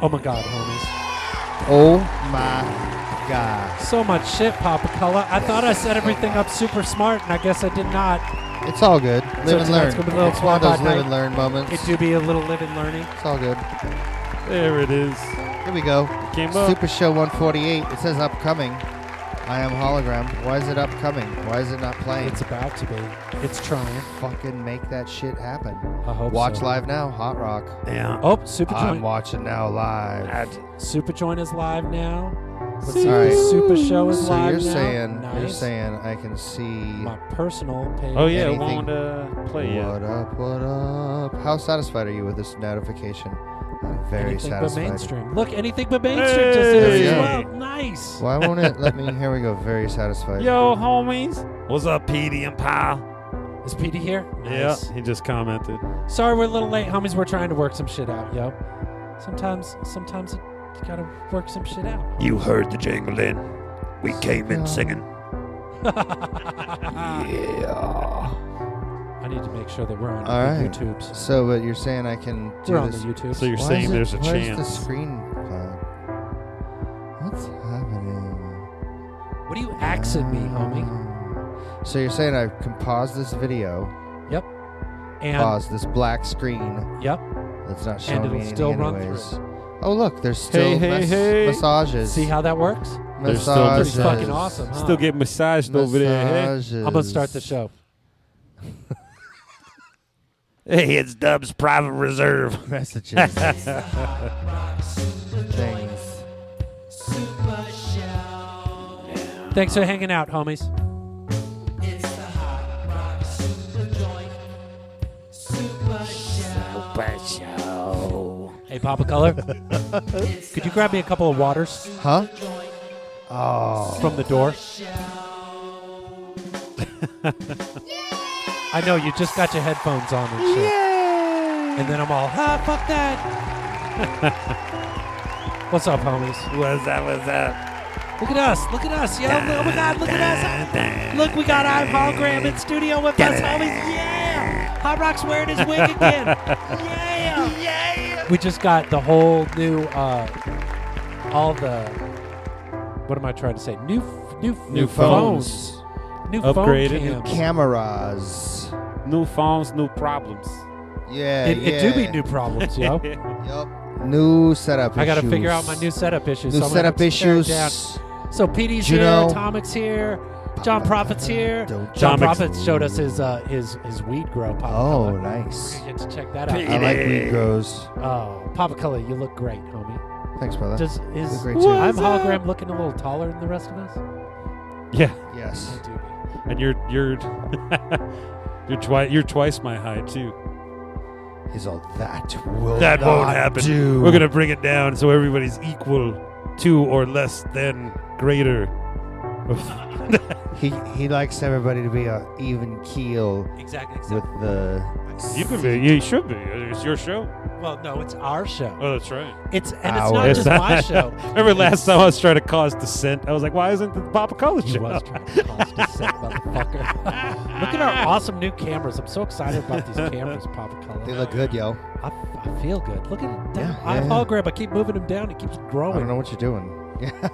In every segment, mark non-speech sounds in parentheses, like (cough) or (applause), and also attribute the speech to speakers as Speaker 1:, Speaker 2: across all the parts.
Speaker 1: Oh my god, homies.
Speaker 2: Oh my god.
Speaker 1: So much shit, Papa Color. I thought I set everything up super smart, and I guess I did not.
Speaker 2: It's all good. Live
Speaker 1: So
Speaker 2: and
Speaker 1: tonight's
Speaker 2: learn.
Speaker 1: gonna be a little
Speaker 2: It's one of
Speaker 1: fly
Speaker 2: those live
Speaker 1: by night.
Speaker 2: and learn moments.
Speaker 1: It do be a little live and learning.
Speaker 2: It's all good.
Speaker 3: There it is.
Speaker 2: Here we go.
Speaker 3: Came up.
Speaker 2: Super Show 148. It says upcoming. I am hologram. Why is it upcoming? Why is it not playing?
Speaker 1: It's about to be. It's trying.
Speaker 2: fucking make that shit happen.
Speaker 1: I hope
Speaker 2: Watch
Speaker 1: so.
Speaker 2: live now. Hot Rock.
Speaker 3: Yeah.
Speaker 1: Oh, Super
Speaker 2: I'm
Speaker 1: Joint.
Speaker 2: watching now live.
Speaker 1: Super Joint is live now. Let's
Speaker 2: All
Speaker 1: see if
Speaker 2: right.
Speaker 1: the Super Show is
Speaker 2: So
Speaker 1: live
Speaker 2: you're
Speaker 1: now.
Speaker 2: saying you're
Speaker 1: Nice.
Speaker 2: saying I can see.
Speaker 1: my personal page.
Speaker 3: Oh yeah, it
Speaker 2: Anything.
Speaker 3: won't uh, play yet.
Speaker 2: What up? What up? How satisfied are you with this notification? I'm very
Speaker 1: anything but
Speaker 2: satisfied.
Speaker 1: mainstream. Look, anything but mainstream just is
Speaker 2: Hey!
Speaker 1: as well. Nice.
Speaker 2: Why won't it (laughs) let me? Here we go. Very satisfied.
Speaker 3: Yo, homies. What's up, PD and Pal?
Speaker 1: Is PD here? Nice.
Speaker 3: Yeah, he just commented.
Speaker 1: Sorry, we're a little late, homies. We're trying to work some shit out, yo. Sometimes, sometimes it, you gotta work some shit out. (laughs)
Speaker 4: You heard the jingle in. We came in singing. Yeah.
Speaker 1: I need to make sure that we're on
Speaker 2: All
Speaker 1: the
Speaker 2: right.
Speaker 1: YouTubes.
Speaker 2: So, but you're saying I can do
Speaker 1: We're on the
Speaker 2: this.
Speaker 1: YouTube.
Speaker 3: So you're
Speaker 2: Why
Speaker 3: saying
Speaker 2: is it-
Speaker 3: there's a
Speaker 2: why is
Speaker 3: chance?
Speaker 2: the screen playing? What's happening?
Speaker 1: what do you ax at me, homie?
Speaker 2: homie. Um, So you're saying I can pause this video,
Speaker 1: Yep. And
Speaker 2: pause this black screen
Speaker 1: yep.
Speaker 2: that's not showing
Speaker 1: it'll
Speaker 2: me anything
Speaker 1: still run through.
Speaker 2: anyways. Oh look, there's still
Speaker 3: hey,
Speaker 2: mas-
Speaker 3: hey.
Speaker 2: massages.
Speaker 1: See how that works?
Speaker 3: They're still
Speaker 1: Pretty
Speaker 2: massages.
Speaker 3: Massages.
Speaker 1: fucking awesome. Huh?
Speaker 3: Still getting massaged over there.
Speaker 2: Massages.
Speaker 1: I'm gonna start the show.
Speaker 4: Hey, it's Dub's private reserve.
Speaker 3: (laughs)
Speaker 2: Messages. Things.
Speaker 1: Thanks for hanging out, homies. Hey, Papa
Speaker 2: (laughs)
Speaker 1: Color, could you grab me a couple of waters Oh.
Speaker 2: Huh?
Speaker 1: from the door? (laughs) I know you just got your headphones on and shit, and then I'm all, ah, fuck that. What's up, homies?
Speaker 4: (laughs) What's up? What's up?
Speaker 1: Look at us! Look at us! Yo! Oh my God! Look at
Speaker 2: (laughs)
Speaker 1: us! Look, we got Ivan Hologram in studio with us, homies! Yeah! Hot Rock's wearing his wig again!
Speaker 2: (laughs)
Speaker 1: (laughs) Yeah! Yeah! We just got the whole new, uh, all the, what am I trying to say? New, f- new, f-
Speaker 3: New
Speaker 1: phones, new
Speaker 3: Upgraded.
Speaker 1: phone cams.
Speaker 2: Cameras.
Speaker 3: New phones, new problems.
Speaker 2: Yeah.
Speaker 1: It,
Speaker 2: yeah.
Speaker 1: it do be new
Speaker 4: (laughs)
Speaker 1: problems, yo.
Speaker 2: Yup. New setup.
Speaker 1: I got to
Speaker 2: issues.
Speaker 1: figure out my new setup issues.
Speaker 2: New
Speaker 1: so I'm gonna
Speaker 2: setup
Speaker 1: have to tear it
Speaker 2: issues.
Speaker 1: down. So PD's
Speaker 2: You
Speaker 1: here,
Speaker 2: know-
Speaker 1: Atomic's here, John Prophet's here.
Speaker 2: Don't-
Speaker 1: John
Speaker 3: Atomic's-
Speaker 1: Prophet showed us his uh, his his weed grow. Papa
Speaker 2: Oh,
Speaker 1: Color.
Speaker 2: nice.
Speaker 1: We're gonna get to check that out.
Speaker 2: I like weed grows.
Speaker 1: Oh, Papa Color, you look great, homie.
Speaker 2: Thanks, brother.
Speaker 1: Does is
Speaker 2: great too.
Speaker 1: I'm
Speaker 2: What's
Speaker 1: hologram looking a little taller than the rest of us?
Speaker 3: Yeah,
Speaker 2: yes.
Speaker 1: I do. be.
Speaker 3: and you're you're (laughs) you're twice you're twice my height too.
Speaker 2: Is all that will
Speaker 4: That won't
Speaker 2: not
Speaker 4: happen.
Speaker 2: Do.
Speaker 3: We're gonna bring it down so everybody's equal to or less than greater.
Speaker 2: (laughs) He he likes everybody to be on even keel
Speaker 1: Exactly.
Speaker 2: with
Speaker 1: exactly.
Speaker 2: the.
Speaker 3: You can be. You should be. It's your show.
Speaker 1: Well, no, it's our show.
Speaker 3: Oh, that's right.
Speaker 1: It's and it's
Speaker 2: Our-
Speaker 1: not
Speaker 2: It's
Speaker 1: just
Speaker 3: (laughs)
Speaker 2: (laughs)
Speaker 1: my show.
Speaker 3: Remember last time I was trying to cause dissent? I was like, why isn't the Papa College
Speaker 1: He
Speaker 3: show?
Speaker 1: was trying to cause
Speaker 3: (laughs)
Speaker 1: dissent, (laughs) motherfucker. Look at our awesome new cameras. I'm so excited about these cameras, Papa Color.
Speaker 2: They look good, yo.
Speaker 1: I, I feel good. Look at it.
Speaker 2: Yeah,
Speaker 1: Yeah,
Speaker 2: yeah,
Speaker 1: I
Speaker 2: yeah.
Speaker 1: hologram. I keep moving him down. It keeps
Speaker 2: I
Speaker 1: growing.
Speaker 2: don't know what you're doing. (laughs)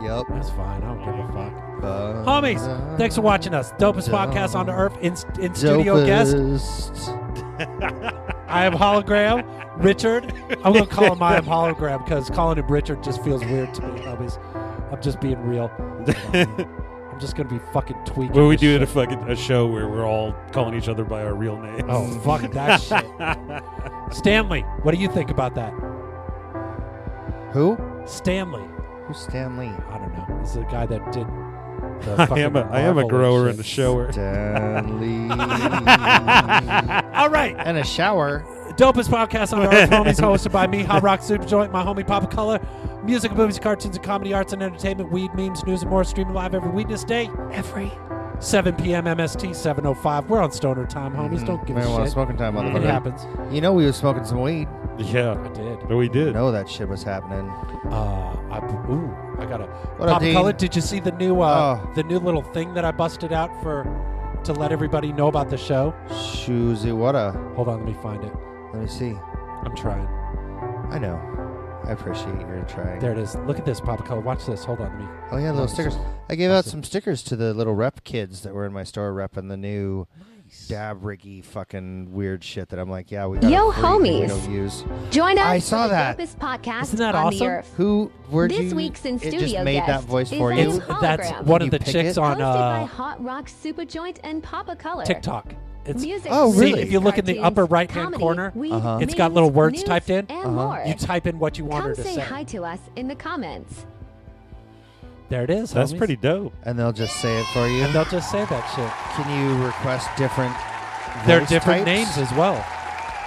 Speaker 2: Yeah. yep.
Speaker 1: That's fine. I don't give a fuck. Homies, thanks for watching us. Dopest podcast on the earth. In, in studio guest,
Speaker 2: Dopest.
Speaker 5: (laughs)
Speaker 1: I am hologram. Richard, I'm gonna call him I am hologram because calling him Richard just feels weird to me. Homies, I'm just being
Speaker 2: (laughs)
Speaker 1: real. I'm just gonna be fucking tweaking.
Speaker 3: Well, we
Speaker 1: this
Speaker 3: do it
Speaker 1: shit.
Speaker 3: a fucking a show where we're all calling each other by our real names.
Speaker 1: Oh fuck
Speaker 3: (laughs)
Speaker 1: that shit. Stanley, what do you think about that?
Speaker 2: Who?
Speaker 1: Stanley,
Speaker 2: Who's Stan Lee?
Speaker 1: I don't know. He's the guy that did. The
Speaker 3: (laughs) I am a, I am a grower and a shower.
Speaker 2: Stan Lee.
Speaker 1: (laughs) All right.
Speaker 2: and a shower.
Speaker 1: Dopest podcast on earth, homies, hosted by me, Hot Rock Super Joint, my homie Papa Color. Music, movies, cartoons, and comedy, arts and entertainment, weed, memes, news, and more. Streaming live every Wednesday, every 7 p.m. MST, 7:05. We're on Stoner Time, homies. Don't give
Speaker 2: Mm-hmm. Marijuana
Speaker 1: a shit.
Speaker 2: smoking time,
Speaker 1: It
Speaker 2: motherfucker.
Speaker 1: happens.
Speaker 2: You know we was smoking some weed.
Speaker 3: Yeah,
Speaker 1: I did.
Speaker 3: but we
Speaker 2: You
Speaker 3: did.
Speaker 2: know that shit was happening.
Speaker 1: Uh, I, ooh, I got a
Speaker 2: up,
Speaker 1: Papa
Speaker 2: Dean?
Speaker 1: Color. Did you see the new uh,
Speaker 2: Oh.
Speaker 1: the new little thing that I busted out for to let everybody know about the show?
Speaker 2: Shuzi, Oh, what a.
Speaker 1: Hold on, let me find it.
Speaker 2: Let me see.
Speaker 1: I'm trying.
Speaker 2: I know. I appreciate your trying.
Speaker 1: There it is. Look at this, Papa Color. Watch this. Hold on to me.
Speaker 2: Oh yeah, little
Speaker 1: Nice.
Speaker 2: stickers. I gave out
Speaker 1: Nice.
Speaker 2: some stickers to the little rep kids that were in my store repping the new dab riggy fucking weird shit that I'm like, yeah, we got
Speaker 5: Yo,
Speaker 2: it free and we
Speaker 5: homies.
Speaker 2: don't use.
Speaker 5: Join us
Speaker 2: I saw
Speaker 5: for the
Speaker 2: that.
Speaker 5: dopest podcast
Speaker 1: Isn't that
Speaker 5: on
Speaker 1: awesome?
Speaker 5: the earth.
Speaker 2: Who were
Speaker 5: This
Speaker 2: you?
Speaker 5: week's in
Speaker 2: It just
Speaker 5: studio
Speaker 2: made that
Speaker 5: guest
Speaker 2: voice
Speaker 5: is
Speaker 2: for
Speaker 5: on
Speaker 2: you.
Speaker 1: It's
Speaker 5: hologram.
Speaker 1: that's one of
Speaker 2: You
Speaker 1: the
Speaker 2: pick
Speaker 1: chicks
Speaker 2: it?
Speaker 1: on
Speaker 5: Hosted by
Speaker 1: uh,
Speaker 5: Hot Rock Superjoint and Papa Color.
Speaker 1: TikTok. It's
Speaker 5: Music.
Speaker 2: Oh,
Speaker 5: videos,
Speaker 2: really? See, if
Speaker 1: you look in the
Speaker 5: cartoons,
Speaker 1: upper right-hand
Speaker 5: comedy,
Speaker 1: corner,
Speaker 5: weed,
Speaker 2: Uh-huh.
Speaker 1: it's got little words
Speaker 5: news,
Speaker 1: typed in.
Speaker 5: and
Speaker 2: Uh-huh.
Speaker 5: more.
Speaker 1: you type in what you want her
Speaker 5: Come
Speaker 1: to
Speaker 5: say
Speaker 1: say.
Speaker 5: hi to us in the comments.
Speaker 1: There it is.
Speaker 3: That's
Speaker 1: homies.
Speaker 3: pretty dope.
Speaker 2: And they'll just say it for you.
Speaker 1: And they'll just say that shit.
Speaker 2: Can you request different?
Speaker 1: They're
Speaker 2: voice types?
Speaker 1: different names as well.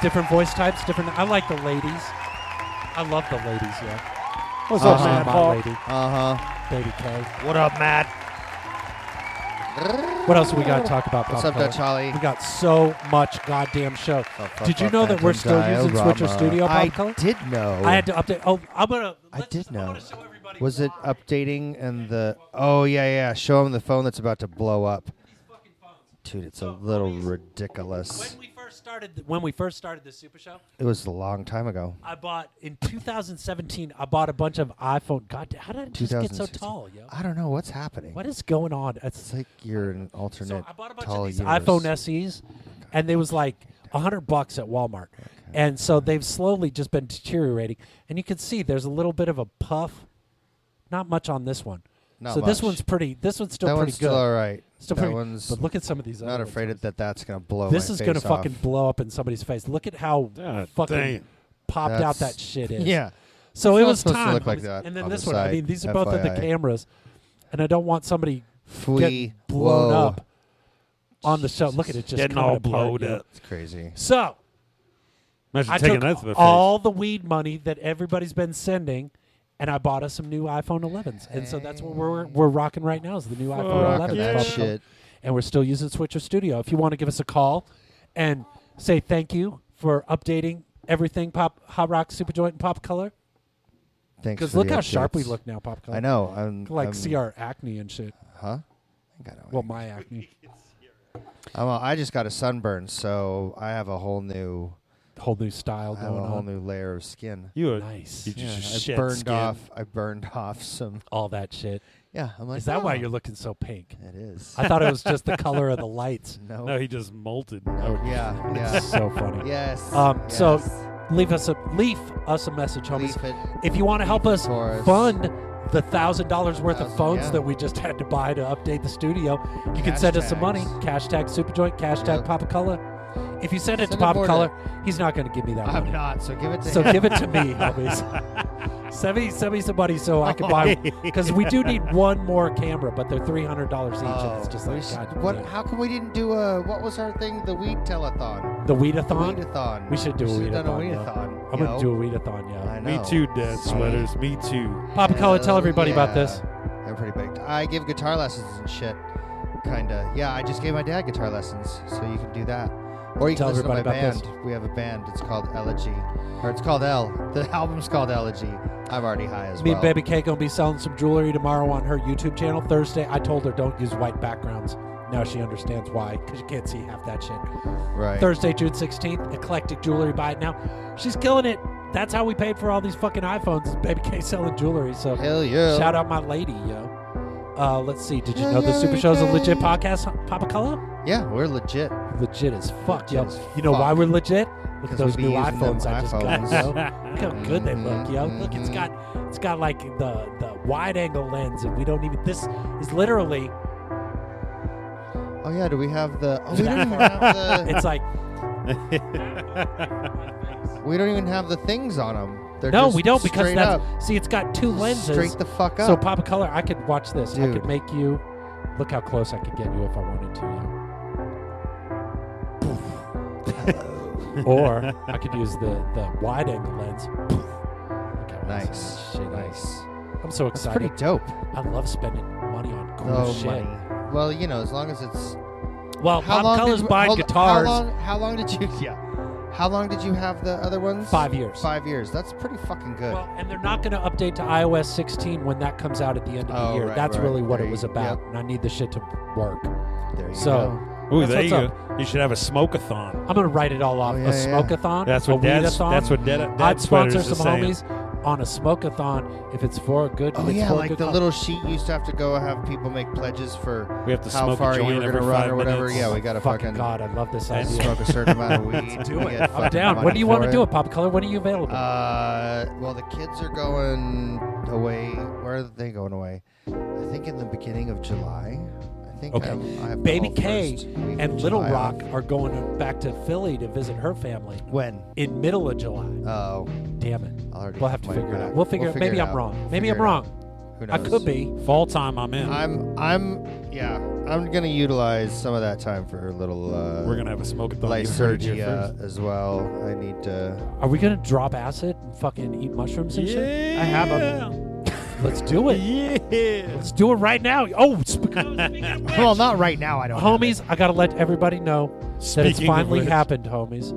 Speaker 1: Different voice types, different. I like the ladies. I love the ladies, yeah. Oh,
Speaker 3: What's
Speaker 2: Uh-huh.
Speaker 3: up, man?
Speaker 1: My
Speaker 3: Paul?
Speaker 1: lady,
Speaker 2: Uh huh.
Speaker 1: baby K.
Speaker 4: What up, Matt?
Speaker 1: What else we got to talk about?
Speaker 2: What's
Speaker 1: Pop
Speaker 2: up, Dutch
Speaker 1: Color?
Speaker 2: Holly? Oh,
Speaker 1: We got so much goddamn show. Did you know that we're still using Switcher Studio Pop
Speaker 2: I
Speaker 1: Color?
Speaker 2: did know.
Speaker 1: I had to update. Oh, I'm gonna.
Speaker 2: I
Speaker 1: let's
Speaker 2: did
Speaker 1: just- I'm
Speaker 2: know.
Speaker 1: gonna show everybody
Speaker 2: Was
Speaker 1: why.
Speaker 2: it updating and the? Oh yeah, yeah. Show him the phone that's about to blow up. Dude, it's a little ridiculous.
Speaker 1: When we first started, th- when we first started the Super Show,
Speaker 2: It was a long time ago.
Speaker 1: I bought in 2017. I bought a bunch of iPhone. God, damn, how did I just get so
Speaker 2: 2016.
Speaker 1: tall, yo?
Speaker 2: I don't know what's happening.
Speaker 1: What is going on? It's
Speaker 2: It's like you're in an alternate.
Speaker 1: So I bought a bunch
Speaker 2: tall
Speaker 1: of these
Speaker 2: universe.
Speaker 1: iPhone SEs, and they was like hundred bucks at Walmart, and so they've slowly just been deteriorating. And you can see there's a little bit of a puff, not much on this one.
Speaker 2: Not
Speaker 1: so this
Speaker 2: much.
Speaker 1: one's pretty. This one's still
Speaker 2: That
Speaker 1: pretty
Speaker 2: one's
Speaker 1: good.
Speaker 2: still all right.
Speaker 1: Still
Speaker 2: that
Speaker 1: pretty.
Speaker 2: one's.
Speaker 1: but look at some of these.
Speaker 2: not
Speaker 1: other ones.
Speaker 2: afraid that that's gonna blow.
Speaker 1: This
Speaker 2: my
Speaker 1: is gonna
Speaker 2: face
Speaker 1: fucking
Speaker 2: off.
Speaker 1: blow up in somebody's face. Look at how
Speaker 3: God
Speaker 1: fucking
Speaker 3: Ah, dang.
Speaker 1: popped out
Speaker 2: That's-
Speaker 1: that shit
Speaker 2: (laughs)
Speaker 1: is.
Speaker 2: Yeah.
Speaker 1: So
Speaker 2: It's
Speaker 1: it
Speaker 2: not
Speaker 1: was
Speaker 2: supposed to
Speaker 1: time.
Speaker 2: look like
Speaker 1: homies.
Speaker 2: that
Speaker 1: And then
Speaker 2: on
Speaker 1: this
Speaker 2: the
Speaker 1: one. I
Speaker 2: side,
Speaker 1: mean, these are both at the
Speaker 2: FYI.
Speaker 1: cameras, and I don't want somebody
Speaker 2: Fwee.
Speaker 1: getting blown
Speaker 2: Whoa.
Speaker 1: up on the show. Look at it just
Speaker 3: Getting
Speaker 1: coming
Speaker 3: all
Speaker 1: apart,
Speaker 3: blowed
Speaker 1: yo.
Speaker 3: up.
Speaker 2: It's crazy.
Speaker 1: So
Speaker 3: (laughs) Imagine
Speaker 1: I
Speaker 3: taking
Speaker 1: took
Speaker 3: that to the
Speaker 1: all the weed money that everybody's been sending, and I bought us some new iPhone 11s, and so that's what we're we're rocking right now is the new iPhone
Speaker 3: Fuck
Speaker 1: 11s.
Speaker 2: that
Speaker 1: Bob.
Speaker 2: shit.
Speaker 1: And we're still using Switcher Studio. If you want to give us a call, and say thank you for updating everything, Pop Hot Rock Superjoint and Pop Color,
Speaker 2: Thanks.
Speaker 1: because
Speaker 2: for
Speaker 1: look
Speaker 2: the
Speaker 1: how sharp we
Speaker 2: updates.
Speaker 1: look now, Pop Color.
Speaker 2: I know. I'm
Speaker 1: Like
Speaker 2: I'm,
Speaker 1: see our acne and shit.
Speaker 2: Huh? I think I know.
Speaker 1: Well, my acne.
Speaker 2: I'm a, I just got a sunburn, so I have a whole new,
Speaker 1: Whole new style
Speaker 2: I have a
Speaker 1: going
Speaker 2: whole
Speaker 1: on.
Speaker 2: new layer of skin.
Speaker 3: You are
Speaker 1: Nice.
Speaker 3: You just
Speaker 2: I
Speaker 3: shit
Speaker 2: burned
Speaker 3: skin.
Speaker 2: off. I burned (laughs) off some.
Speaker 1: All that shit.
Speaker 2: Yeah, I'm like.
Speaker 1: Is that why
Speaker 2: "Oh,
Speaker 1: you're looking so pink?
Speaker 2: It is.
Speaker 1: I thought it was just the color of the lights.
Speaker 2: (laughs) no.
Speaker 3: No, he just molted.
Speaker 2: Oh,
Speaker 3: Oh.
Speaker 2: Yeah.
Speaker 1: It's
Speaker 2: Yeah.
Speaker 1: so funny.
Speaker 2: yes.
Speaker 1: Um,
Speaker 2: yes.
Speaker 1: So leave us a leave us a message, homies.
Speaker 2: Leaf it.
Speaker 1: if you want to help us
Speaker 2: for us.
Speaker 1: fund the thousand dollars worth of
Speaker 2: Thousand,
Speaker 1: phones
Speaker 2: yeah.
Speaker 1: that we just had to buy to update the studio, you can send us some money. Cash tag Superjoint, cash tag
Speaker 2: Yep.
Speaker 1: Papa Color. If you send it
Speaker 2: Send it
Speaker 1: to Papa
Speaker 2: more to-
Speaker 1: Color, he's not going to give me that money.
Speaker 2: I'm not. So give it to
Speaker 1: So
Speaker 2: him.
Speaker 1: give it to
Speaker 2: (laughs)
Speaker 1: me, homies. Send me, send me some money so I can buy
Speaker 2: Oh,
Speaker 1: because we do need one more camera, but they're three hundred dollars each,
Speaker 2: Oh,
Speaker 1: and it's just
Speaker 2: we
Speaker 1: like
Speaker 2: should-
Speaker 1: God,
Speaker 2: what?
Speaker 1: damn.
Speaker 2: How come we didn't do a? What was our thing? The weed telethon.
Speaker 1: the
Speaker 2: The
Speaker 1: weedathon.
Speaker 2: weedathon.
Speaker 1: We should do a
Speaker 2: should've done a
Speaker 1: weedathon, yeah.
Speaker 2: weedathon.
Speaker 1: I'm
Speaker 2: yo.
Speaker 1: gonna do a readathon, yeah.
Speaker 2: I
Speaker 3: Me
Speaker 2: know.
Speaker 3: too, Dad. Sweaters. Me too.
Speaker 1: Papa Color, tell
Speaker 2: Hell
Speaker 1: everybody about
Speaker 2: Oh, yeah.
Speaker 1: this.
Speaker 2: I'm pretty baked. I give guitar lessons and shit. Kinda. Yeah, I just gave my dad guitar lessons, so you can do that. Or you
Speaker 1: Tell
Speaker 2: can listen to my
Speaker 1: everybody about
Speaker 2: band.
Speaker 1: this.
Speaker 2: We have a band. It's called Elegy, or it's called L. The (laughs) album's called Elegy. I'm already high as
Speaker 1: Me
Speaker 2: well.
Speaker 1: and Baby K gonna be selling some jewelry tomorrow on her YouTube channel. Thursday, I told her don't use white backgrounds. Now she understands why, because you can't see half that shit.
Speaker 2: Right.
Speaker 1: Thursday, June 16th, Eclectic Jewelry. Buy it now. She's killing it. That's how we paid for all these fucking iPhones. (laughs) Is Baby K selling jewelry? So
Speaker 2: Hell yeah.
Speaker 1: shout out my lady, yo. Uh, let's see. Did you
Speaker 2: Hell
Speaker 1: know the
Speaker 2: yeah,
Speaker 1: Super Show's a
Speaker 2: Baby
Speaker 1: legit
Speaker 2: K.
Speaker 1: podcast, huh, Papa Color?
Speaker 2: Yeah, we're legit.
Speaker 1: Legit as fuck,
Speaker 2: Legit
Speaker 1: yo.
Speaker 2: as
Speaker 1: You know why
Speaker 2: fuck.
Speaker 1: we're legit? Look
Speaker 2: (laughs)
Speaker 1: at
Speaker 2: 'Cause
Speaker 1: those
Speaker 2: we
Speaker 1: new
Speaker 2: be using them
Speaker 1: iPhones Mm-hmm. I just got,
Speaker 2: iPhones.
Speaker 1: yo. Look how (laughs) good they look, yo. Look, it's
Speaker 2: Mhm.
Speaker 1: got it's got like the the wide angle lens, and we don't even. This is literally
Speaker 2: Oh yeah. Do we have the? Oh, we
Speaker 1: That
Speaker 2: don't even
Speaker 1: far. (laughs)
Speaker 2: have the.
Speaker 1: it's
Speaker 2: (laughs)
Speaker 1: like
Speaker 2: We don't even have the things on them. They're
Speaker 1: no,
Speaker 2: just
Speaker 1: we don't because
Speaker 2: straight
Speaker 1: that's
Speaker 2: up.
Speaker 1: see, it's got two lenses.
Speaker 2: Straight the fuck
Speaker 1: So
Speaker 2: up.
Speaker 1: Papa Color, I could watch this. I
Speaker 2: Dude.
Speaker 1: could make you look how close I could get you if I wanted to.
Speaker 2: (laughs)
Speaker 1: Yeah. or I could use the the wide angle lens. Look how
Speaker 2: nice.
Speaker 1: awesome that shit is.
Speaker 2: Nice.
Speaker 1: I'm so
Speaker 2: That's
Speaker 1: excited.
Speaker 2: pretty dope.
Speaker 1: I love spending money on cool
Speaker 2: Oh,
Speaker 1: shit.
Speaker 2: money. Well, you know, as long as it's
Speaker 1: Well,
Speaker 2: How
Speaker 1: Pop
Speaker 2: long
Speaker 1: Color's
Speaker 2: did,
Speaker 1: buying
Speaker 2: hold-
Speaker 1: guitars.
Speaker 2: How long, how long did you? (laughs) Yeah. How long did you have the other ones?
Speaker 1: Five years.
Speaker 2: Five years. That's pretty fucking good.
Speaker 1: Well, and they're not going to update to iOS 16 when that comes out at the end of the
Speaker 2: Oh,
Speaker 1: year.
Speaker 2: right,
Speaker 1: That's
Speaker 2: right.
Speaker 1: really what
Speaker 2: There
Speaker 1: it
Speaker 2: you-
Speaker 1: was about,
Speaker 2: yep.
Speaker 1: and I need the shit to work.
Speaker 2: there you
Speaker 1: so,
Speaker 2: go.
Speaker 3: Ooh,
Speaker 1: That's
Speaker 3: there you
Speaker 1: what's
Speaker 3: go. You should have a smoke-a-thon.
Speaker 1: I'm gonna write it all off.
Speaker 2: Oh,
Speaker 1: a
Speaker 2: yeah, yeah.
Speaker 1: smoke-a-thon.
Speaker 3: That's
Speaker 1: a
Speaker 3: what Dad's,
Speaker 1: weed-a-thon.
Speaker 3: that's what Dad, Dad
Speaker 1: I'd sponsor
Speaker 3: Sweaters
Speaker 1: some
Speaker 3: is saying.
Speaker 1: homies on a smoke-a-thon if it's for a good.
Speaker 2: Oh
Speaker 1: it's
Speaker 2: yeah,
Speaker 1: for a
Speaker 2: like
Speaker 1: good
Speaker 2: the
Speaker 1: cause.
Speaker 2: little sheet you used to have to go have people make pledges for
Speaker 3: We have to
Speaker 2: how
Speaker 3: smoke
Speaker 2: far
Speaker 3: a
Speaker 2: you
Speaker 3: joint
Speaker 2: were gonna
Speaker 3: every
Speaker 2: run
Speaker 3: five
Speaker 2: or whatever.
Speaker 3: minutes.
Speaker 2: Yeah, we gotta
Speaker 1: fucking,
Speaker 2: fucking
Speaker 1: god, I love this
Speaker 2: and
Speaker 1: idea.
Speaker 2: smoke a certain
Speaker 1: (laughs)
Speaker 2: amount of weed.
Speaker 1: do
Speaker 2: and
Speaker 1: it.
Speaker 2: get
Speaker 1: I'm
Speaker 2: fucking
Speaker 1: down. When
Speaker 2: money
Speaker 1: do you want
Speaker 2: for
Speaker 1: to do it, Pop Color? When are you available?
Speaker 2: Uh, well, the kids are going away. Where are they going away? I think in the beginning of July. I think.
Speaker 1: Okay.
Speaker 2: I'm- I have
Speaker 1: Baby
Speaker 2: the whole
Speaker 1: K
Speaker 2: first week
Speaker 1: and
Speaker 2: of
Speaker 1: Little
Speaker 2: July off.
Speaker 1: Rock are going back to Philly to visit her family
Speaker 2: When?
Speaker 1: in middle of July.
Speaker 2: Oh,
Speaker 1: Damn it.
Speaker 2: I already.
Speaker 1: We'll have to
Speaker 2: went
Speaker 1: figure it out.
Speaker 2: back.
Speaker 1: We'll figure it out. Maybe I'm wrong.
Speaker 2: We'll
Speaker 1: Maybe
Speaker 2: figure
Speaker 1: I'm
Speaker 2: it out.
Speaker 1: wrong.
Speaker 2: Who
Speaker 1: I
Speaker 2: knows?
Speaker 1: could be.
Speaker 3: Fall time, I'm in.
Speaker 2: I'm. I'm. Yeah. I'm gonna utilize some of that time for a little. Uh,
Speaker 3: We're gonna have a smoke-a-thon. You heard it here first.
Speaker 2: Lysergia as well. I need to.
Speaker 1: Are we gonna drop acid and fucking eat mushrooms and shit?
Speaker 3: Yeah.
Speaker 2: I have
Speaker 1: Let's do it.
Speaker 3: Yeah.
Speaker 1: Let's do it right now. Oh,
Speaker 3: (laughs)
Speaker 1: sp-
Speaker 2: Well, not right now. I don't.
Speaker 1: homies, I gotta let everybody know that it's
Speaker 3: Speaking of
Speaker 1: finally
Speaker 3: which-
Speaker 1: happened, homies.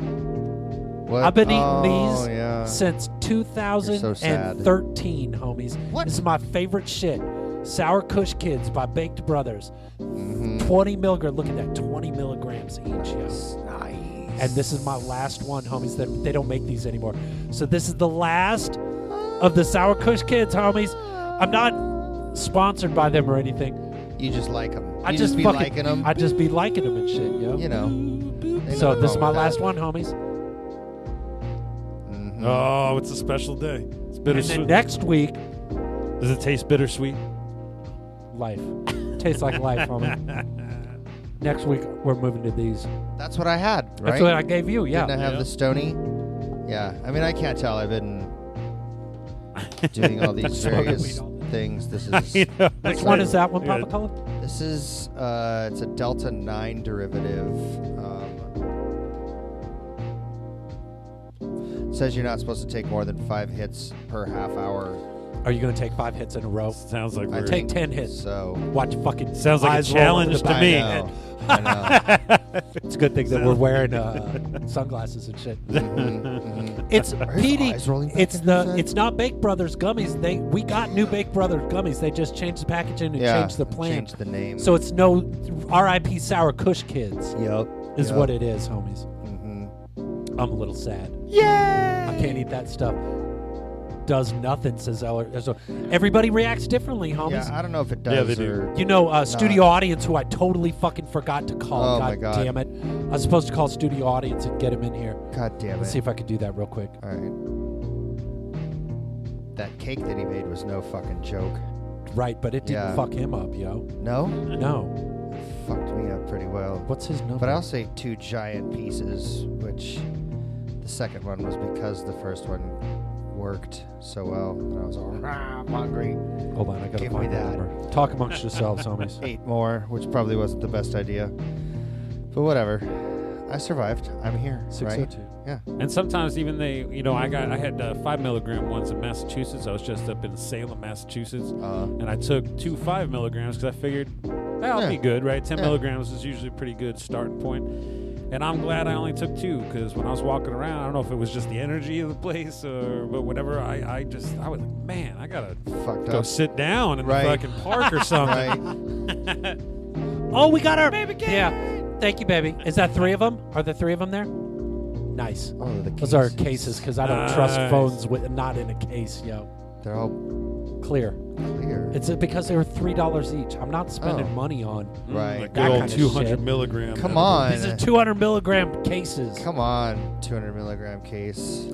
Speaker 1: I've been eating
Speaker 2: oh,
Speaker 1: these
Speaker 2: Yeah.
Speaker 1: Since 2013, homies.
Speaker 2: What?
Speaker 1: This is my favorite shit. Sour Kush Kids by Baked Brothers.
Speaker 2: Mhm.
Speaker 1: 20 milligram. Look at that. 20 milligrams each. yo. And this is my last one, homies. They, they don't make these anymore. So this is the last of the Sour Kush Kids, homies. I'm not sponsored by them or anything.
Speaker 2: You just like them.
Speaker 1: I
Speaker 2: you
Speaker 1: just,
Speaker 2: be
Speaker 1: fucking,
Speaker 2: liking them.
Speaker 1: I just be liking them and shit, yo.
Speaker 2: you know. Ain't
Speaker 1: so
Speaker 2: nothing
Speaker 1: this is
Speaker 2: wrong
Speaker 1: my
Speaker 2: with
Speaker 1: last
Speaker 2: that.
Speaker 1: one, homies.
Speaker 2: Mhm.
Speaker 3: Oh, it's a special day. It's
Speaker 1: And
Speaker 3: bittersweet.
Speaker 1: then next week,
Speaker 3: Does it taste bittersweet?
Speaker 1: life. Tastes like life, homie. Next week we're moving to these.
Speaker 2: That's what I had. Right?
Speaker 1: That's what I gave you. Yeah.
Speaker 2: Didn't I have
Speaker 3: Yeah.
Speaker 2: the stony? Yeah. I mean, I can't tell.
Speaker 3: (laughs)
Speaker 2: I've been doing all these various things. This
Speaker 3: You
Speaker 2: is (laughs)
Speaker 3: know,
Speaker 1: Which
Speaker 3: like-
Speaker 1: one is that one,
Speaker 3: Yeah.
Speaker 1: Papa Color?
Speaker 2: this is uh, it's a delta nine derivative. Um, says you're not supposed to take more than five hits per half hour.
Speaker 1: Are you going to take five hits in a row?
Speaker 3: Sounds like
Speaker 2: I
Speaker 3: we're.
Speaker 1: Take ten hits.
Speaker 2: So
Speaker 1: Watch fucking.
Speaker 3: Sounds like a
Speaker 1: eyes roll over
Speaker 3: challenge
Speaker 1: the
Speaker 3: to
Speaker 1: back.
Speaker 3: me.
Speaker 2: I know. (laughs) I
Speaker 3: (laughs)
Speaker 2: know.
Speaker 1: (laughs) It's a good thing that we're wearing uh, sunglasses and shit. It's
Speaker 2: his
Speaker 1: PD.
Speaker 2: eyes rolling back
Speaker 1: It's
Speaker 2: in his
Speaker 1: the.
Speaker 2: head?
Speaker 1: It's not Bake Brothers gummies. They we got new Bake Brothers gummies. They just changed the packaging and
Speaker 2: yeah.
Speaker 1: changed the plan.
Speaker 2: Change the name.
Speaker 1: So it's no R.I.P. Sour Kush Kids
Speaker 2: yep.
Speaker 1: is
Speaker 2: yep.
Speaker 1: what it is, homies.
Speaker 2: Mm-hmm.
Speaker 1: I'm a little sad. Yeah. I can't eat that stuff. Does nothing, says Eller. uh, So everybody reacts differently, homies.
Speaker 2: Yeah, I don't know if it does.
Speaker 3: Yeah, they do.
Speaker 2: Or,
Speaker 1: You know, uh, studio audience, who I totally fucking forgot to call.
Speaker 2: Oh,
Speaker 1: God,
Speaker 2: my God.
Speaker 1: damn it! I was supposed to call studio audience and get him in here.
Speaker 2: God damn it.
Speaker 1: Let's see if I could do that real quick.
Speaker 2: All right. That cake that he made was no fucking joke.
Speaker 1: Right, but it didn't
Speaker 2: Yeah.
Speaker 1: fuck him up, yo.
Speaker 2: No,
Speaker 1: No.
Speaker 2: fucked me up pretty well.
Speaker 1: What's his number?
Speaker 2: But I also ate two giant pieces, which the second one was because the first one worked so well, and I was all "Ah, I'm hungry.
Speaker 1: Hold on, I gotta
Speaker 2: Give
Speaker 1: find
Speaker 2: me
Speaker 1: that.
Speaker 2: that.
Speaker 1: number. Talk amongst yourselves,
Speaker 2: (laughs)
Speaker 1: homies.
Speaker 2: Ate more, which probably wasn't the best idea, but whatever. I survived. I'm here.
Speaker 1: Six oh
Speaker 2: right?
Speaker 1: two.
Speaker 2: Yeah.
Speaker 3: And sometimes even they, you know, I got I had uh, five milligram ones in Massachusetts. I was just up in Salem, Massachusetts,
Speaker 2: Uh,
Speaker 3: and I took two five milligrams because I figured that'll
Speaker 2: Yeah.
Speaker 3: be good, right? Ten
Speaker 2: Yeah.
Speaker 3: milligrams is usually a pretty good starting point. And I'm glad I only took two because when I was walking around, I don't know if it was just the energy of the place or but whatever. I, I just I was like, man, I gotta
Speaker 2: fucked
Speaker 3: go
Speaker 2: up.
Speaker 3: sit down in
Speaker 2: Right.
Speaker 3: the fucking park or something.
Speaker 2: Right.
Speaker 1: Oh, we got our baby cake. Yeah. Thank you, baby. Is that three of them? Are there three of them there? Nice.
Speaker 2: Oh, the
Speaker 1: Those are
Speaker 2: cases.
Speaker 1: cases because I don't trust
Speaker 3: Nice.
Speaker 1: phones with not in a case, yo.
Speaker 2: They're all
Speaker 1: Clear.
Speaker 2: clear.
Speaker 1: It's because they were three dollars each. I'm not spending
Speaker 2: Oh.
Speaker 1: money on.
Speaker 2: right.
Speaker 3: Like Mm,
Speaker 1: That
Speaker 3: good old
Speaker 1: kind of
Speaker 3: two hundred
Speaker 1: shit.
Speaker 3: milligram.
Speaker 2: Come on.
Speaker 1: These are 200 milligram cases.
Speaker 2: Come on, 200 milligram case.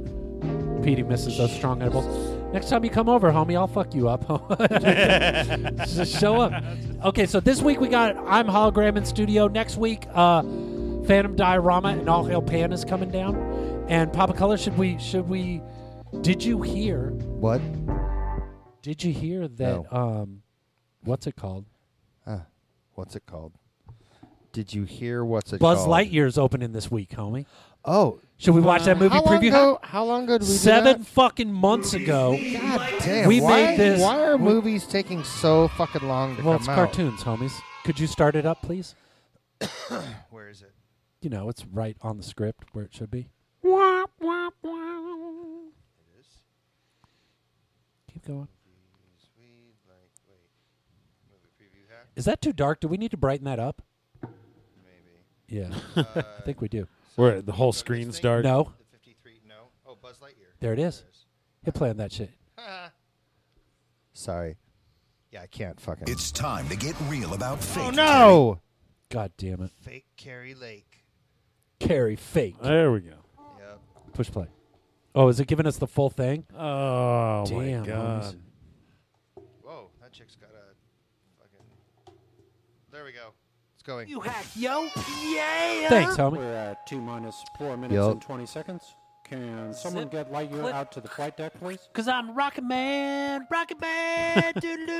Speaker 1: (laughs) Petey misses those strong edibles. Next time you come over, homie, I'll fuck you up. (laughs) Just show up. Okay, so this week we got I'm Hologram in studio. Next week, uh, Phantom Diorama and All Hail Pan is coming down. And Papa Color, should we? Should we? Did you hear?
Speaker 2: What?
Speaker 1: Did you hear that? Um, what's it called?
Speaker 2: What's it called? Did you hear what's it
Speaker 1: Buzz
Speaker 2: called?
Speaker 1: Lightyear's opening this week, homie.
Speaker 2: Oh,
Speaker 1: Should we watch that movie
Speaker 2: how long
Speaker 1: preview?
Speaker 2: ago? How long ago did we do
Speaker 1: Seven fucking months ago.
Speaker 2: that? God damn!
Speaker 1: We
Speaker 2: why,
Speaker 1: made this-
Speaker 2: Why are movies taking (coughs) so fucking long to
Speaker 1: Well,
Speaker 2: come
Speaker 1: it's
Speaker 2: out?
Speaker 1: cartoons, homies. Could you start it up, please?
Speaker 2: Where is it?
Speaker 1: You know, it's right on the script where it should be. Keep going.
Speaker 2: Wait, movie preview hack.
Speaker 1: Is that too dark? Do we need to brighten that up? Maybe.
Speaker 3: (laughs)
Speaker 1: Yeah. I think we do.
Speaker 3: Where the whole screen's dark.
Speaker 1: No.
Speaker 2: The 53, no. Oh, Buzz Lightyear.
Speaker 1: There it is. Hit play on that shit.
Speaker 2: (laughs) Sorry. Yeah, I can't fucking.
Speaker 6: It's time to get real about fake.
Speaker 2: oh, no!
Speaker 1: God damn it.
Speaker 2: Fake Carrie Lake.
Speaker 1: Carry fake.
Speaker 3: There we go.
Speaker 2: Yep.
Speaker 1: Push play. Oh, is it giving us the full thing?
Speaker 3: Oh
Speaker 1: Damn,
Speaker 3: my god.
Speaker 1: homies.
Speaker 2: Whoa, that chick's got a fucking. There we go. It's going.
Speaker 1: Thanks, homie.
Speaker 7: We're at T minus four minutes
Speaker 2: Yup.
Speaker 7: and 20 seconds. Can someone
Speaker 1: Zip,
Speaker 7: get Lightyear
Speaker 1: clip.
Speaker 7: out to the flight deck, please?
Speaker 1: Cause I'm Rocket Man, Rocket Man, doo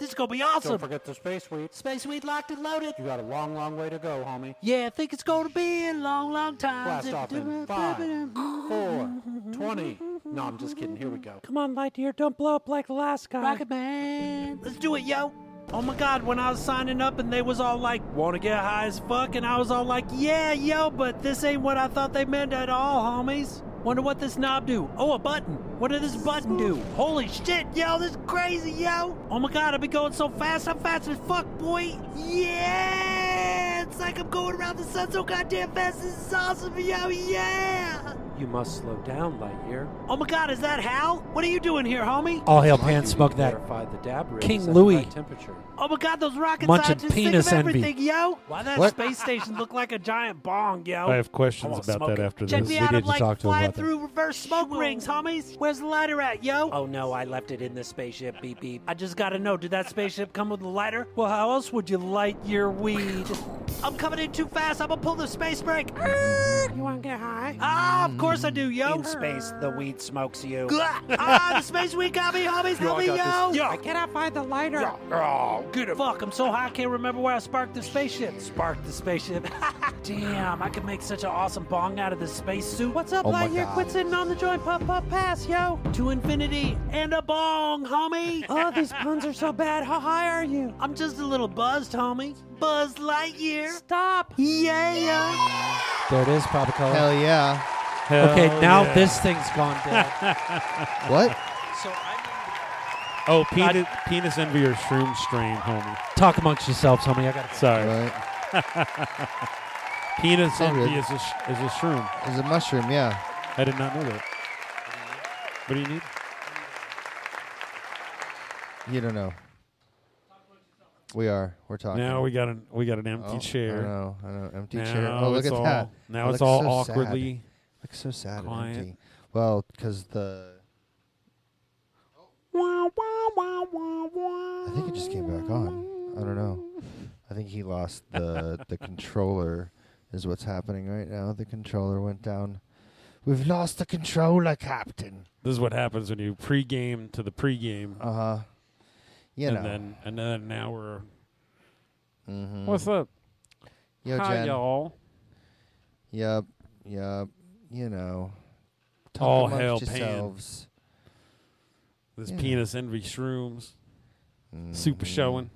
Speaker 1: This is gonna be
Speaker 7: Don't
Speaker 1: awesome.
Speaker 7: forget the space suite.
Speaker 1: Space Weed locked and loaded.
Speaker 7: You got a long, long way to go, homie.
Speaker 1: Yeah, I think it's gonna be a long, long time.
Speaker 7: Blast off in five, four,
Speaker 1: Mm-hmm.
Speaker 7: 20. No, I'm just kidding. Here we go.
Speaker 3: Come on, Lightyear, don't blow up like the last guy.
Speaker 1: Rocket Man, let's do it, yo. Oh my God, when I was signing up and they was all like, wanna get high as fuck? And I was all like, yeah, yo, but this ain't what I thought they meant at all, Oh, homies. Wonder what this knob do? Oh, a button. What did this button do? Holy shit, yo, this is crazy, yo. Oh my God, I've been going so fast. I'm fast as fuck, boy. Yeah, it's like I'm going around the sun so goddamn fast. This is awesome, yo, yeah.
Speaker 7: You must slow down, Lightyear.
Speaker 1: Oh my God, is that Hal? What are you doing here, homie? All hail Pan Smoke that.
Speaker 7: Verify the dab rig
Speaker 1: King
Speaker 7: is at the
Speaker 1: Louis.
Speaker 7: right temperature.
Speaker 1: Oh my God, those rocket
Speaker 8: Munching
Speaker 1: scientists
Speaker 8: penis
Speaker 1: think of
Speaker 8: envy.
Speaker 1: everything, yo. Why that
Speaker 2: What?
Speaker 1: space station look like a giant bong, yo?
Speaker 3: I have questions
Speaker 1: wanna
Speaker 3: about
Speaker 1: smoke
Speaker 3: that
Speaker 1: it.
Speaker 3: after
Speaker 1: Check
Speaker 3: this.
Speaker 1: me
Speaker 3: We
Speaker 1: out,
Speaker 3: need
Speaker 1: I'm
Speaker 3: to
Speaker 1: like
Speaker 3: talk to him
Speaker 1: flying
Speaker 3: about that.
Speaker 1: through reverse smoke rings, homies. Where's the lighter at, yo?
Speaker 8: Oh no, I left it in the spaceship. Beep beep.
Speaker 1: I just gotta know, did that spaceship come with a lighter? Well, how else would you light your (laughs) weed? I'm coming in too fast. I'm gonna pull the space brake.
Speaker 8: You wanna get high?
Speaker 1: Ah, of course I do, yo.
Speaker 8: In space, the weed smokes you.
Speaker 1: Gah!
Speaker 3: (laughs)
Speaker 1: ah, the space weed got me, homies. Help me, yo.
Speaker 8: I cannot find the lighter.
Speaker 1: Oh, Fuck, I'm so high I can't remember where I sparked the spaceship. Sparked the spaceship. (laughs) Damn, I could make such an awesome bong out of this spacesuit. What's up,
Speaker 2: Oh my
Speaker 1: Lightyear?
Speaker 2: God.
Speaker 1: Quit sitting on the joint. Puff, puff, pass, yo. To infinity and a bong, homie. (laughs) oh, these puns are so bad. How high are you? I'm just a little buzzed, homie. Buzz Lightyear. Stop. Yeah, yo. There it is, Papa
Speaker 2: Hell yeah.
Speaker 1: Okay,
Speaker 3: Hell
Speaker 1: now
Speaker 3: yeah.
Speaker 1: this thing's gone down.
Speaker 2: What?
Speaker 1: so I'm
Speaker 3: Oh, penis, penis envy or shroom strain, homie.
Speaker 1: talk amongst yourselves, homie. I got to
Speaker 3: Sorry. (laughs)
Speaker 2: Right.
Speaker 3: Penis
Speaker 2: Sorry.
Speaker 3: envy is a, sh- is a shroom.
Speaker 2: It's a mushroom, yeah.
Speaker 3: I did not know that. What do you need?
Speaker 2: You don't know. We are. We're talking.
Speaker 3: Now we got an we got an empty
Speaker 2: Oh,
Speaker 3: chair.
Speaker 2: I know. I know. Empty
Speaker 3: Now
Speaker 2: chair. Oh, look
Speaker 3: it's
Speaker 2: at
Speaker 3: all,
Speaker 2: that.
Speaker 3: Now
Speaker 2: It
Speaker 3: it's
Speaker 2: looks
Speaker 3: all
Speaker 2: so
Speaker 3: awkwardly.
Speaker 2: Sad. Looks so sad
Speaker 3: quiet.
Speaker 2: and empty. Well, because the. I think it just came back on. I don't know. I think he lost
Speaker 3: (laughs)
Speaker 2: the the controller. Is what's happening right now. The controller went down. We've lost the controller, Captain.
Speaker 3: This is what happens when you pregame to the pregame,
Speaker 2: Uh huh. You
Speaker 3: and
Speaker 2: know.
Speaker 3: then and then now we're
Speaker 2: Mhm.
Speaker 3: what's up?
Speaker 2: Yo,
Speaker 3: Hi,
Speaker 2: Jen.
Speaker 3: y'all.
Speaker 2: Yep, yep. You know, talk
Speaker 3: All
Speaker 2: amongst
Speaker 3: hail Pan.
Speaker 2: yourselves.
Speaker 3: This
Speaker 2: Yeah.
Speaker 3: penis envy shrooms, super showing.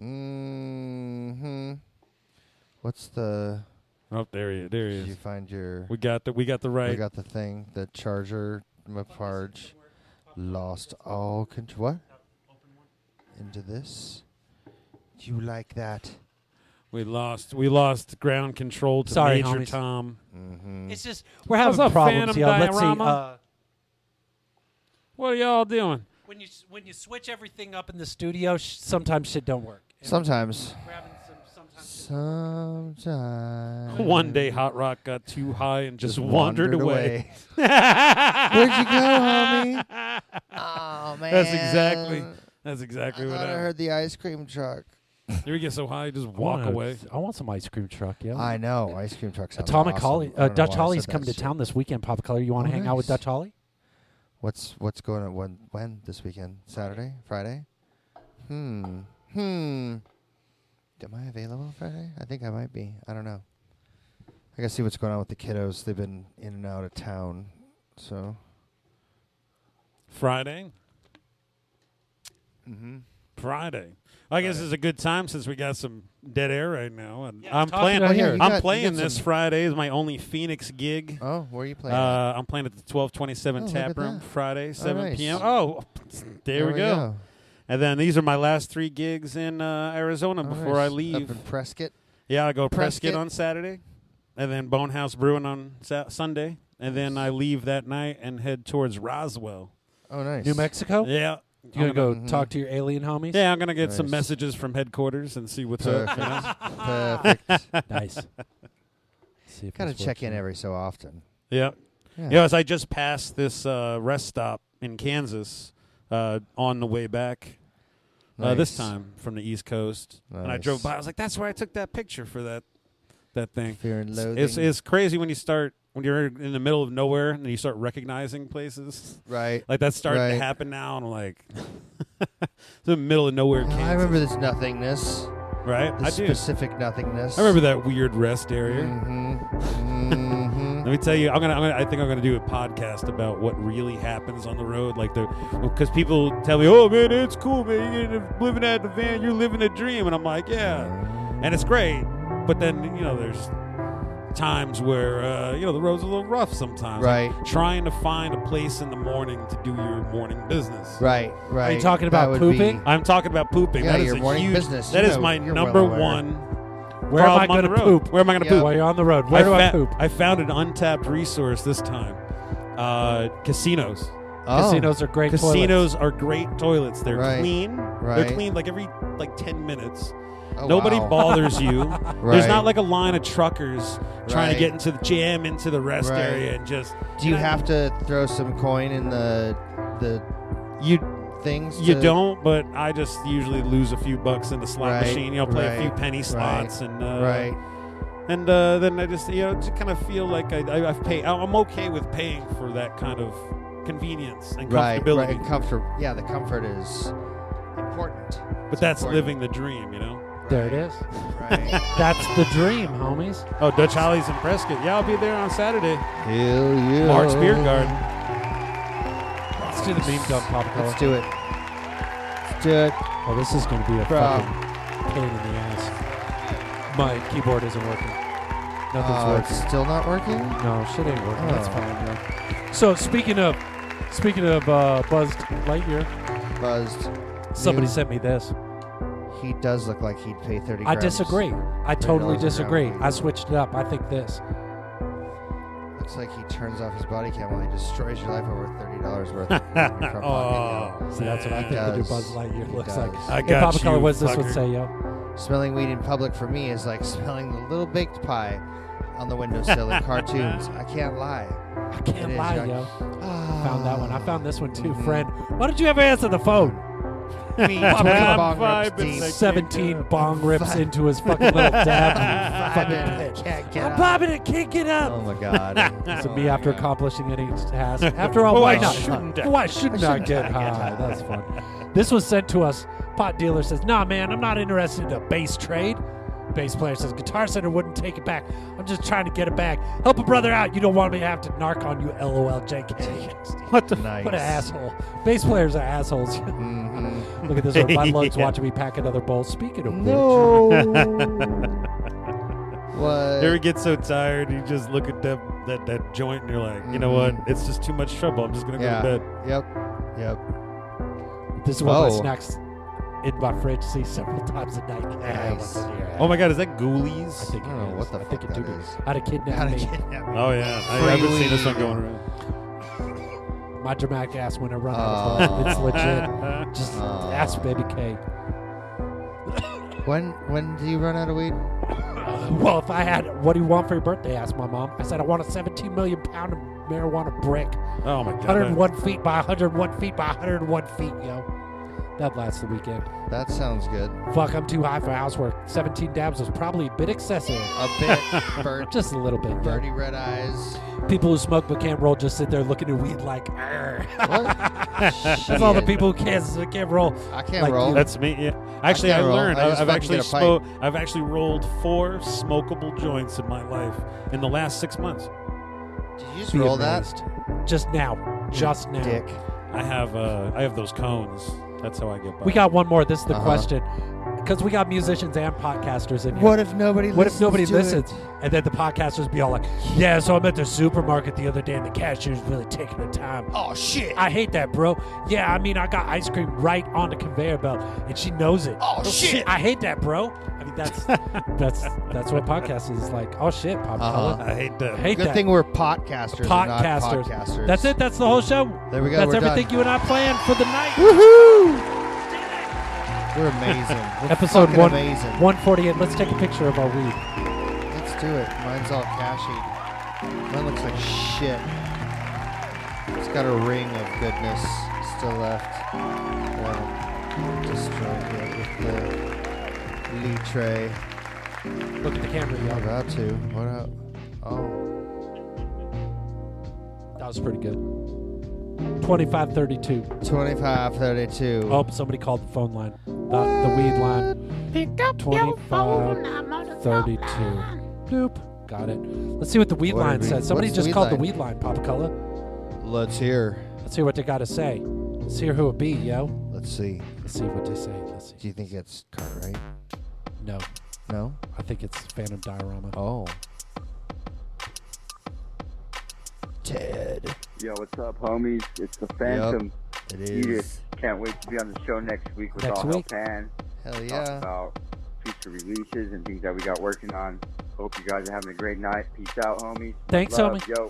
Speaker 2: Mm-hmm. What's the?
Speaker 3: Oh, there he is. There he
Speaker 2: Did you
Speaker 3: is.
Speaker 2: find your?
Speaker 3: We got the we got the
Speaker 2: We
Speaker 3: right.
Speaker 2: got the thing. The charger. Maparge lost all control. What? Into this? Do you like that?
Speaker 3: We lost. We lost ground control to
Speaker 1: Sorry,
Speaker 3: Major
Speaker 1: homies.
Speaker 3: Tom.
Speaker 2: Mm-hmm.
Speaker 1: It's just, we're having
Speaker 3: What's up,
Speaker 1: problems,
Speaker 3: Phantom
Speaker 1: yo. Let's see.
Speaker 3: Diorama?
Speaker 1: Uh,
Speaker 3: What are (laughs) y'all doing?
Speaker 1: when you when you switch everything up in the studio, sh- sometimes shit don't work. And
Speaker 2: Sometimes.
Speaker 1: we're having some sometimes. shit- (laughs)
Speaker 2: Sometimes.
Speaker 3: One day, Hot Rock got too high and just, wandered, away. (laughs)
Speaker 2: Where'd you go, homie? (laughs) Oh man.
Speaker 3: That's exactly. That's exactly
Speaker 2: Uh, I
Speaker 3: what
Speaker 2: thought I heard the ice cream truck.
Speaker 3: You get so high, you just walk
Speaker 1: I want a-
Speaker 3: away.
Speaker 1: I want some ice cream truck, yeah.
Speaker 2: I know ice cream trucks. sound
Speaker 1: Atomic
Speaker 2: awesome.
Speaker 1: Holly,
Speaker 2: I
Speaker 1: uh,
Speaker 2: don't know
Speaker 1: Dutch
Speaker 2: why I
Speaker 1: Holly's
Speaker 2: said
Speaker 1: coming
Speaker 2: that
Speaker 1: to
Speaker 2: shit.
Speaker 1: town this weekend. Pop Color, you want to
Speaker 2: Oh,
Speaker 1: hang out with
Speaker 2: nice.
Speaker 1: Dutch Holly?
Speaker 2: What's what's going on? When when this weekend? Saturday, Friday? Hmm. Hmm. Am I available Friday? I think I might be. I don't know. I gotta see what's going on with the kiddos. They've been in and out of town, so
Speaker 3: Friday. Mm-hmm. Friday. I guess it's a good time since we got some dead air right now, and I'm
Speaker 1: talk
Speaker 3: playing.
Speaker 1: about Oh,
Speaker 2: yeah, here. you
Speaker 3: I'm
Speaker 2: got- you
Speaker 3: playing
Speaker 2: got
Speaker 3: this
Speaker 2: some-
Speaker 3: Friday is my only Phoenix gig.
Speaker 2: oh, where are you playing? at?
Speaker 3: Uh, I'm playing at the 1227
Speaker 2: Oh, look at
Speaker 3: Tap Room
Speaker 2: that.
Speaker 3: Friday, 7
Speaker 2: nice.
Speaker 3: p.m. Oh, there, we go. And then these are my last three gigs in uh, Arizona before I
Speaker 2: Oh, Up in
Speaker 3: leave.
Speaker 2: Prescott.
Speaker 3: Yeah, I go to Prescott
Speaker 2: Prescott.
Speaker 3: on Saturday, and then Bonehouse Brewing on sa- Sunday, and then I leave that night and head towards Roswell.
Speaker 2: Oh, nice.
Speaker 1: New Mexico?
Speaker 3: Yeah.
Speaker 1: You gonna
Speaker 3: I'm
Speaker 1: go
Speaker 2: Mhm.
Speaker 1: talk to your alien homies?
Speaker 3: Yeah, I'm gonna get some
Speaker 2: Nice.
Speaker 3: messages from headquarters and see what's (laughs) up. you know?
Speaker 2: Perfect.
Speaker 1: (laughs)
Speaker 2: Perfect.
Speaker 1: Nice. See if
Speaker 2: Got to
Speaker 1: this
Speaker 2: check
Speaker 1: works
Speaker 2: in
Speaker 1: out.
Speaker 2: every so often.
Speaker 3: Yeah.
Speaker 2: Yeah.
Speaker 3: Yeah. You know, as I just passed this uh, rest stop in Kansas uh, on the way back uh, this
Speaker 2: Nice.
Speaker 3: time from the East Coast, and I
Speaker 2: Nice.
Speaker 3: drove by. I was like, "That's where I took that picture for that that thing."
Speaker 2: Fear and loathing.
Speaker 3: It's it's crazy when you start when you're in the middle of nowhere and you start recognizing places.
Speaker 2: right.
Speaker 3: Like that's starting to
Speaker 2: Right.
Speaker 3: happen now, and I'm like, it's in the middle of nowhere, Kansas,
Speaker 2: I remember this nothingness.
Speaker 3: right?
Speaker 2: This
Speaker 3: I do.
Speaker 2: specific nothingness.
Speaker 3: I remember that weird rest area.
Speaker 2: Mm-hmm.
Speaker 3: Let me tell you, I'm gonna, I'm gonna. I think I'm gonna do a podcast about what really happens on the road, like the, because people tell me, "Oh man, it's cool, man. You're in- living out the van. You're living a dream," and I'm like, "Yeah,"
Speaker 2: Mm-hmm.
Speaker 3: and it's great. But then you know, there's times where uh, you know the road's a little rough sometimes. Like,
Speaker 2: Right.
Speaker 3: trying to find a place in the morning to do your morning business.
Speaker 2: Right, right.
Speaker 1: you talking
Speaker 2: That
Speaker 1: about
Speaker 2: would
Speaker 1: pooping?
Speaker 2: be-
Speaker 3: I'm talking about pooping.
Speaker 2: Yeah,
Speaker 3: that is
Speaker 2: your
Speaker 3: a
Speaker 2: morning
Speaker 3: huge-
Speaker 2: business.
Speaker 3: That
Speaker 2: You
Speaker 3: is
Speaker 2: know,
Speaker 3: my
Speaker 2: you're well
Speaker 3: number
Speaker 2: aware.
Speaker 3: one.
Speaker 1: Where am I
Speaker 3: problem on
Speaker 1: going to
Speaker 3: the road.
Speaker 1: poop?
Speaker 3: Where am I going to
Speaker 2: Yeah.
Speaker 3: poop?
Speaker 1: While you're on the road, where do I
Speaker 3: fa-
Speaker 1: poop?
Speaker 3: I found an untapped resource this time. Uh, casinos.
Speaker 2: Oh,
Speaker 1: Casinos are great. toilets.
Speaker 3: Casinos are great toilets. They're
Speaker 2: Right.
Speaker 3: clean.
Speaker 2: Right.
Speaker 3: They're clean like every like ten minutes.
Speaker 2: oh,
Speaker 3: Nobody
Speaker 2: wow.
Speaker 3: bothers
Speaker 2: (laughs)
Speaker 3: you. There's
Speaker 2: Right.
Speaker 3: not like a line of truckers trying
Speaker 2: Right.
Speaker 3: to get into the jam into the rest
Speaker 2: Right.
Speaker 3: area and just.
Speaker 2: Do you
Speaker 3: and I-
Speaker 2: have to throw some coin in the the
Speaker 3: you?
Speaker 2: things?
Speaker 3: You
Speaker 2: to-
Speaker 3: don't, but I just usually lose a few bucks in the slot
Speaker 2: Right.
Speaker 3: machine. You know, play a few
Speaker 2: Right.
Speaker 3: penny
Speaker 2: Right.
Speaker 3: slots and uh,
Speaker 2: Right.
Speaker 3: and uh, then I just you know just kind of feel like I, I I've paid. I'm okay with paying for that kind of convenience and
Speaker 2: Right.
Speaker 3: comfortability.
Speaker 2: Right. And comfort. Yeah, the comfort is important.
Speaker 3: But that's
Speaker 2: important.
Speaker 3: living the dream, you know.
Speaker 1: There it is.
Speaker 2: Right.
Speaker 3: (laughs)
Speaker 1: That's the dream, homies.
Speaker 3: Oh, Dutch Hollies in Prescott. Yeah, I'll be there on Saturday.
Speaker 2: Hell yeah.
Speaker 3: Mark's Beer Garden.
Speaker 1: Let's do the meme dump, Papa
Speaker 2: Let's
Speaker 1: Cola.
Speaker 2: do it. Let's do it.
Speaker 1: Oh, this is going to be a
Speaker 2: Bro.
Speaker 1: fucking pain in the ass. My keyboard isn't working.
Speaker 2: Uh,
Speaker 1: Nothing's working.
Speaker 2: it's still not working?
Speaker 1: No, shit ain't working. That's
Speaker 2: Oh.
Speaker 1: fine, man. So speaking of, speaking of uh, buzzed Lightyear,
Speaker 2: Buzzed.
Speaker 1: somebody
Speaker 2: Dude.
Speaker 1: sent me this.
Speaker 2: He does look like he'd pay 30
Speaker 1: I
Speaker 2: grams.
Speaker 1: disagree. I totally
Speaker 2: $30 a
Speaker 1: disagree.
Speaker 2: gram.
Speaker 1: I switched it up. I think this.
Speaker 2: Looks like he turns off his body cam while he destroys your life over $30 worth
Speaker 1: (laughs)
Speaker 2: of in your front pocket.
Speaker 3: Oh,
Speaker 1: See, that's what I
Speaker 2: He
Speaker 1: think the new
Speaker 2: does.
Speaker 1: Buzz Lightyear
Speaker 2: He
Speaker 1: looks
Speaker 2: does.
Speaker 1: like.
Speaker 3: I
Speaker 1: Hey,
Speaker 3: got
Speaker 1: Papa
Speaker 3: you,
Speaker 1: Color, what does this one
Speaker 3: fucker.
Speaker 1: say, yo?
Speaker 2: Smelling weed in public for me is like (laughs) smelling the little baked pie on the windowsill
Speaker 1: (laughs)
Speaker 2: in cartoons. I can't lie.
Speaker 1: I
Speaker 2: It
Speaker 1: can't
Speaker 2: is
Speaker 1: lie,
Speaker 2: got-
Speaker 1: yo.
Speaker 2: Ah,
Speaker 1: Found that one. I found this one too,
Speaker 2: Mhm.
Speaker 1: friend. Why don't you ever answer the phone?
Speaker 2: (laughs) me.
Speaker 1: Papa
Speaker 2: Twenty
Speaker 1: Color.
Speaker 2: bong
Speaker 3: Five
Speaker 2: rips
Speaker 3: and
Speaker 2: deep.
Speaker 3: six.
Speaker 1: Seventeen bong rips
Speaker 2: Fuck.
Speaker 1: into his
Speaker 2: (laughs)
Speaker 1: fucking little dab.
Speaker 2: Five and I
Speaker 1: fucking bitch.
Speaker 2: can't get
Speaker 1: I'm
Speaker 2: up.
Speaker 1: popping it, can't get up.
Speaker 2: Oh my
Speaker 1: (laughs)
Speaker 2: god.
Speaker 1: to
Speaker 2: Oh
Speaker 1: me
Speaker 2: my
Speaker 1: after
Speaker 2: God.
Speaker 1: accomplishing any task. After
Speaker 3: (laughs)
Speaker 1: all,
Speaker 3: Oh,
Speaker 1: why
Speaker 3: I
Speaker 1: not?
Speaker 3: shouldn't-
Speaker 1: why shouldn't I,
Speaker 2: shouldn't
Speaker 1: get high? That's fun. This was sent to us. Pot dealer says, "Nah, man, I'm not interested in a bass trade." Bass player says, "Guitar center wouldn't take it back. I'm just trying to get it back. Help a brother out. You don't want me to have to narc on you, lol,
Speaker 2: (laughs)
Speaker 1: JK."
Speaker 3: What the?
Speaker 2: Nice.
Speaker 1: What an asshole. Bass players are assholes. (laughs)
Speaker 2: Mhm.
Speaker 1: Look at this
Speaker 2: (laughs)
Speaker 1: one. My lug's watching me pack another bowl. Speaking of which,
Speaker 2: No. (laughs)
Speaker 1: (laughs)
Speaker 2: what?
Speaker 3: You ever get so tired, you just look at that that, that joint, and you're like, you know what?
Speaker 2: Mhm.
Speaker 3: It's just too much trouble. I'm just gonna
Speaker 2: yeah.
Speaker 3: go to bed.
Speaker 2: Yep. Yep.
Speaker 1: this is one of my
Speaker 2: Oh.
Speaker 1: snacks in my fridge see several times a night. Ah, once a year.
Speaker 3: Oh my God, is that Ghoulies?
Speaker 1: I think
Speaker 2: I don't
Speaker 1: it
Speaker 2: know
Speaker 1: is.
Speaker 2: what the
Speaker 1: I
Speaker 2: fuck
Speaker 1: think it
Speaker 2: that
Speaker 1: do be.
Speaker 2: is.
Speaker 1: I'd have
Speaker 2: How
Speaker 1: kidnapped
Speaker 2: to
Speaker 1: me.
Speaker 2: kidnap me.
Speaker 3: Oh yeah, I, I've been seeing this one
Speaker 2: Free
Speaker 3: going
Speaker 2: weed.
Speaker 3: around.
Speaker 1: My dramatic ass when I run out of
Speaker 2: Oh.
Speaker 1: time. It's
Speaker 3: (laughs)
Speaker 1: legit. Just
Speaker 2: Oh.
Speaker 1: ask baby K.
Speaker 2: When when do you run out of weed?
Speaker 1: (coughs) Well, if I had, what do you want for your birthday? Asked my mom. I said, I want a 17 million pound of marijuana brick.
Speaker 3: Oh my God.
Speaker 1: 101 feet by 101 feet by 101 feet, yo. That lasts the weekend.
Speaker 2: That sounds good.
Speaker 1: Fuck, I'm too high for housework. 17 dabs was probably a bit excessive.
Speaker 2: A
Speaker 1: (laughs)
Speaker 2: bit burnt,
Speaker 1: Just a little bit. yo.
Speaker 2: dirty red eyes. (laughs)
Speaker 1: People who smoke but can't roll just sit there looking at weed like, "Arr."
Speaker 3: (laughs)
Speaker 2: What?
Speaker 1: (laughs) That's all the people who can't, can't roll.
Speaker 2: I can't
Speaker 1: like
Speaker 2: roll.
Speaker 1: you.
Speaker 3: That's me. Yeah. Actually, I,
Speaker 2: can't roll.
Speaker 3: learned.
Speaker 2: I
Speaker 3: I
Speaker 2: just
Speaker 3: have
Speaker 2: fucking
Speaker 3: actually
Speaker 2: get a pipe.
Speaker 3: smo- I've actually rolled four smokable joints in my life in the last six months.
Speaker 2: Did you just
Speaker 1: Be
Speaker 2: roll that?
Speaker 1: amazed. Just now. Just now.
Speaker 2: Dick.
Speaker 3: I have uh, I have those cones. That's how I get by.
Speaker 1: We got one more. This is the
Speaker 2: Uh-huh.
Speaker 1: question. because we got musicians and podcasters in here.
Speaker 2: What if nobody?
Speaker 1: What
Speaker 2: listens
Speaker 1: if nobody
Speaker 2: to
Speaker 1: listens?
Speaker 2: It?
Speaker 1: And then the podcasters be all like, yeah, so I'm at the supermarket the other day and the cashier's really taking her time.
Speaker 2: Oh shit!
Speaker 1: I hate that, bro. Yeah, I mean, I got ice cream right on the conveyor belt, and she knows it.
Speaker 2: Oh, shit.
Speaker 1: I hate that, bro. I mean,
Speaker 2: (laughs)
Speaker 1: that's that's that's what podcasting is like. Oh shit, pop
Speaker 2: Uh-huh.
Speaker 1: color.
Speaker 3: I hate
Speaker 1: I
Speaker 3: that.
Speaker 1: hate
Speaker 2: Good
Speaker 1: that.
Speaker 2: thing we're podcasters, and not
Speaker 1: podcasters.
Speaker 2: podcasters.
Speaker 1: That's it. That's the whole show.
Speaker 2: There we go,
Speaker 1: That's
Speaker 2: we're
Speaker 1: everything
Speaker 2: done.
Speaker 1: you and I planned for the night.
Speaker 2: Woohoo! We're
Speaker 1: (laughs)
Speaker 2: amazing. We're
Speaker 1: Episode
Speaker 2: fucking
Speaker 1: one,
Speaker 2: amazing.
Speaker 1: 148. Let's take a picture of our weed.
Speaker 2: Let's do it. Mine's all cashy. Mine looks like shit. It's got a ring of goodness still left. Well, destroyed it with the Lee tray.
Speaker 1: Look at the camera,
Speaker 2: I'm
Speaker 1: y'all.
Speaker 2: about to. What up? Oh,
Speaker 1: That was pretty good. 2532.
Speaker 2: 25, 32.
Speaker 1: Oh, somebody called the phone line. The, the weed line.
Speaker 9: Pick up your phone. I'm on the
Speaker 1: 32.
Speaker 9: phone line.
Speaker 1: Bloop. Got it. Let's see what the weed
Speaker 2: What
Speaker 1: line
Speaker 2: did we-
Speaker 1: says. Somebody
Speaker 2: what's
Speaker 1: just
Speaker 2: the
Speaker 1: called the
Speaker 2: weed
Speaker 1: weed line, Papa Color.
Speaker 2: Let's hear.
Speaker 1: Let's hear what they got to say. Let's hear who it be, yo.
Speaker 2: Let's see.
Speaker 1: Let's see what they say. Let's
Speaker 2: Do
Speaker 1: see.
Speaker 2: you think it's Cartwright?
Speaker 1: No,
Speaker 2: No?
Speaker 1: I think it's Phantom Diorama.
Speaker 2: Oh. Ted.
Speaker 10: Yo, what's up, homies? It's the Phantom.
Speaker 2: It
Speaker 10: You
Speaker 2: is.
Speaker 10: just can't wait to be on the show next week with
Speaker 1: Next
Speaker 10: All
Speaker 1: week?
Speaker 10: Hell Pan.
Speaker 2: Hell
Speaker 10: Talk
Speaker 2: yeah.
Speaker 10: about future releases and things that we got working on. Hope you guys are having a great night. Peace out, homies.
Speaker 1: Thanks,
Speaker 10: Love,
Speaker 1: homie.
Speaker 10: Yo.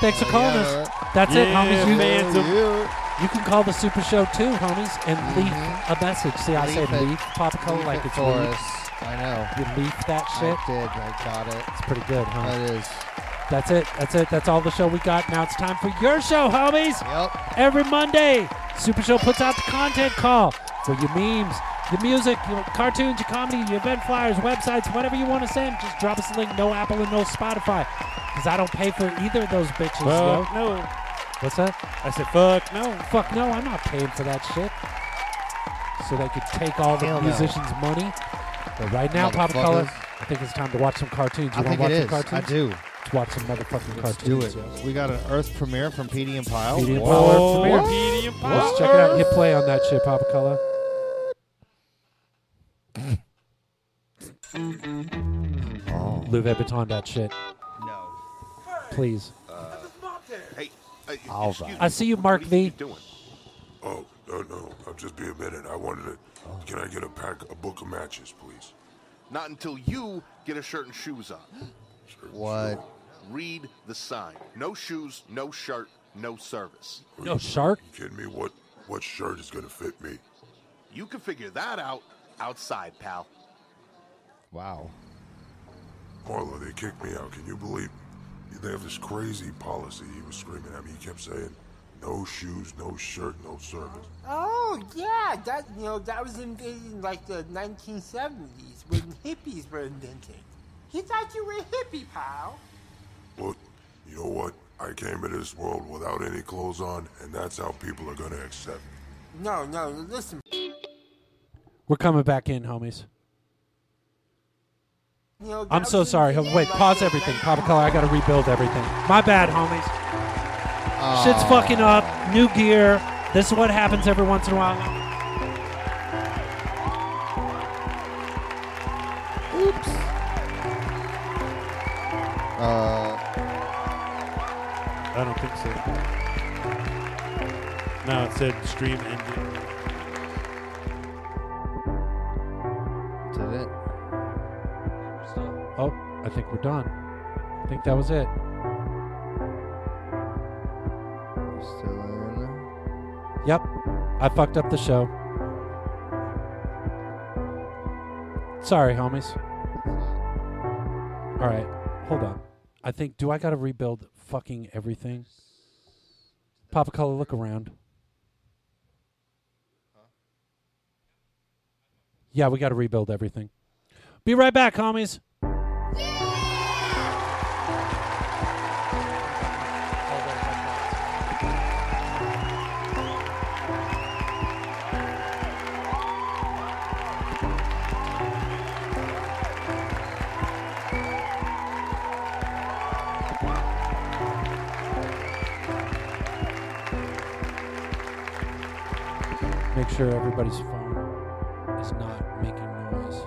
Speaker 1: Thanks for calling us. That's it,
Speaker 3: Yeah,
Speaker 1: homies. You,
Speaker 3: man. Phantom.
Speaker 2: Yeah.
Speaker 1: you can call the Super Show too, homies, and leave
Speaker 2: Mhm.
Speaker 1: a message. See, I
Speaker 2: Leave
Speaker 1: said
Speaker 2: it.
Speaker 1: leave Papa Color
Speaker 2: Leave
Speaker 1: like
Speaker 2: it
Speaker 1: it's
Speaker 2: for
Speaker 1: leave.
Speaker 2: us. I know.
Speaker 1: You leaf that shit.
Speaker 2: I did. I got it.
Speaker 1: It's pretty good, huh?
Speaker 2: That is.
Speaker 1: That's it. That's it. That's all the show we got. Now it's time for your show, homies.
Speaker 2: Yep.
Speaker 1: Every Monday, Super Show puts out the content call for your memes, your music, your cartoons, your comedy, your event flyers, websites, whatever you want to send. Just drop us a link. No Apple and no Spotify, because I don't pay for either of those bitches. yo.
Speaker 3: Fuck no.
Speaker 1: What's that?
Speaker 3: I said fuck no.
Speaker 1: Fuck no, I'm not paying for that shit. So they could take all the
Speaker 2: Hell no.
Speaker 1: musicians' money. But right now, Pop Color,
Speaker 2: Motherfuckers.
Speaker 1: I think it's time to watch some cartoons. You
Speaker 2: I
Speaker 1: want to
Speaker 2: think it
Speaker 1: watch some
Speaker 2: is.
Speaker 1: cartoons?
Speaker 2: I do.
Speaker 1: Let's watch some motherfucking
Speaker 2: Let's do
Speaker 1: cartoons.
Speaker 2: it.
Speaker 1: yo.
Speaker 2: We got an Earth premiere from PD and Pyle.
Speaker 1: PD and
Speaker 2: Whoa.
Speaker 1: Pyle.
Speaker 3: Oh,
Speaker 1: Power premiere.
Speaker 3: Petey and Pop.
Speaker 1: Let's check it out. Hit play on that shit, Papa (laughs) Color.
Speaker 2: Oh.
Speaker 1: Louis Vuitton that shit,
Speaker 6: No.
Speaker 1: please.
Speaker 6: Hey, hey
Speaker 2: All
Speaker 6: excuse
Speaker 2: right.
Speaker 6: me,
Speaker 1: I see you, Mark
Speaker 6: what are you
Speaker 1: V.
Speaker 6: doing?
Speaker 11: Oh, no, no. I'll just be a minute. I wanted to.
Speaker 2: Oh.
Speaker 11: Can I get a pack, a book of matches, please?
Speaker 6: Not until you get a shirt and shoes on.
Speaker 2: What?
Speaker 6: Read the sign. No shoes, no shirt, no service.
Speaker 1: No shark.
Speaker 11: You kidding me? What what shirt is gonna fit me?
Speaker 6: You can figure that out outside, pal.
Speaker 2: Wow.
Speaker 11: Marlo, they kicked me out. Can you believe? They have this crazy policy. He was screaming at me. He kept saying, "No shoes, no shirt, no service."
Speaker 9: Oh yeah, that you know that was invented in like the 1970s when hippies were invented. He thought you were a hippie, pal.
Speaker 11: Look, you know what? I came to this world without any clothes on, and that's how people are gonna accept. me.
Speaker 9: No, no, listen,
Speaker 1: We're coming back in, homies.
Speaker 9: you know. that
Speaker 1: I'm so
Speaker 9: was
Speaker 1: sorry.
Speaker 9: invented
Speaker 1: Ho- Wait,
Speaker 9: in, like,
Speaker 1: pause
Speaker 9: the
Speaker 1: everything.
Speaker 9: 19-
Speaker 1: Papa Color, I gotta rebuild everything. My bad, homies. Shit's
Speaker 2: Aw.
Speaker 1: fucking up. New gear. This is what happens every once in a while.
Speaker 2: Uh,
Speaker 3: I don't think so. No, it said stream ended.
Speaker 2: did it?
Speaker 1: Oh, I think we're done. I think that was it.
Speaker 2: We're still in.
Speaker 1: Yep, I fucked up the show. Sorry, homies. All right, hold on. I think, do I gotta rebuild fucking everything? Papa Color, look around. Yeah, we gotta rebuild everything. Be right back, homies. Make sure everybody's phone is not making noise.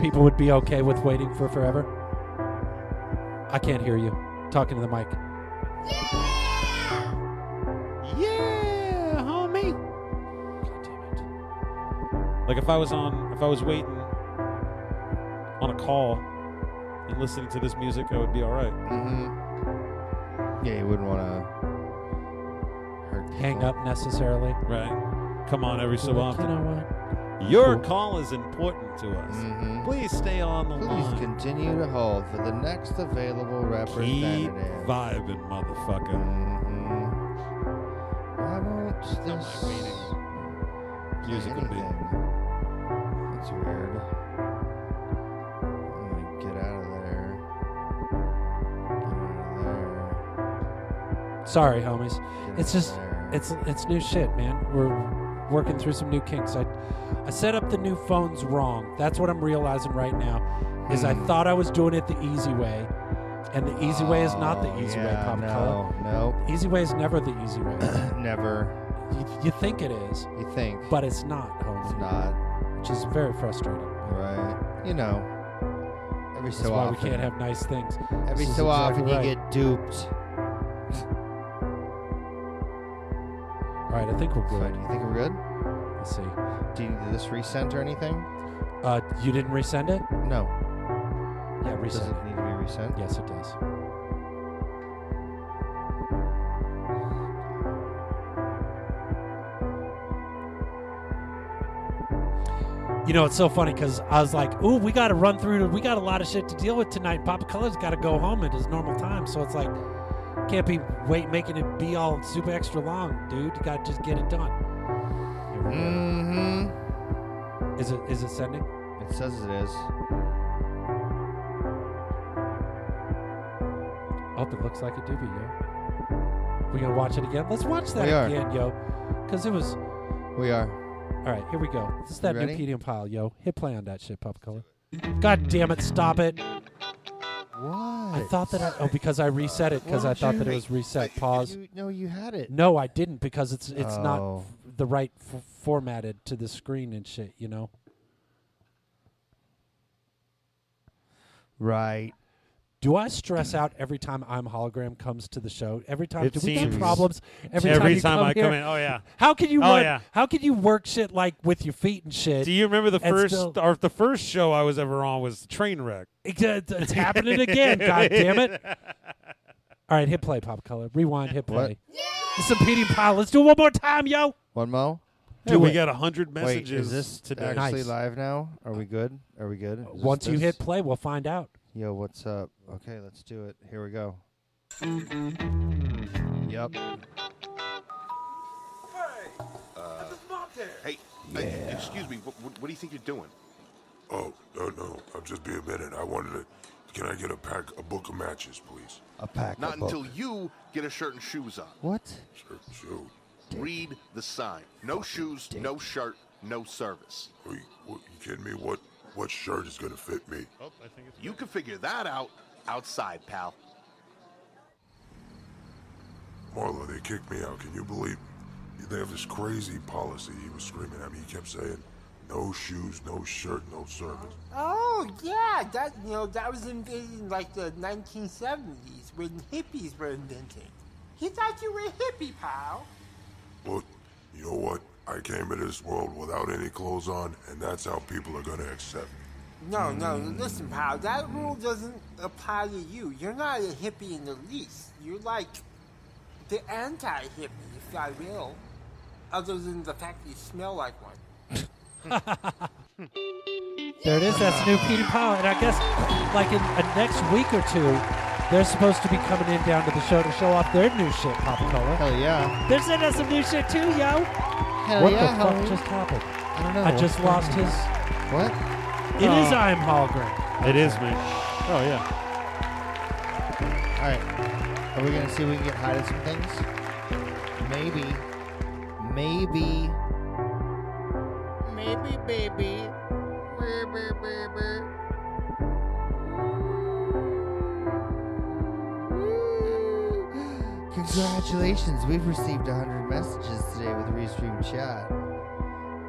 Speaker 1: people would be okay with waiting for forever? I can't hear you. Talking to the mic.
Speaker 3: Yeah, homie. Like if I was on, if I was waiting on a call and listening to this music, I would be all right.
Speaker 2: Mm-hmm. Yeah, you wouldn't want to hurt.
Speaker 1: Hang up necessarily.
Speaker 3: Right. Come on every so
Speaker 1: You
Speaker 3: often.
Speaker 1: know what?
Speaker 3: Your call is important to us. Please stay on the
Speaker 2: Mm-hmm. Please
Speaker 3: line.
Speaker 2: continue to hold for the next available
Speaker 3: Keep
Speaker 2: representative. Mm-hmm.
Speaker 3: vibing, motherfucker.
Speaker 2: Why won't this
Speaker 3: Music would be.
Speaker 2: That's weird. I'm gonna get out of there.
Speaker 1: Sorry, homies. It's just it's it's new shit, man. We're working through some new kinks. I I set up the new phones wrong. That's what I'm realizing right now. Is
Speaker 2: Hmm.
Speaker 1: I thought I was doing it the easy way, and the easy way is not the easy way.
Speaker 2: Oh, yeah,
Speaker 1: Pop
Speaker 2: no,
Speaker 1: color.
Speaker 2: nope.
Speaker 1: The easy way is never the easy way.
Speaker 2: (clears throat) never.
Speaker 1: You, you think it is.
Speaker 2: You think.
Speaker 1: But it's not, homie. It's
Speaker 2: not.
Speaker 1: Which is very frustrating.
Speaker 2: Right. You know. Every
Speaker 1: That's
Speaker 2: so
Speaker 1: why
Speaker 2: often.
Speaker 1: we can't have nice things.
Speaker 2: Every
Speaker 1: This is
Speaker 2: so
Speaker 1: exactly
Speaker 2: often
Speaker 1: right.
Speaker 2: you get duped.
Speaker 1: All right, I think we're good.
Speaker 2: You think we're good?
Speaker 1: Let's see.
Speaker 2: Do you need this resent or anything?
Speaker 1: Uh, you didn't resend it?
Speaker 2: No.
Speaker 1: Yeah,
Speaker 2: Does
Speaker 1: resend.
Speaker 2: it need to be resent?
Speaker 1: Yes, it does. You know, it's so funny because I was like, "Ooh, we got to run through. To, we got a lot of shit to deal with tonight. Papa Color's got to go home at his normal time, so it's like, can't be wait making it be all super extra long, dude. You got to just get it done."
Speaker 2: Mm-hmm.
Speaker 1: Is it is it sending?
Speaker 2: It says it is.
Speaker 1: Oh, it looks like it do be, yo. We gonna watch it again? Let's watch that
Speaker 2: We are.
Speaker 1: again, yo. Cause it was.
Speaker 2: We are.
Speaker 1: All right, here we go. This is that
Speaker 2: You
Speaker 1: new
Speaker 2: ready?
Speaker 1: Medium pile, yo. Hit play on that shit, Pop Color. God damn it! Stop it.
Speaker 2: Why?
Speaker 1: I thought that I oh because I reset it because
Speaker 2: Why
Speaker 1: I
Speaker 2: don't
Speaker 1: thought
Speaker 2: you-
Speaker 1: that it was reset. Pause.
Speaker 2: You, no, you had it.
Speaker 1: No, I didn't because it's it's not
Speaker 2: Oh.
Speaker 1: f- the right f- formatted to the screen and shit. You know.
Speaker 2: Right.
Speaker 1: Do I stress out every time I'm hologram comes to the show? Every time
Speaker 3: It
Speaker 1: do we
Speaker 3: seems-
Speaker 1: have problems? Every,
Speaker 3: Every
Speaker 1: you
Speaker 3: time
Speaker 1: come
Speaker 3: I
Speaker 1: here?
Speaker 3: come in, oh, yeah.
Speaker 1: How can you?
Speaker 3: Oh,
Speaker 1: run-
Speaker 3: yeah.
Speaker 1: How can you work shit like with your feet and shit?
Speaker 3: Do you remember the
Speaker 1: and
Speaker 3: first
Speaker 1: still-
Speaker 3: or the first show I was ever on was Trainwreck?
Speaker 1: It- uh, It's it's
Speaker 3: (laughs)
Speaker 1: happening again. God
Speaker 2: (laughs)
Speaker 1: damn it! All right, hit play, pop color. Rewind, hit
Speaker 2: What?
Speaker 1: play. This is a PD pile. Let's do it one more time, yo.
Speaker 2: One mo.
Speaker 3: Hey, we got 100
Speaker 2: Wait, is
Speaker 3: messages
Speaker 2: this
Speaker 3: today.
Speaker 2: actually
Speaker 1: Nice.
Speaker 2: live now? Are we good? Are we good? Is this
Speaker 1: Once you
Speaker 2: this?
Speaker 1: hit play, we'll find out.
Speaker 2: Yo, what's up? Okay, let's do it. Here we go. Yep.
Speaker 6: Uh, hey, hey, excuse me. What, what do you think you're doing?
Speaker 11: Oh, no, no. I'll just be a minute. I wanted to. Can I get a pack, a book of matches, please?
Speaker 2: A pack.
Speaker 6: Not until you get a shirt and shoes on.
Speaker 2: What?
Speaker 11: Sure, shoot.
Speaker 6: Read the sign. No shoes, no shirt, no service.
Speaker 11: Are you, what, you kidding me? What what shirt is gonna fit me?
Speaker 3: Oh,
Speaker 6: You can figure that out outside, pal.
Speaker 11: Marlo, they kicked me out. Can you believe? it? They have this crazy policy. He was screaming at me. He kept saying, "No shoes, no shirt, no service."
Speaker 9: Oh yeah, that you know that was invading like the 1970s when hippies were invented. He thought you were a hippie, pal.
Speaker 11: Well, you know what? I came into this world without any clothes on, and that's how people are gonna accept me.
Speaker 9: No, no, listen, pal. That rule doesn't apply to you. You're not a hippie in the least. You're like the anti-hippie, if I will. Other than the fact you smell like one.
Speaker 1: (laughs) There it is. That's new Petey Powell. And I guess, like in a next week or two, they're supposed to be coming in down to the show to show off their new shit, Pop Color.
Speaker 2: Hell yeah.
Speaker 1: They're sending us some new shit too, yo. what the fuck just happened?
Speaker 2: I don't know.
Speaker 1: I
Speaker 2: What's
Speaker 1: just
Speaker 2: going
Speaker 1: lost
Speaker 2: on?
Speaker 1: his.
Speaker 2: What?
Speaker 1: It is
Speaker 3: Oh.
Speaker 1: I am hologram.
Speaker 3: It is me. Oh yeah.
Speaker 2: All right. Are we gonna see if we can get high to some things? Maybe. Maybe. Maybe, baby. Brr, brr, brr, brr. Congratulations, we've received 100 messages today with Restream Chat.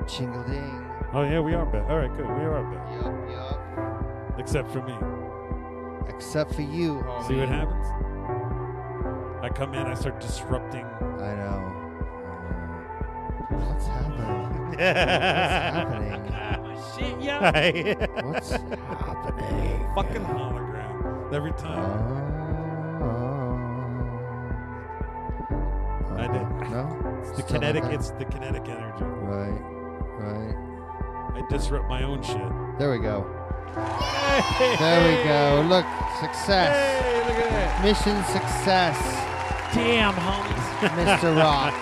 Speaker 2: Chingle ding.
Speaker 3: Oh yeah, we are back. All right, good. We are back. Yup, yup. Except for me.
Speaker 2: Except for you, homie.
Speaker 3: See what happens? I come in, I start disrupting.
Speaker 2: I know. What's happening? What's happening?
Speaker 1: Oh, shit, yeah.
Speaker 2: (laughs) What's happening?
Speaker 3: Fucking hologram. Every time. I did.
Speaker 2: No?
Speaker 3: It's the
Speaker 2: Still not
Speaker 3: kinetic.
Speaker 2: there?
Speaker 3: It's the kinetic energy.
Speaker 2: Right, right.
Speaker 3: I disrupt my own shit.
Speaker 2: There we go. There we go. Look, success. Mission success.
Speaker 1: Damn, homies.
Speaker 4: (laughs)
Speaker 1: (laughs)
Speaker 2: Mr. Rock.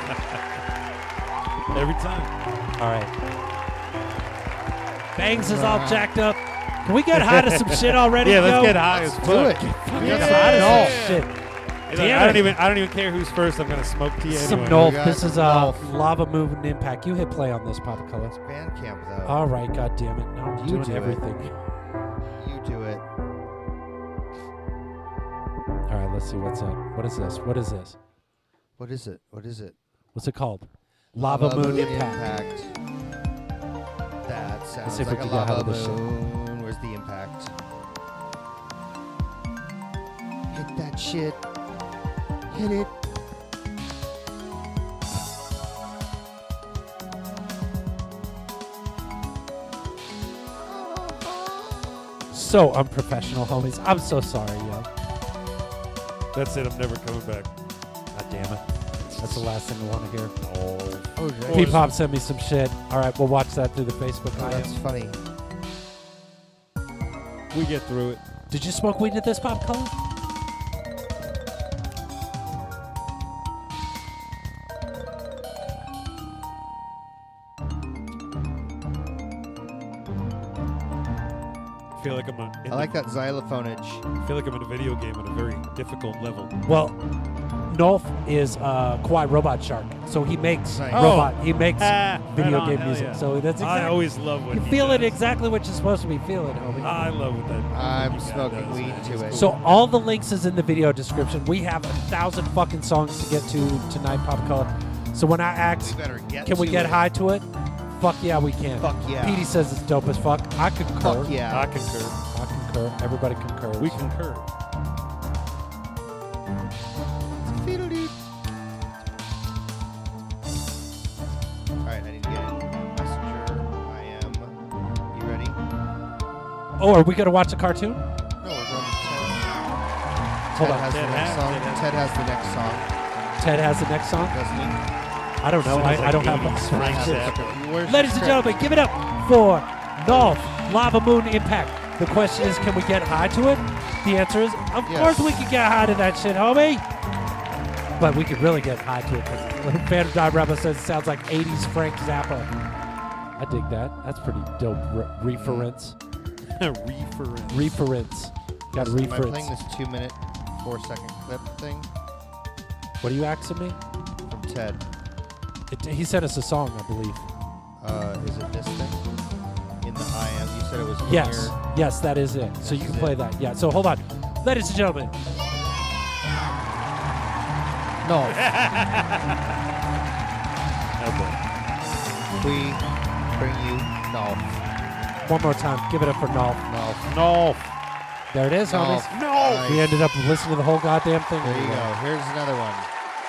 Speaker 3: Every time.
Speaker 1: All right. Bangs is all jacked up. Can we get high to some shit
Speaker 3: (laughs)
Speaker 1: already?
Speaker 3: yeah, let's
Speaker 1: yo?
Speaker 3: get high as
Speaker 1: do
Speaker 3: fuck.
Speaker 1: it. Get fucking
Speaker 3: Yeah.
Speaker 1: high to some shit.
Speaker 3: Hey, look,
Speaker 1: Damn
Speaker 3: I
Speaker 1: it.
Speaker 3: don't even. I don't even care who's first. I'm gonna smoke tea.
Speaker 1: Some
Speaker 3: anyway.
Speaker 1: Nolf. This is uh, lava moving impact. You hit play on this, Papa Color.
Speaker 2: Bandcamp, though.
Speaker 1: All right, God damn it. Now I'm
Speaker 2: You
Speaker 1: doing
Speaker 2: do it.
Speaker 1: everything.
Speaker 2: You do it.
Speaker 1: All right, let's see what's up. What is this? What is this?
Speaker 2: What is it? What is it?
Speaker 1: What's it called? Lava, Moon, Impact.
Speaker 2: Impact. That sounds
Speaker 1: see if we
Speaker 2: like a
Speaker 1: can get out
Speaker 2: lava
Speaker 1: of this shit.
Speaker 2: moon. Where's the impact? Hit that shit. Hit it.
Speaker 1: So unprofessional, homies. I'm so sorry, yo.
Speaker 3: That's it. I'm never coming back.
Speaker 1: God damn it. That's the last thing I want to hear.
Speaker 2: Oh, yeah.
Speaker 1: P Pop sent me some shit. All right, we'll watch that through the Facebook
Speaker 2: Oh,
Speaker 1: live.
Speaker 2: that's funny.
Speaker 3: We get through it.
Speaker 1: Did you smoke weed at this pop color?
Speaker 3: I feel like I'm. A, in
Speaker 2: I
Speaker 3: the-
Speaker 2: like that xylophonage.
Speaker 3: I feel like I'm in a video game at a very difficult level.
Speaker 1: Well, Nolf is uh, Kawhi Robot Shark, so he makes
Speaker 2: Nice.
Speaker 1: robot.
Speaker 3: Oh.
Speaker 1: he makes
Speaker 3: Ah, (laughs)
Speaker 1: video
Speaker 3: right on,
Speaker 1: game
Speaker 3: hell
Speaker 1: music.
Speaker 3: yeah.
Speaker 1: So that's exactly.
Speaker 3: I always love what
Speaker 1: you
Speaker 3: he
Speaker 1: feel it
Speaker 3: does.
Speaker 1: exactly what you're supposed to be feeling, homie.
Speaker 3: I love what that.
Speaker 2: I'm
Speaker 3: what he
Speaker 2: smoking
Speaker 3: does,
Speaker 2: weed
Speaker 3: man.
Speaker 2: to
Speaker 3: It's
Speaker 2: it.
Speaker 3: cool.
Speaker 1: So all the links is in the video description. We have a thousand fucking songs to get to tonight, Pop Color. So when I act,
Speaker 2: We better get
Speaker 1: can we
Speaker 2: to
Speaker 1: get
Speaker 2: it.
Speaker 1: high to it? Fuck yeah, we can.
Speaker 2: Fuck yeah.
Speaker 1: Petey says it's dope as fuck. I concur.
Speaker 2: Fuck yeah.
Speaker 3: I concur.
Speaker 1: I concur. Everybody concurs.
Speaker 3: We concur.
Speaker 2: All right, I need to get in Messenger. I am. You ready? No,
Speaker 1: Oh, are we gonna watch a cartoon?
Speaker 2: we're going to Ted.
Speaker 1: Hold
Speaker 2: Ted
Speaker 1: on.
Speaker 2: has
Speaker 3: Ted
Speaker 2: the next
Speaker 3: has-
Speaker 2: song.
Speaker 3: Ted has-
Speaker 2: Ted has the next song,
Speaker 1: Ted has the next song.
Speaker 2: doesn't
Speaker 1: I don't know. I, I don't have that.
Speaker 3: Frank Zappa.
Speaker 2: he? Where's
Speaker 1: Ladies
Speaker 2: the
Speaker 1: and
Speaker 2: script?
Speaker 1: gentlemen, give it up for Nolf Lava Moon Impact. The question is, can we get high to it? The answer is, of
Speaker 2: Yes.
Speaker 1: course we can get high to that shit, homie. But we could really get high to it (laughs) because Phantom Dive Rebel says it sounds like 80s Frank Zappa. I dig that. That's pretty dope.
Speaker 2: (laughs)
Speaker 1: Re- reference.
Speaker 3: Reference.
Speaker 1: Reference. Got
Speaker 2: Listen, Am I playing
Speaker 1: reference.
Speaker 2: this two-minute, four-second clip thing
Speaker 1: What are you asking me?
Speaker 2: from Ted?
Speaker 1: It, he sent us a song, I believe.
Speaker 2: Uh, is it this thing? In the I am. You said it was
Speaker 1: Yes,
Speaker 2: here.
Speaker 1: yes, that is it. So you
Speaker 2: That's
Speaker 1: can
Speaker 2: it.
Speaker 1: play that. Yeah. So hold on, ladies and gentlemen.
Speaker 2: No.
Speaker 1: (laughs)
Speaker 3: Oh,
Speaker 2: we bring you no,
Speaker 1: One more time. Give it up for Nolf.
Speaker 2: no,
Speaker 3: boy. No.
Speaker 1: There it is,
Speaker 2: no.
Speaker 1: homies.
Speaker 2: Nice.
Speaker 1: We ended up listening to the whole goddamn thing.
Speaker 2: There you go. Here's another one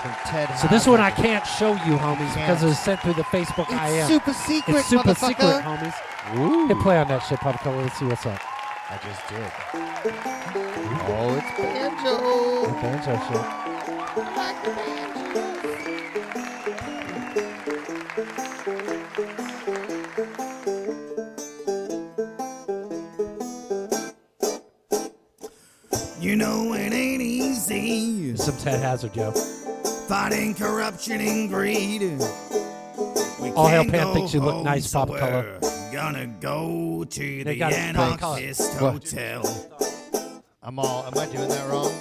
Speaker 2: from Ted.
Speaker 1: So this one I
Speaker 2: Hazlitt.
Speaker 1: can't show you, homies,
Speaker 2: Can't.
Speaker 1: because it was sent through the Facebook I
Speaker 2: It's
Speaker 1: am.
Speaker 2: super secret,
Speaker 1: it's super
Speaker 2: motherfucker.
Speaker 1: secret, homies. Hit play on that shit, Papa Color. Let's see what's up.
Speaker 2: I just did. Oh, it's banjo.
Speaker 1: The banjo shit.
Speaker 4: You know it ain't easy
Speaker 1: Some Ted Hazard, yo.
Speaker 4: fighting corruption and greed. We
Speaker 1: All Hail
Speaker 4: can't
Speaker 1: Pan
Speaker 4: go
Speaker 1: thinks you look
Speaker 4: home,
Speaker 1: nice,
Speaker 4: so
Speaker 1: Pop Color.
Speaker 4: we're Gonna go to
Speaker 1: They
Speaker 4: the
Speaker 1: got it. Pop Color.
Speaker 4: anarchist
Speaker 2: What?
Speaker 4: hotel.
Speaker 2: I'm all. Am I doing that wrong?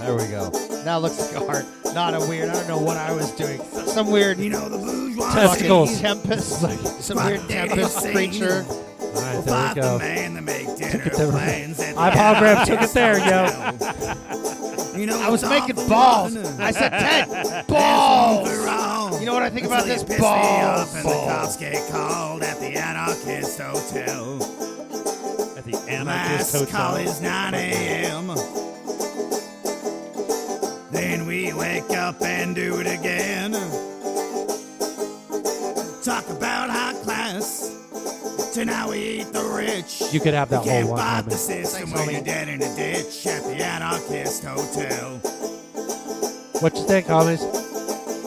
Speaker 2: There we go. Now it looks like art. Not a weird. I don't know what I was doing. Some weird
Speaker 4: You know the bourgeois
Speaker 1: Testicles.
Speaker 2: fucking tempest. Some weird tempest
Speaker 4: Spontaneous
Speaker 2: creature.
Speaker 1: All right, there
Speaker 4: fight
Speaker 1: we
Speaker 4: the
Speaker 1: go.
Speaker 4: man to make
Speaker 1: Took
Speaker 4: dinner
Speaker 1: (laughs) it
Speaker 4: (laughs)
Speaker 1: there.
Speaker 4: plans at the
Speaker 1: I hologram took it there, yo.
Speaker 4: You know,
Speaker 2: I was
Speaker 4: it's
Speaker 2: making
Speaker 4: awful
Speaker 2: balls. I
Speaker 4: (laughs)
Speaker 2: said Ted, balls. You know what I think about this?
Speaker 4: Piss me off
Speaker 2: Balls.
Speaker 4: and the cops get called at the anarchist hotel.
Speaker 3: At the
Speaker 4: Last
Speaker 3: Anarchist
Speaker 4: call
Speaker 3: Hotel.
Speaker 4: is 9 a.m. Then we wake up and do it again. Talk about high class. To now we eat the rich.
Speaker 1: You could have that
Speaker 4: You
Speaker 1: whole
Speaker 4: can't
Speaker 1: one,
Speaker 4: fight
Speaker 1: homie.
Speaker 4: the system
Speaker 1: Thanks,
Speaker 4: when
Speaker 1: homie.
Speaker 4: you're dead in a ditch at the anarchist hotel.
Speaker 1: What you think, homies?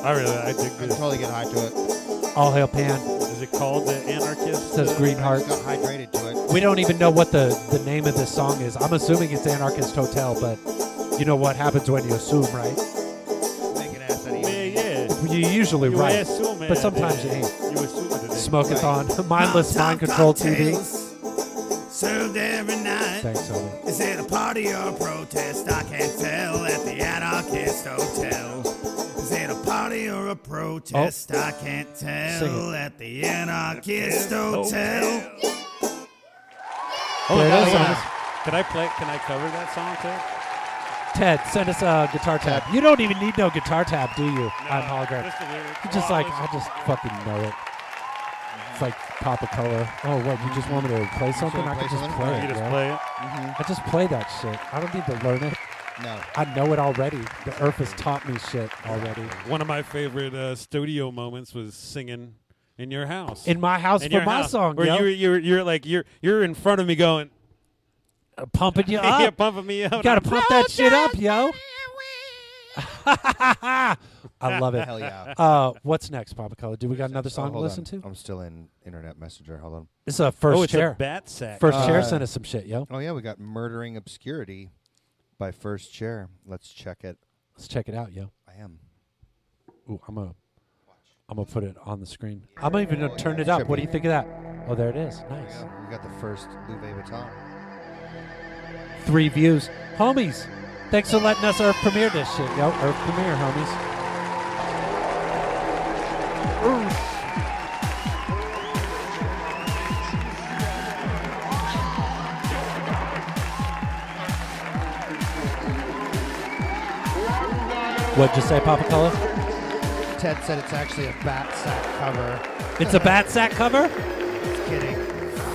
Speaker 3: I really, I dig this.
Speaker 2: totally get high to it.
Speaker 1: All hail pan.
Speaker 3: Is it called the Anarchist?
Speaker 1: Says
Speaker 3: uh,
Speaker 1: Green Heart.
Speaker 2: Got hydrated to it.
Speaker 1: We don't even know what the, the name of this song is. I'm assuming it's Anarchist Hotel, but you know what happens when you assume, right?
Speaker 2: Make an ass out of
Speaker 3: Yeah, yeah.
Speaker 1: You're usually
Speaker 3: You
Speaker 1: right,
Speaker 3: assume it,
Speaker 1: but sometimes you
Speaker 3: uh,
Speaker 1: ain't.
Speaker 3: You assume it. uh,
Speaker 1: Smokeathon, (laughs) mindless mind control TV.
Speaker 4: Served every night.
Speaker 1: Thanks, homie.
Speaker 4: Is it a party or a protest? I can't tell at the anarchist hotel. Is it a party or a protest? I can't tell
Speaker 1: Oh. Sing
Speaker 4: at the anarchist hotel.
Speaker 3: Oh,
Speaker 1: There
Speaker 3: my
Speaker 1: it
Speaker 3: God,
Speaker 1: is,
Speaker 3: hold on.
Speaker 1: homies.
Speaker 3: Can I play? Can I cover that song too?
Speaker 1: Ted, send us a guitar tab. You don't even need no guitar tab, do you? on hologram.
Speaker 3: just the lyrics.
Speaker 1: You're just
Speaker 3: Well,
Speaker 1: like,
Speaker 3: I'll
Speaker 1: I just fucking know it. It's like pop a color. Oh, what? You just want me to play something? I
Speaker 2: play
Speaker 1: can just
Speaker 2: something? Mm-hmm.
Speaker 1: play
Speaker 3: You
Speaker 1: it.
Speaker 3: can just
Speaker 1: bro.
Speaker 3: play it.
Speaker 1: I just play that shit. I don't need to learn it.
Speaker 2: No.
Speaker 1: I know it already. The earth has taught me shit
Speaker 2: (laughs)
Speaker 1: already.
Speaker 3: One of my favorite uh, studio moments was singing in your house.
Speaker 1: In my house
Speaker 3: In
Speaker 1: for
Speaker 3: your
Speaker 1: my
Speaker 3: house,
Speaker 1: song,
Speaker 3: Where
Speaker 1: yo.
Speaker 3: you're, you're you're like you're you're in front of me going,
Speaker 1: Uh, pumping
Speaker 3: (laughs)
Speaker 1: you
Speaker 3: you're
Speaker 1: up.
Speaker 3: pumping me up.
Speaker 1: You gotta pump that shit up, yo. I love it.
Speaker 2: Hell yeah.
Speaker 1: Uh, what's next, Papa Color? Do we got another song
Speaker 2: Oh,
Speaker 1: to
Speaker 2: hold
Speaker 1: listen
Speaker 2: on.
Speaker 1: to?
Speaker 2: I'm still in internet messenger. Hold on.
Speaker 1: It's a first
Speaker 3: Oh, it's
Speaker 1: chair.
Speaker 3: a bat sack.
Speaker 1: first chair
Speaker 2: Uh,
Speaker 1: sent us some shit, yo.
Speaker 2: Oh yeah, we got murdering obscurity by first chair. Let's check it.
Speaker 1: Let's check it out, yo.
Speaker 2: I am.
Speaker 1: Ooh, I'm gonna, I'm gonna put it on the screen. I'm not even gonna turn it up. What do you think of that? Oh, there it is. Nice.
Speaker 2: Yeah, we got the first Louis Vuitton.
Speaker 1: Three views, homies. Thanks for letting us Earth premiere this shit, yo. Earth premiere, homies. What'd you say, Papa Color?
Speaker 2: Ted said it's actually a bat sack cover.
Speaker 1: It's a bat sack cover?
Speaker 2: Just kidding.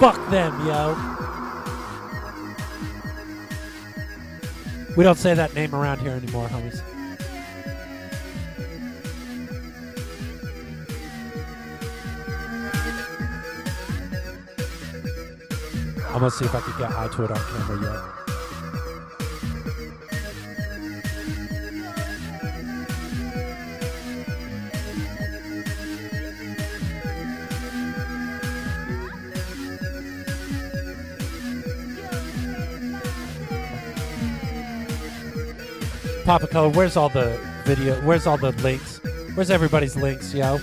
Speaker 1: Fuck them, yo. We don't say that name around here anymore, homies. I'm gonna see if I can get high to it on camera yet. Papa Color, where's all the video? Where's all the links? Where's everybody's links, yo?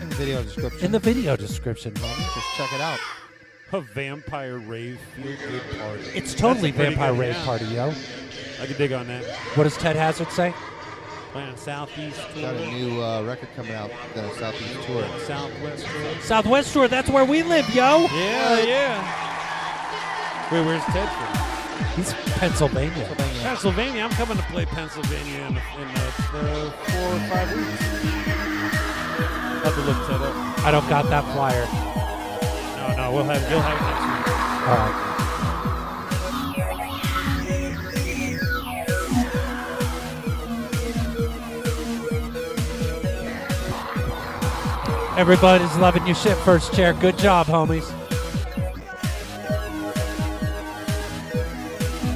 Speaker 2: In the video description.
Speaker 1: In the video description, homie.
Speaker 2: Just check it out.
Speaker 3: A vampire rave feel good party.
Speaker 1: It's totally
Speaker 3: That's a pretty
Speaker 1: Vampire
Speaker 3: good-
Speaker 1: Rave
Speaker 3: yeah.
Speaker 1: Party, yo.
Speaker 3: I could dig on that.
Speaker 1: What does Ted Hazard say?
Speaker 3: Playing on southeast
Speaker 2: Got a
Speaker 3: tour,
Speaker 2: new uh, record coming out, the Southeast Tour.
Speaker 3: southwest. tour.
Speaker 1: Southwest Shore, that's where we live, yo.
Speaker 3: Yeah, yeah. Wait, where's Ted from?
Speaker 1: He's Pennsylvania.
Speaker 3: Pennsylvania. I'm coming to play Pennsylvania in, in uh, four or five weeks. Have to look Ted up.
Speaker 1: I don't got that flyer.
Speaker 3: No, no, we'll have you'll have it next week.
Speaker 1: All right. Everybody's loving your shit, first chair. Good job, homies.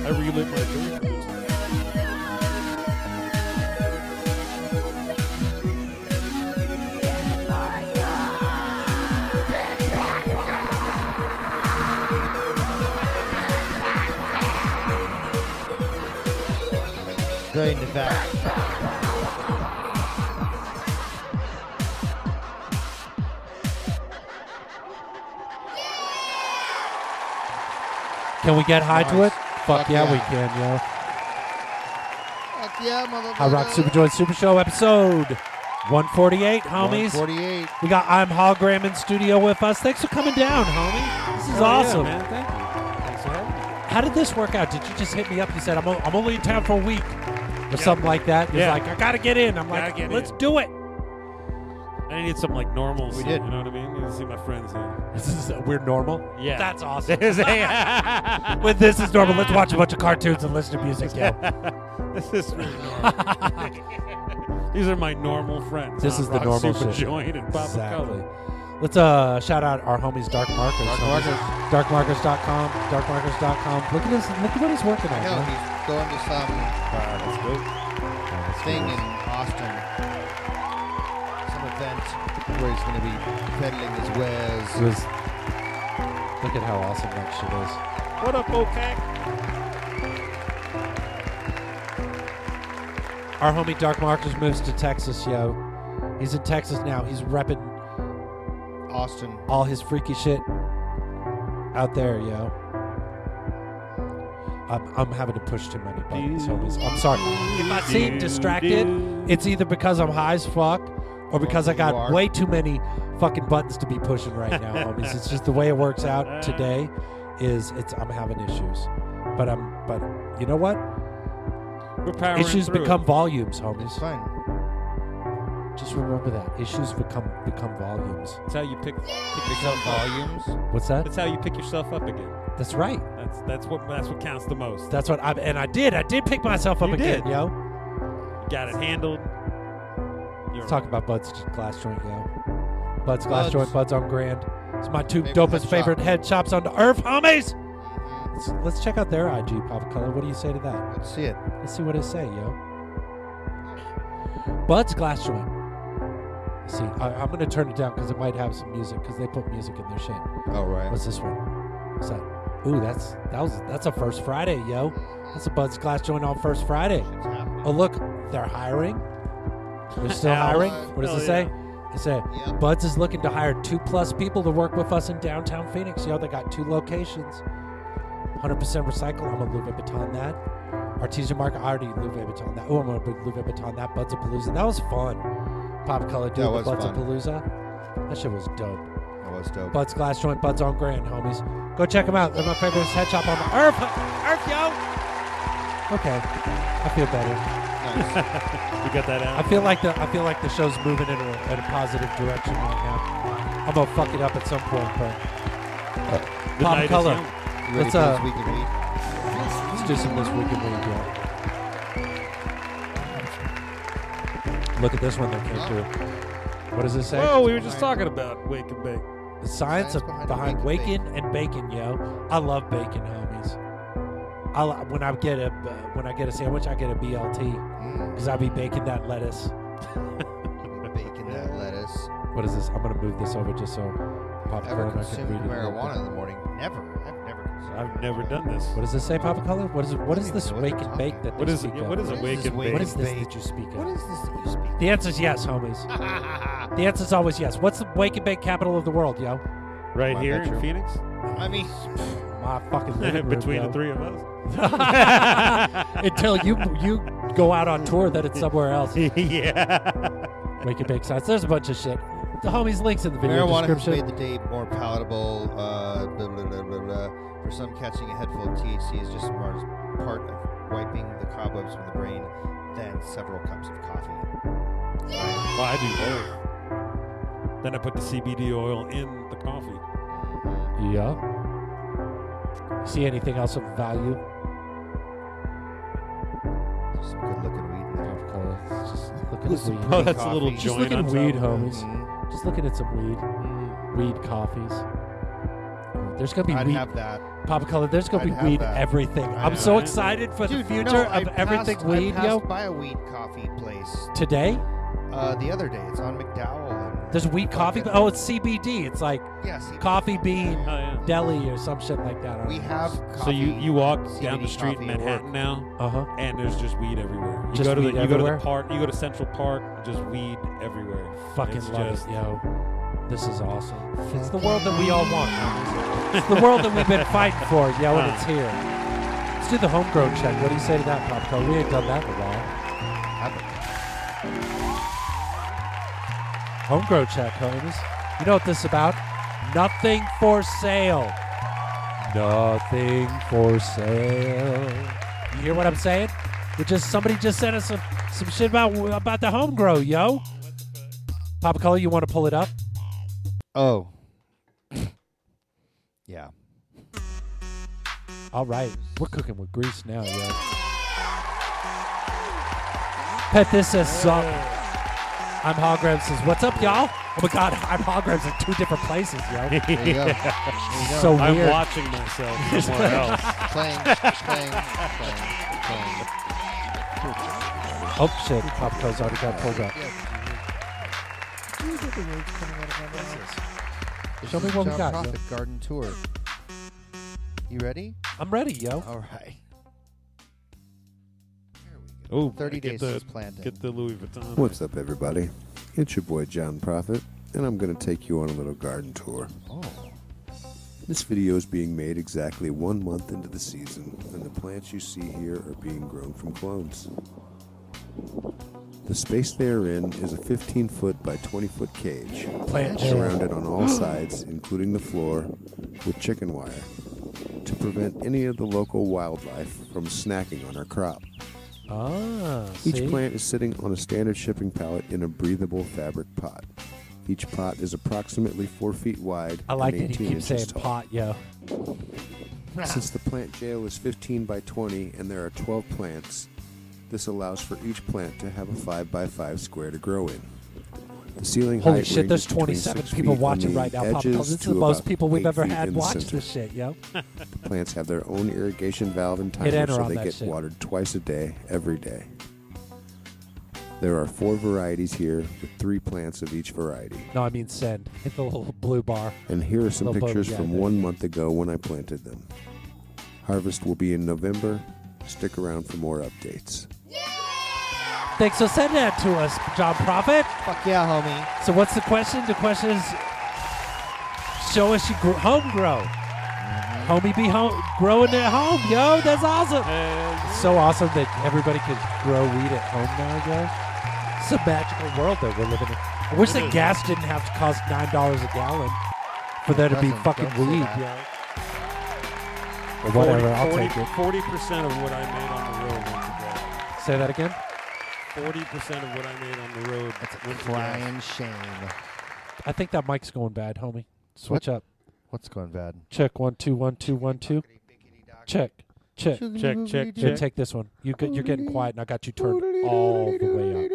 Speaker 3: I relit my joint.
Speaker 2: Very in the back.
Speaker 1: Can we get high to it?
Speaker 2: Nice.
Speaker 1: Fuck,
Speaker 2: Fuck
Speaker 1: yeah, we
Speaker 2: yeah.
Speaker 1: can, yo.
Speaker 2: Fuck yeah, motherfucker.
Speaker 1: I Rock Super Joy Super Show episode 148, homies.
Speaker 2: 48.
Speaker 1: We got I'm Hall Graham in studio with us. Thanks for coming down, homie. This is awesome.
Speaker 3: man. Thank you. Thanks for having me.
Speaker 1: How did this work out? Did you just hit me up? You said I'm, o- I'm only in town for a week. or something like that. It's
Speaker 3: Yeah.
Speaker 1: like, I got to get in. I'm
Speaker 3: Gotta
Speaker 1: like,
Speaker 3: get
Speaker 1: let's
Speaker 3: in.
Speaker 1: do it.
Speaker 3: I need something like normal.
Speaker 1: We
Speaker 3: so-
Speaker 1: did.
Speaker 3: You know what I mean? You see my friends. Here.
Speaker 1: This is uh, we're normal.
Speaker 3: Yeah.
Speaker 1: (laughs) That's awesome.
Speaker 3: This is-
Speaker 1: (laughs) With this is normal. Let's watch a bunch of cartoons and listen to music. Yo.
Speaker 3: (laughs) this is
Speaker 1: (laughs)
Speaker 3: really normal. These are my normal friends.
Speaker 1: This
Speaker 3: Hot
Speaker 1: is the
Speaker 3: Rock
Speaker 1: normal
Speaker 3: Super
Speaker 1: shit.
Speaker 3: Joint and Papa
Speaker 1: Exactly.
Speaker 3: Color.
Speaker 1: Let's uh, shout out our homies Dark Markers.
Speaker 2: Dark
Speaker 1: homies.
Speaker 2: Markers.
Speaker 1: Darkmarkers.com. Darkmarkers.com. Look at this. Look at what he's working on.
Speaker 2: No,
Speaker 1: man.
Speaker 2: he's going to some uh, thing in Austin. Some event where he's going to be peddling his wares.
Speaker 1: It was- Look at how awesome that shit is.
Speaker 3: What up, OPAC?
Speaker 1: Our homie Dark Markers moves to Texas, yo. He's in Texas now. He's repping
Speaker 2: Austin.
Speaker 1: all his freaky shit out there, yo. I'm, I'm having to push too many buttons, homies. I'm sorry. If I seem distracted, it's either because I'm high as fuck or because I
Speaker 2: you
Speaker 1: got
Speaker 2: are.
Speaker 1: way too many fucking buttons to be pushing right now, homies. It's just the way it works out today. Is it's I'm having issues, but I'm but you know what?
Speaker 3: We're powering
Speaker 1: Issues
Speaker 3: through
Speaker 1: become
Speaker 3: it.
Speaker 1: volumes, homies.
Speaker 2: It's fine.
Speaker 1: Just remember that issues become become volumes.
Speaker 3: That's how you pick, pick yourself up. volumes.
Speaker 1: What's that?
Speaker 3: That's how you pick yourself up again.
Speaker 1: That's right.
Speaker 3: That's that's what that's what counts the most.
Speaker 1: That's what I and I did. I did pick myself up
Speaker 3: You
Speaker 1: again,
Speaker 3: did.
Speaker 1: yo.
Speaker 3: You got it handled. You're
Speaker 1: Let's talk about Bud's glass joint, yo. Bud's glass
Speaker 2: Bud's.
Speaker 1: joint, Bud's on Grand. It's my two
Speaker 2: Favorite head shop.
Speaker 1: dopest
Speaker 2: Mm-hmm.
Speaker 1: favorite head shops on the earth, homies. Let's, let's check out their IG pop color. What do you say to that?
Speaker 2: Let's see it.
Speaker 1: Let's see what it say, yo. Bud's glass joint. Let's see, I, I'm gonna turn it down because it might have some music because they put music in their shit.
Speaker 2: All Oh, right.
Speaker 1: What's this one? What's that? Ooh, that's that was that's a first Friday, yo. That's a Bud's glass joint on first Friday. Oh look, they're hiring. They're still
Speaker 3: Hell,
Speaker 1: hiring.
Speaker 2: uh,
Speaker 1: What does
Speaker 3: hell
Speaker 1: it say? It say
Speaker 2: Yeah.
Speaker 1: Buds is looking to hire two plus people to work with us in downtown Phoenix. Yo, they got two locations. 100% recycle. I'm gonna Louis Vuitton that. Artesian mark. I already Louis Vuitton that. Oh, I'm gonna Louis Vuitton that. Buds of Palooza. That was fun. Pop color dude.
Speaker 2: That was
Speaker 1: Buds of
Speaker 2: fun.
Speaker 1: Palooza. That shit was dope.
Speaker 2: That was dope.
Speaker 1: Bud's Glass Joint, Bud's on Grand, homies. Go check them out. They're my favorite head shop on the earth. Earth, yo. Okay, I feel better.
Speaker 2: Nice.
Speaker 3: You got that
Speaker 1: I
Speaker 3: out.
Speaker 1: feel like the I feel like the show's moving in a, in a positive direction right now. I'm gonna fuck it up at some point, but
Speaker 3: Uh, The
Speaker 1: pop
Speaker 3: night is
Speaker 1: color.
Speaker 3: young.
Speaker 2: You ready
Speaker 1: Let's
Speaker 2: for
Speaker 1: uh,
Speaker 2: this week in week?
Speaker 1: let's do some this week in week, yo. Look at this one that came through. What does it say?
Speaker 3: Whoa, Oh, we were just talking about wake and bake.
Speaker 1: The science,
Speaker 2: Science
Speaker 1: of behind,
Speaker 2: behind the wake of
Speaker 1: waking and bacon, yo. I love bacon, homies. I li- when I get a uh, when I get a sandwich, I get a BLT
Speaker 2: Mm,
Speaker 1: because I be baking that
Speaker 2: (laughs)
Speaker 1: lettuce.
Speaker 2: bacon, that lettuce.
Speaker 1: What is this? I'm gonna move this over just so Papa
Speaker 2: Ever
Speaker 1: Color I can
Speaker 2: consumed
Speaker 1: read it.
Speaker 2: marijuana in the morning? Never. I've never consumed
Speaker 3: I've never done this.
Speaker 1: What does this say, Papa Color? What is what
Speaker 2: I
Speaker 1: is
Speaker 2: don't
Speaker 1: this
Speaker 2: even know what
Speaker 1: wake
Speaker 2: they're
Speaker 1: and bake
Speaker 2: talking
Speaker 1: that
Speaker 2: about.
Speaker 1: they
Speaker 3: What is it?
Speaker 1: speak
Speaker 3: Yeah,
Speaker 1: of?
Speaker 3: what is a
Speaker 2: What is
Speaker 3: wake
Speaker 2: this
Speaker 3: and
Speaker 2: wake
Speaker 3: bake?
Speaker 1: What is
Speaker 2: and
Speaker 1: this
Speaker 2: bake?
Speaker 1: that you speak
Speaker 2: What
Speaker 1: of?
Speaker 2: is this that you speak?
Speaker 1: The
Speaker 3: (laughs)
Speaker 1: answer's yes,
Speaker 2: (laughs)
Speaker 1: homies.
Speaker 2: I
Speaker 1: The answer's always yes. What's the wake and bake capital of the world, yo?
Speaker 3: right
Speaker 2: My
Speaker 3: here
Speaker 2: bedroom.
Speaker 3: in Phoenix,
Speaker 2: mean,
Speaker 1: My
Speaker 3: (laughs)
Speaker 1: fucking living room,
Speaker 3: between
Speaker 1: yo.
Speaker 3: the three of us.
Speaker 1: (laughs) until you you go out on tour that it's
Speaker 2: (laughs)
Speaker 1: somewhere else.
Speaker 3: yeah.
Speaker 1: Make it make sense. There's a bunch of shit. The homies links in the video
Speaker 2: marijuana has
Speaker 1: description.
Speaker 2: made the day more palatable. Uh, blah, blah, blah, blah, blah. For some, catching a head full of THC is just more as part of wiping the cobwebs from the brain than several cups of coffee.
Speaker 3: Well, I do both. Then I put the CBD oil in the coffee.
Speaker 1: yeah. See anything else of value?
Speaker 2: There's some good looking weed in there.
Speaker 1: Of color. It's Just looking at weed.
Speaker 3: Oh, that's a little
Speaker 2: Coffee.
Speaker 1: Just
Speaker 3: joint
Speaker 1: looking
Speaker 3: on top.
Speaker 1: weed, homies.
Speaker 2: Mhm.
Speaker 1: Just looking at some weed. Weed coffees. There's gonna be
Speaker 2: Mm-hmm. I'd
Speaker 1: weed
Speaker 2: have that.
Speaker 1: pop color. There's gonna
Speaker 2: I'd have
Speaker 1: be weed
Speaker 2: that.
Speaker 1: everything.
Speaker 2: I
Speaker 1: I'm
Speaker 2: know,
Speaker 1: so
Speaker 3: right?
Speaker 1: excited for
Speaker 2: Dude,
Speaker 1: the
Speaker 2: no,
Speaker 1: future
Speaker 2: I
Speaker 1: of everything
Speaker 2: passed,
Speaker 1: weed,
Speaker 2: I
Speaker 1: yo.
Speaker 2: passed by a weed coffee place
Speaker 1: Today
Speaker 2: uh, the other day. It's on McDowell. And,
Speaker 1: there's weed coffee.
Speaker 2: Fucking-
Speaker 1: Oh, it's CBD. It's like
Speaker 2: yeah, see,
Speaker 1: coffee bean
Speaker 3: Oh yeah.
Speaker 1: deli or some shit like that. I don't
Speaker 2: We
Speaker 1: know.
Speaker 2: have. Coffee,
Speaker 3: So you you walk down
Speaker 2: CBD
Speaker 3: the street in
Speaker 2: coffee at work.
Speaker 3: Manhattan now,
Speaker 1: uh-huh.
Speaker 3: and there's just weed everywhere. You
Speaker 1: Just
Speaker 3: go to
Speaker 1: weed
Speaker 3: the, you go to
Speaker 1: everywhere?
Speaker 3: the park, you go to Central Park, just weed everywhere.
Speaker 1: Fucking
Speaker 3: It's
Speaker 1: love
Speaker 3: just-
Speaker 1: it, yo. This is awesome. It's the world that we all want. it's the world that we've been fighting for, yo, and it's here. Let's do the homegrown check. What do you say to that, Popco? We ain't done that in a while. Homegrown check, homies. You know what this is about? Nothing for sale. Nothing for sale. You hear what I'm saying? We just somebody just sent us some, some shit about about the home grow, yo. Papa Color, you want to pull it up?
Speaker 2: Oh. yeah.
Speaker 1: All right, we're cooking with grease now, yo. Pet this says suck. I'm Hologram says, "What's up, y'all?" Oh my God, I'm Hologram's in two different places, yo.
Speaker 3: There you go. There you go.
Speaker 1: So
Speaker 3: I'm
Speaker 1: weird.
Speaker 3: watching myself
Speaker 1: (laughs)
Speaker 3: somewhere else.
Speaker 2: Playing, playing, playing,
Speaker 1: Oh shit, Papa Color's already got pulled up.
Speaker 2: This
Speaker 1: Show
Speaker 2: is
Speaker 1: me what we
Speaker 2: John
Speaker 1: got, yo.
Speaker 2: Prophet Garden Tour. You ready?
Speaker 1: I'm ready, yo.
Speaker 2: All right.
Speaker 3: Oh,
Speaker 2: 30
Speaker 3: get
Speaker 2: days
Speaker 3: the,
Speaker 2: since planting.
Speaker 3: Get the Louis Vuitton.
Speaker 12: What's up, everybody? It's your boy John Prophet, and I'm going to take you on a little garden tour.
Speaker 2: Oh.
Speaker 12: This video is being made exactly one month into the season, and the plants you see here are being grown from clones. The space they are in is a 15 foot by 20 foot cage,
Speaker 1: Plant
Speaker 12: surrounded on all sides, including the floor, with chicken wire to prevent any of the local wildlife from snacking on our crop.
Speaker 1: Ah,
Speaker 12: Each
Speaker 1: see?
Speaker 12: plant is sitting on a standard shipping pallet in a breathable fabric pot. Each pot is approximately 4 feet wide
Speaker 1: I like
Speaker 12: and
Speaker 1: that
Speaker 12: 18
Speaker 1: he keeps
Speaker 12: inches
Speaker 1: saying
Speaker 12: tall.
Speaker 1: pot, yo.
Speaker 12: Since the plant jail is 15 by 20 and there are 12 plants, this allows for each plant to have a 5 by 5 square to grow in. The ceiling
Speaker 1: Holy
Speaker 12: height
Speaker 1: shit, there's
Speaker 12: ranges between
Speaker 1: 27
Speaker 12: six
Speaker 1: people
Speaker 12: feet on
Speaker 1: watching
Speaker 12: the
Speaker 1: right now, Papa Color.
Speaker 12: edges
Speaker 1: This is
Speaker 12: to
Speaker 1: the most
Speaker 12: about
Speaker 1: people we've
Speaker 12: eight
Speaker 1: ever
Speaker 12: feet
Speaker 1: had
Speaker 12: in the
Speaker 1: watch
Speaker 12: center.
Speaker 1: this shit, yo.
Speaker 12: The plants have their own irrigation valve and
Speaker 1: Hit
Speaker 12: timer,
Speaker 1: enter
Speaker 12: so
Speaker 1: on
Speaker 12: they
Speaker 1: that
Speaker 12: get
Speaker 1: shit.
Speaker 12: watered twice a day, every day. There are four varieties here, with three plants of each variety.
Speaker 1: No, I mean send. Hit the little blue bar.
Speaker 12: And here are some
Speaker 1: Little blue-
Speaker 12: pictures
Speaker 1: yeah,
Speaker 12: from
Speaker 1: there.
Speaker 12: one month ago when I planted them. Harvest will be in November. Stick around for more updates.
Speaker 1: Thanks for sending that to us, John Prophet.
Speaker 2: Fuck yeah, homie.
Speaker 1: So what's the question? The question is, show us your gr- home grow.
Speaker 2: Mm-hmm.
Speaker 1: Homie be home, growing at home, yo. That's awesome. It's so awesome that everybody could grow weed at home now, yo. It's a magical world that we're living in. I wish
Speaker 3: It
Speaker 1: that
Speaker 3: is.
Speaker 1: gas didn't have to cost nine dollars a gallon for there to be
Speaker 3: Doesn't-
Speaker 1: fucking
Speaker 3: don't say
Speaker 1: weed,
Speaker 3: that.
Speaker 1: yo. Or whatever, I'll take it.
Speaker 3: Forty percent of what I made on the road went to gas.
Speaker 1: Say that again.
Speaker 3: Forty percent of what I made on the road went to
Speaker 2: Crying
Speaker 3: gas.
Speaker 2: shame.
Speaker 1: Uh, I think that mic's going bad, homie. Switch up.
Speaker 2: What's going bad?
Speaker 1: Check one two one two one two. Check check
Speaker 3: Check, check, check.
Speaker 1: Here, take this one. You get, you're getting quiet, and I got you turned all the way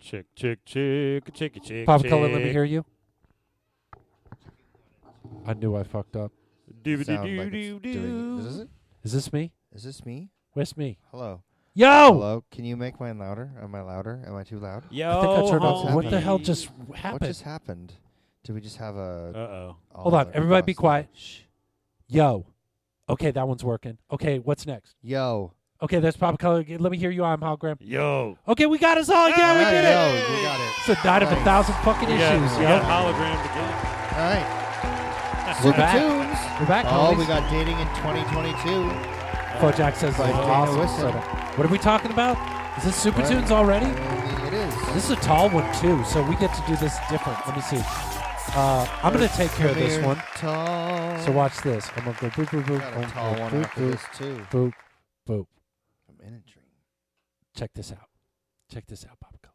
Speaker 3: Chick, chick, chick, chicky, chick.
Speaker 1: up. Pop color, let me
Speaker 3: chick.
Speaker 1: hear you. I knew I fucked up.
Speaker 3: Doobity
Speaker 2: Sound
Speaker 3: doo
Speaker 2: like it's
Speaker 3: doo
Speaker 2: doing it.
Speaker 3: doo.
Speaker 2: Is this it?
Speaker 1: Is this me?
Speaker 2: Is this me?
Speaker 1: Where's me?
Speaker 2: Hello.
Speaker 1: Yo!
Speaker 2: Hello. Can you make mine louder? Am I louder? Am I too loud?
Speaker 3: Yo, I think I turned off-
Speaker 1: oh, what the hell
Speaker 2: homie.
Speaker 1: just
Speaker 2: What
Speaker 1: happened?
Speaker 2: just happened? Did we just have a?
Speaker 3: Uh-oh.
Speaker 1: Hold on,
Speaker 2: that
Speaker 1: everybody, be
Speaker 2: exhaust?
Speaker 1: quiet. Yo. Okay, that one's working. Okay, what's next?
Speaker 2: Yo.
Speaker 1: Okay, that's Pop color. Let me hear you. I'm Hologram.
Speaker 3: Yo.
Speaker 1: Okay, we got us all. Yeah, we
Speaker 2: Alright,
Speaker 1: did it.
Speaker 2: yo, you got it.
Speaker 1: It's a night of a
Speaker 2: Nice.
Speaker 1: thousand fucking
Speaker 3: We
Speaker 1: issues.
Speaker 3: got- we got
Speaker 1: yo.
Speaker 3: hologrammed again.
Speaker 2: All right.
Speaker 1: We're
Speaker 2: Super
Speaker 1: back.
Speaker 2: Tunes.
Speaker 1: We're back,
Speaker 2: Oh,
Speaker 1: homies.
Speaker 2: we got dating in 2022.
Speaker 1: Fo Jack says
Speaker 2: By
Speaker 1: it's
Speaker 2: Dana
Speaker 1: awesome.
Speaker 2: Whistle.
Speaker 1: setup. What are we talking about? Is this Super
Speaker 2: Right.
Speaker 1: Tunes already?
Speaker 2: It is.
Speaker 1: This is a tall one too, so we get to do this different. Let me see. Uh, I'm gonna take care of this
Speaker 2: Premier
Speaker 1: one.
Speaker 2: Tall.
Speaker 1: So watch this. I'm gonna go boop boop boop.
Speaker 2: Got a
Speaker 1: I'm gonna
Speaker 2: tall
Speaker 1: go
Speaker 2: one
Speaker 1: boop,
Speaker 2: after
Speaker 1: boop,
Speaker 2: this, too.
Speaker 1: Boop boop.
Speaker 2: I'm in a dream.
Speaker 1: Check this out. Check this out, Papa. Color.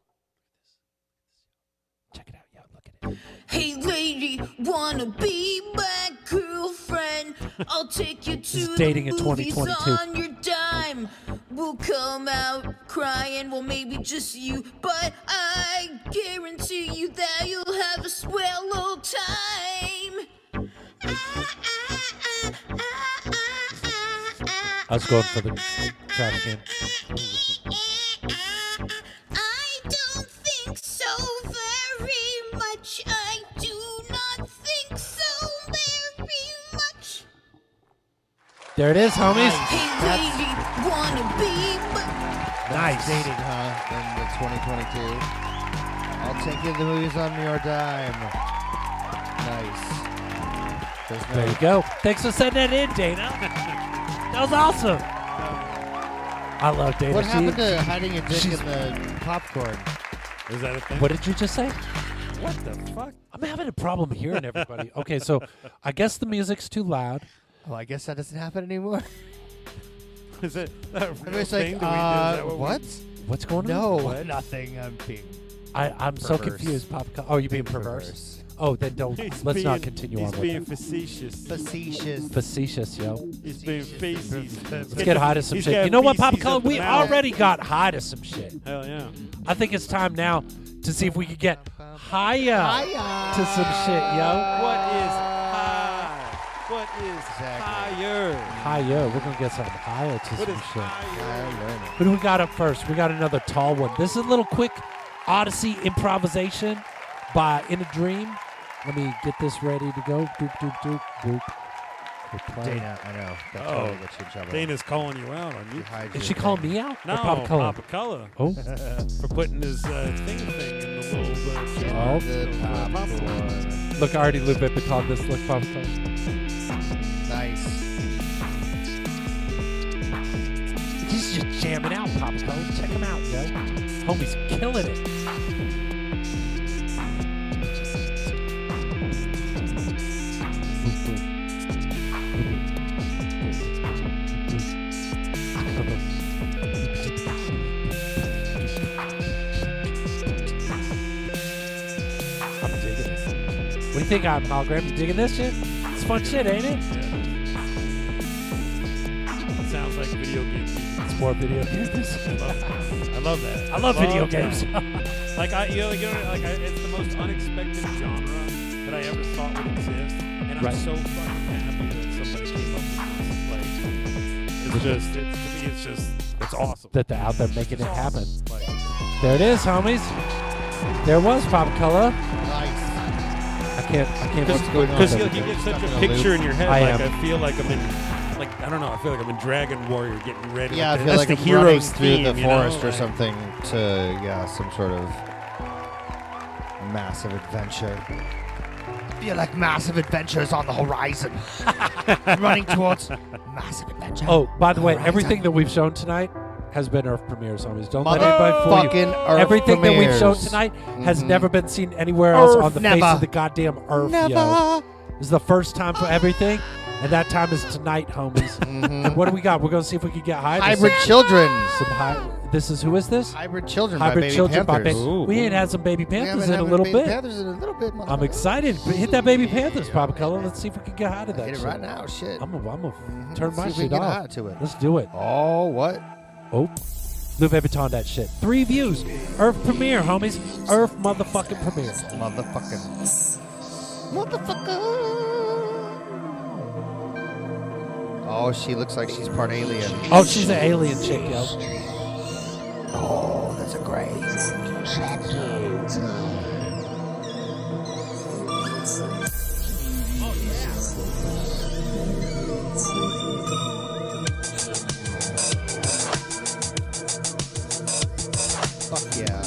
Speaker 1: Check it out, yo. Look at it.
Speaker 13: Hey lady, wanna be my girlfriend? I'll take you
Speaker 1: is
Speaker 13: to
Speaker 1: dating
Speaker 13: the
Speaker 1: in
Speaker 13: movies
Speaker 1: 2022.
Speaker 13: on your dime. We'll come out crying, well maybe just you, but I guarantee you that you'll have a swell old time.
Speaker 1: I was going for the trash can.
Speaker 13: I don't think so very much. I do not think so very much.
Speaker 1: There it is, homies.
Speaker 13: Hey lady, wanna be my
Speaker 2: Nice. Dating, huh? In the 2022. I'll take you to the movies on your dime. Nice. There's no
Speaker 1: There you go. Thanks for sending that in,
Speaker 2: (laughs)
Speaker 1: Dana. That was awesome.
Speaker 3: Uh,
Speaker 1: I love Dana.
Speaker 2: What
Speaker 1: She-
Speaker 2: happened to hiding your dick
Speaker 1: she's-
Speaker 2: in the popcorn?
Speaker 3: Is that a thing?
Speaker 1: What did you just say?
Speaker 3: What the fuck?
Speaker 1: I'm having a problem hearing everybody. Okay, so I guess the music's too loud.
Speaker 2: Oh, I guess that doesn't happen anymore.
Speaker 3: Is it a real
Speaker 2: Everybody's like,
Speaker 3: thing? Do we- is
Speaker 2: uh,
Speaker 3: that what? we-
Speaker 2: what?
Speaker 1: What's going
Speaker 2: no,
Speaker 1: on?
Speaker 2: nothing. I'm being.
Speaker 1: I, I'm so
Speaker 2: perverse.
Speaker 1: confused, Papa. Co- Oh, you're being perverse? Oh, then don't.
Speaker 3: He's
Speaker 1: let's
Speaker 3: being-
Speaker 1: not continue
Speaker 3: he's
Speaker 1: on with
Speaker 3: being
Speaker 1: it.
Speaker 3: facetious.
Speaker 2: Facetious.
Speaker 3: (laughs)
Speaker 1: Facetious, yo.
Speaker 3: He's being facetious.
Speaker 1: Let's get high to some shit. You know what, Papa Color? We already got high to some shit.
Speaker 3: Hell yeah.
Speaker 1: I think it's time now to see if we could get higher, to some shit, yo.
Speaker 3: What is high? What is higher?
Speaker 1: Higher. We're gonna get some higher to
Speaker 3: What
Speaker 1: some
Speaker 3: is
Speaker 1: shit.
Speaker 3: higher?
Speaker 1: Who do we got up first? We got another tall one. This is a little quick Odyssey improvisation by In a Dream. Let me get this ready to go. Doop doop doop doop. We're playing.
Speaker 2: Dana, I know. That
Speaker 3: Oh,
Speaker 2: totally gets you in trouble.
Speaker 3: Dana's calling you out on you.
Speaker 1: Did she call me out?
Speaker 3: No,
Speaker 1: Or Papa Color?
Speaker 3: Papa Color.
Speaker 1: Oh.
Speaker 3: (laughs) for putting his uh, thing thing in the little. Uh, shit.
Speaker 1: Oh.
Speaker 2: The top one.
Speaker 1: Look, I already looped it on this. Look, Papa Color.
Speaker 2: Nice.
Speaker 1: He's just jamming out, Papa Color. Check him out, yo. Homie's killing it. (laughs) I'm digging this. What do you think, I'm Hologram? You digging this shit? It's fun shit, ain't it?
Speaker 3: Sounds like video games.
Speaker 1: It's more video games.
Speaker 3: I love that. I love that.
Speaker 1: I love video games. (laughs)
Speaker 3: that. (laughs) like I, you know, like, you know, like I, it's the most unexpected genre that I ever thought would exist, and I'm
Speaker 1: Right.
Speaker 3: so fucking happy that somebody came up with this. Like, it's just, it's, to me, it's just, it's awesome.
Speaker 1: That they're out there making it happen.
Speaker 3: Like,
Speaker 1: There it is, homies. There was pop color.
Speaker 2: Nice.
Speaker 1: I can't. I can't. What's going on?
Speaker 3: because you, you get such a picture in your head.
Speaker 1: I
Speaker 3: like
Speaker 1: am.
Speaker 3: I feel like I'm in, like I don't know. I feel like I'm in Dragon Warrior getting ready.
Speaker 2: Yeah, I
Speaker 3: Like,
Speaker 2: feel
Speaker 3: that's
Speaker 2: like
Speaker 3: the
Speaker 2: I'm running
Speaker 3: hero's
Speaker 2: through
Speaker 3: theme,
Speaker 2: the
Speaker 3: you know?
Speaker 2: forest or
Speaker 3: Like,
Speaker 2: something to yeah, some sort of massive adventure. feel like massive adventures on the (laughs) horizon. running towards massive adventure.
Speaker 1: Oh, by the way,
Speaker 2: Horizon.
Speaker 1: everything that we've shown tonight has been Earth premieres, homies. Don't let anybody fool you.
Speaker 2: Motherfucking Earth
Speaker 1: everything that we've shown
Speaker 2: premieres.
Speaker 1: tonight has
Speaker 2: Mhm.
Speaker 1: never been seen anywhere else
Speaker 2: Earth,
Speaker 1: on the face
Speaker 2: never.
Speaker 1: of the goddamn Earth, yo.
Speaker 2: Never.
Speaker 1: This is the first time for everything, and that time is tonight, homies. And what do we got? We're gonna see if we can get high. This-
Speaker 2: Mm-hmm. Hybrid children.
Speaker 1: Some high. This is who is this?
Speaker 2: Hybrid children.
Speaker 1: Hybrid
Speaker 2: by Baby
Speaker 1: children. by
Speaker 2: Panthers.
Speaker 1: Ba- we ain't had some baby panthers
Speaker 2: haven't
Speaker 1: in a
Speaker 2: had
Speaker 1: little
Speaker 2: Baby
Speaker 1: bit.
Speaker 2: Panthers in a little bit. motherfucker.
Speaker 1: I'm excited. B- Hit that baby Panthers, Papa Color. Let's see if we can get out of that.
Speaker 2: Hit it
Speaker 1: shit.
Speaker 2: right now. Shit. Mm-hmm.
Speaker 1: I'm gonna I'm gonna turn
Speaker 2: See if
Speaker 1: my
Speaker 2: we
Speaker 1: shit
Speaker 2: can get
Speaker 1: off.
Speaker 2: high to it.
Speaker 1: Let's do it.
Speaker 2: Oh, what?
Speaker 1: Oh, Louis Vuitton that shit. Three views. Earth premiere, homies. Earth motherfucking premiere.
Speaker 2: Motherfucking. uh? Oh, she looks like she's part alien.
Speaker 1: Oh, she's an alien chick, yo.
Speaker 2: Oh, that's a great. Fuck yeah.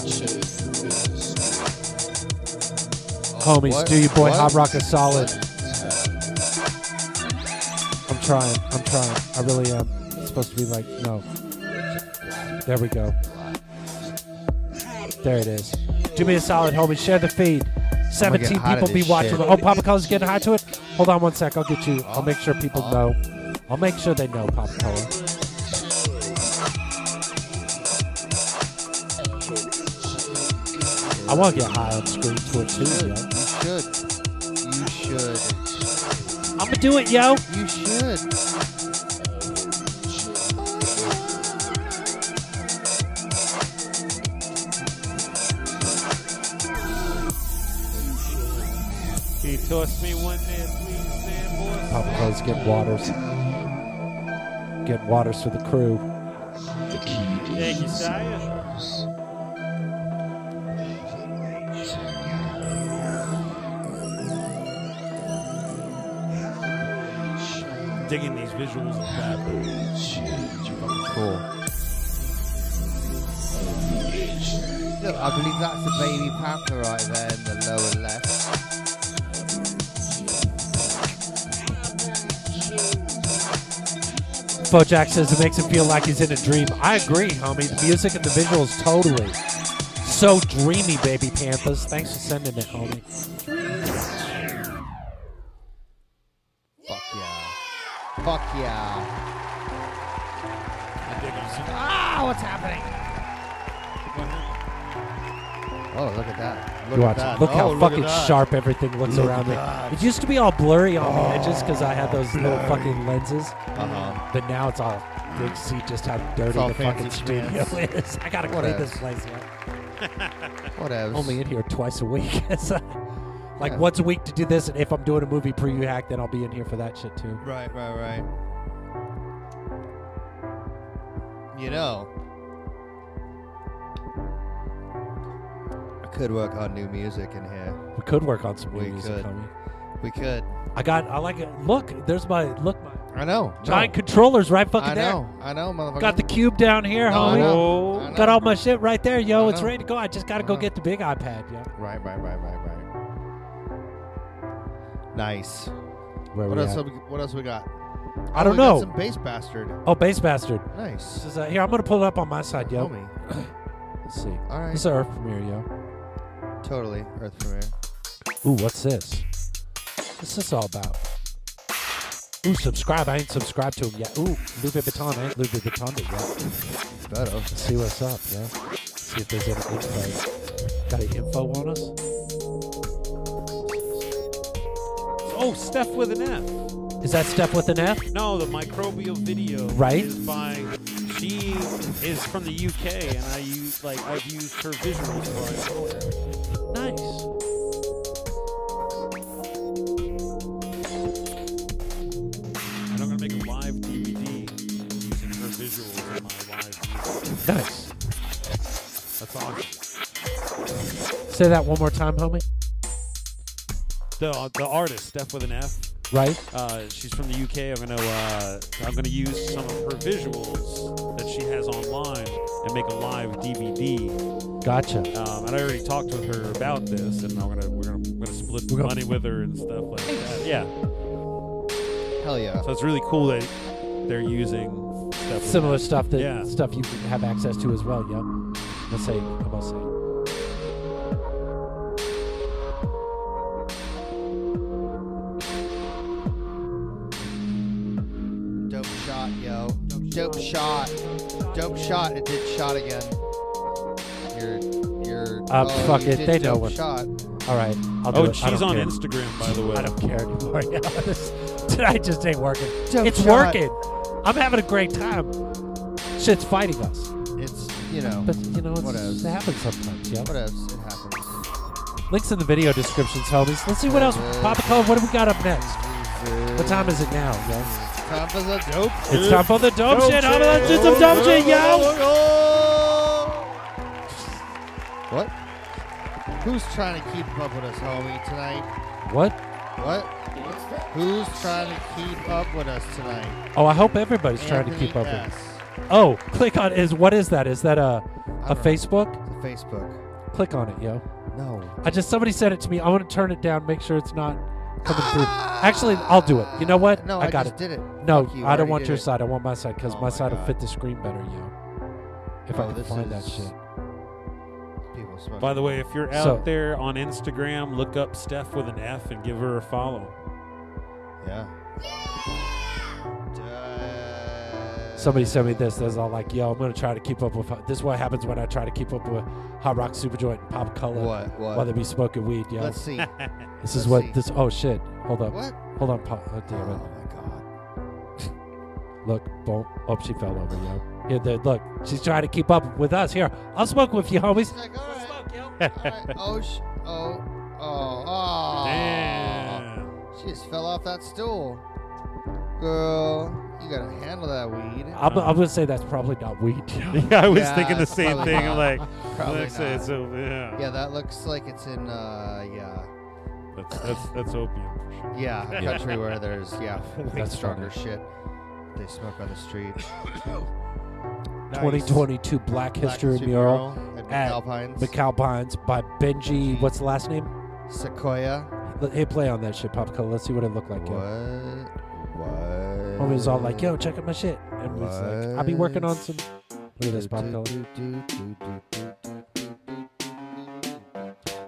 Speaker 1: Homies,
Speaker 2: What?
Speaker 1: do your boy
Speaker 2: What?
Speaker 1: Hot Rock a solid. I'm trying. I'm trying. I really am. It's supposed to be like, no. There we go. There it is. Do me a solid, homie. Share the feed.
Speaker 2: I'm gonna get
Speaker 1: 17
Speaker 2: high to
Speaker 1: people be
Speaker 2: this
Speaker 1: watching.
Speaker 2: shit.
Speaker 1: Oh, Papa Color's getting high to it? Hold on one sec. I'll get you. I'll make sure people
Speaker 2: Uh-huh.
Speaker 1: know. I'll make sure they know Papa Color. I want to get high on Scream Tour too, yo.
Speaker 2: You should. You should.
Speaker 1: I'm going to do it, yo.
Speaker 2: You should.
Speaker 3: He tossed me one there, please, man, boy.
Speaker 1: Papa Color's getting waters. Getting waters for the crew.
Speaker 3: Thank you, Saya. Digging these visuals of that.
Speaker 2: Cool. Look, I believe that's the baby papa right there in the lower left.
Speaker 1: Bojack says it makes him feel like he's in a dream. I agree, homie. The music and the visuals, totally. So dreamy, baby Panthers. Thanks for sending it, homie.
Speaker 2: Fuck yeah. Fuck yeah. Ah!
Speaker 1: Ah, what's happening.
Speaker 2: Oh, look at that. Look at
Speaker 1: Look, Watch.
Speaker 2: that.
Speaker 1: look
Speaker 2: Oh,
Speaker 1: how
Speaker 2: at
Speaker 1: fucking
Speaker 2: that.
Speaker 1: sharp everything looks
Speaker 2: Look
Speaker 1: around
Speaker 2: at
Speaker 1: me.
Speaker 2: that. (laughs) Oh,
Speaker 1: It used to be all blurry on the edges because I had those little
Speaker 2: blurry.
Speaker 1: fucking lenses.
Speaker 2: Uh-huh.
Speaker 1: But now it's all. You can see just how dirty
Speaker 2: all
Speaker 1: the fucking
Speaker 2: fancy
Speaker 1: studio (laughs)
Speaker 2: schmancy.
Speaker 1: is. I gotta
Speaker 2: What
Speaker 1: clean
Speaker 2: else?
Speaker 1: this place up.
Speaker 2: Whatevs.
Speaker 1: Only in here twice a week. (laughs) It's like- like
Speaker 2: Yeah.
Speaker 1: once a week to do this, and if I'm doing a movie preview hack, then I'll be in here for that shit too.
Speaker 2: Right, right, right. You know, I could work on new music in here.
Speaker 1: We could work on some new
Speaker 2: We
Speaker 1: music,
Speaker 2: could.
Speaker 1: homie.
Speaker 2: We could.
Speaker 1: I got. I like it. Look, there's my look. My
Speaker 2: I know.
Speaker 1: giant
Speaker 2: no.
Speaker 1: controllers right fucking
Speaker 2: I
Speaker 1: there.
Speaker 2: know. I know, motherfucker.
Speaker 1: Got the cube down here,
Speaker 2: No, I
Speaker 1: homie.
Speaker 2: know. I
Speaker 1: Got
Speaker 2: know.
Speaker 1: all my shit right there, yo.
Speaker 2: I
Speaker 1: it's
Speaker 2: know.
Speaker 1: ready to go. I just gotta go get the big iPad, yo.
Speaker 2: Right, right, right, right, right. Nice.
Speaker 1: Where
Speaker 2: what
Speaker 1: we
Speaker 2: else?
Speaker 1: at?
Speaker 2: Have we, what else we got?
Speaker 1: I
Speaker 2: Oh,
Speaker 1: don't
Speaker 2: we got
Speaker 1: know.
Speaker 2: some bass bastard.
Speaker 1: Oh, bass bastard.
Speaker 2: Nice.
Speaker 1: This is, uh, here, I'm gonna pull it up on my side, yo.
Speaker 2: Homie.
Speaker 1: Let's see.
Speaker 2: All right.
Speaker 1: This is an Earth premiere, yo.
Speaker 2: Totally. Earth premiere.
Speaker 1: Ooh, what's this? What's this all about? Ooh, subscribe. I ain't subscribed to him yet. Ooh, Louis Vuitton. I ain't Louis Vuitton it yet.
Speaker 2: Better. Let's
Speaker 1: see what's up, yo. See if there's any info. Got any info on us?
Speaker 3: Oh, Steph with an F.
Speaker 1: Is that Steph with an F?
Speaker 3: No, the microbial video
Speaker 1: Right.
Speaker 3: is by she is from the UK and I use like I've used her visuals for
Speaker 1: my Nice.
Speaker 3: And I'm gonna make a live DVD using her visuals in my live music.
Speaker 1: Nice.
Speaker 3: That's awesome.
Speaker 1: Say that one more time, homie.
Speaker 3: The the artist, Steph with an F.
Speaker 1: Right.
Speaker 3: Uh, she's from the UK. I'm gonna uh, I'm gonna use some of her visuals that she has online and make a live DVD.
Speaker 1: Gotcha.
Speaker 3: Um, and I already talked with her about this, and I'm gonna we're gonna, we're gonna split
Speaker 1: We're gonna-
Speaker 3: money with her and stuff like that. Yeah.
Speaker 2: Hell yeah.
Speaker 3: So it's really cool that they're using stuff
Speaker 1: Similar stuff that
Speaker 3: yeah.
Speaker 1: stuff you can have access to as well, yo. Let's say, I must say.
Speaker 2: Dope shot, yo. Dope shot. Dope shot. It did shot again. You're. You're.
Speaker 1: Uh,
Speaker 2: oh,
Speaker 1: fuck
Speaker 2: you
Speaker 1: it,
Speaker 2: did
Speaker 1: they know
Speaker 2: dope
Speaker 1: what.
Speaker 2: Shot.
Speaker 1: All right, I'll do
Speaker 3: Oh,
Speaker 1: it. I
Speaker 3: she's
Speaker 1: don't
Speaker 3: on
Speaker 1: care.
Speaker 3: Instagram, by the way.
Speaker 1: I don't care anymore. Yeah, this, (laughs) tonight just ain't working.
Speaker 2: Dope
Speaker 1: it's
Speaker 2: shot.
Speaker 1: working. I'm having a great time. Shit's fighting us.
Speaker 2: It's you know.
Speaker 1: But you know,
Speaker 2: what
Speaker 1: it's, it happens sometimes. Yeah.
Speaker 2: What else? It happens.
Speaker 1: Links in the video descriptions, homies. Let's see what else. Papa Cole, what do we got up next? What time is it now? Yo?
Speaker 2: Time for the dope.
Speaker 1: It's time for the dope,
Speaker 2: Dope
Speaker 1: shit.
Speaker 2: shit.
Speaker 1: I'm gonna do some dope shit, yo.
Speaker 2: What? Who's trying to keep up with us, homie, tonight?
Speaker 1: What?
Speaker 2: What? Who's trying to keep up with us tonight?
Speaker 1: Oh, I hope everybody's trying to
Speaker 2: Anthony
Speaker 1: keep up with.
Speaker 2: S.
Speaker 1: Oh, (laughs) click on is what is that? Is that a
Speaker 2: I
Speaker 1: a
Speaker 2: don't know.
Speaker 1: Facebook?
Speaker 2: It's a Facebook.
Speaker 1: Click on it, yo.
Speaker 2: No.
Speaker 1: I just somebody said it to me. I want to turn it down, make sure it's not coming through. Actually, I'll do it. You know what?
Speaker 2: No, I
Speaker 1: got
Speaker 2: just
Speaker 1: it.
Speaker 2: did it.
Speaker 1: No,
Speaker 2: Fuck you, I
Speaker 1: I don't
Speaker 2: already
Speaker 1: want
Speaker 2: did
Speaker 1: your
Speaker 2: it.
Speaker 1: side. I want my side because
Speaker 2: Oh
Speaker 1: my,
Speaker 2: my
Speaker 1: side will
Speaker 2: God.
Speaker 1: fit the screen better, yo. If
Speaker 2: Oh,
Speaker 1: I can
Speaker 2: this
Speaker 1: find that
Speaker 2: is-
Speaker 1: shit.
Speaker 2: People smoking.
Speaker 3: By the way, if you're out
Speaker 1: So-
Speaker 3: there on Instagram, look up Steph with an F and give her a follow.
Speaker 2: Yeah.
Speaker 1: Somebody sent me this. There's all like, yo, I'm gonna try to keep up with. This is what happens when I try to keep up with Hot Rock Superjoint and Pop Color
Speaker 2: What, what?
Speaker 1: while they be smoking weed, yo.
Speaker 3: (laughs)
Speaker 2: Let's see.
Speaker 1: this
Speaker 2: Let's
Speaker 1: is what
Speaker 2: see.
Speaker 1: this. Oh shit! Hold up.
Speaker 2: What?
Speaker 1: Hold on, Pop. Oh, damn it.
Speaker 2: Oh my god.
Speaker 1: (laughs) Look, boom. Oh, she fell over, yo. Here, there, look, she's trying to keep up with us. Here, I'll smoke with you, homies.
Speaker 2: Like, all right. All right. Oh, sh- oh, oh, oh. She just fell off that stool. Girl, you gotta handle that weed.
Speaker 1: (laughs) I'm, I'm gonna say that's probably not weed.
Speaker 3: (laughs) Yeah, (laughs) I was thinking the
Speaker 2: it's
Speaker 3: same
Speaker 2: probably
Speaker 3: thing. I'm
Speaker 2: (laughs) not.
Speaker 3: like,
Speaker 2: probably
Speaker 3: let's say
Speaker 2: not.
Speaker 3: it's over, yeah.
Speaker 2: that looks like it's in, uh, yeah.
Speaker 3: That's that's, that's opium for sure. (laughs)
Speaker 2: Yeah, a country where there's, yeah, way
Speaker 1: That's
Speaker 2: stronger shit. They smoke on
Speaker 3: (coughs)
Speaker 2: the street. Nice.
Speaker 1: 2022 Black History Mural
Speaker 2: at
Speaker 1: at
Speaker 2: McAlpines.
Speaker 1: McAlpines by Benji. What's the last name?
Speaker 2: Sequoia.
Speaker 1: Let- Hey, play on that shit, Pop Color. Let's see what it looked like. Yo.
Speaker 2: What? What?
Speaker 1: Homie was all like, yo, check out my shit. And we was like, I'll be working on some. Look at this, Pop Color.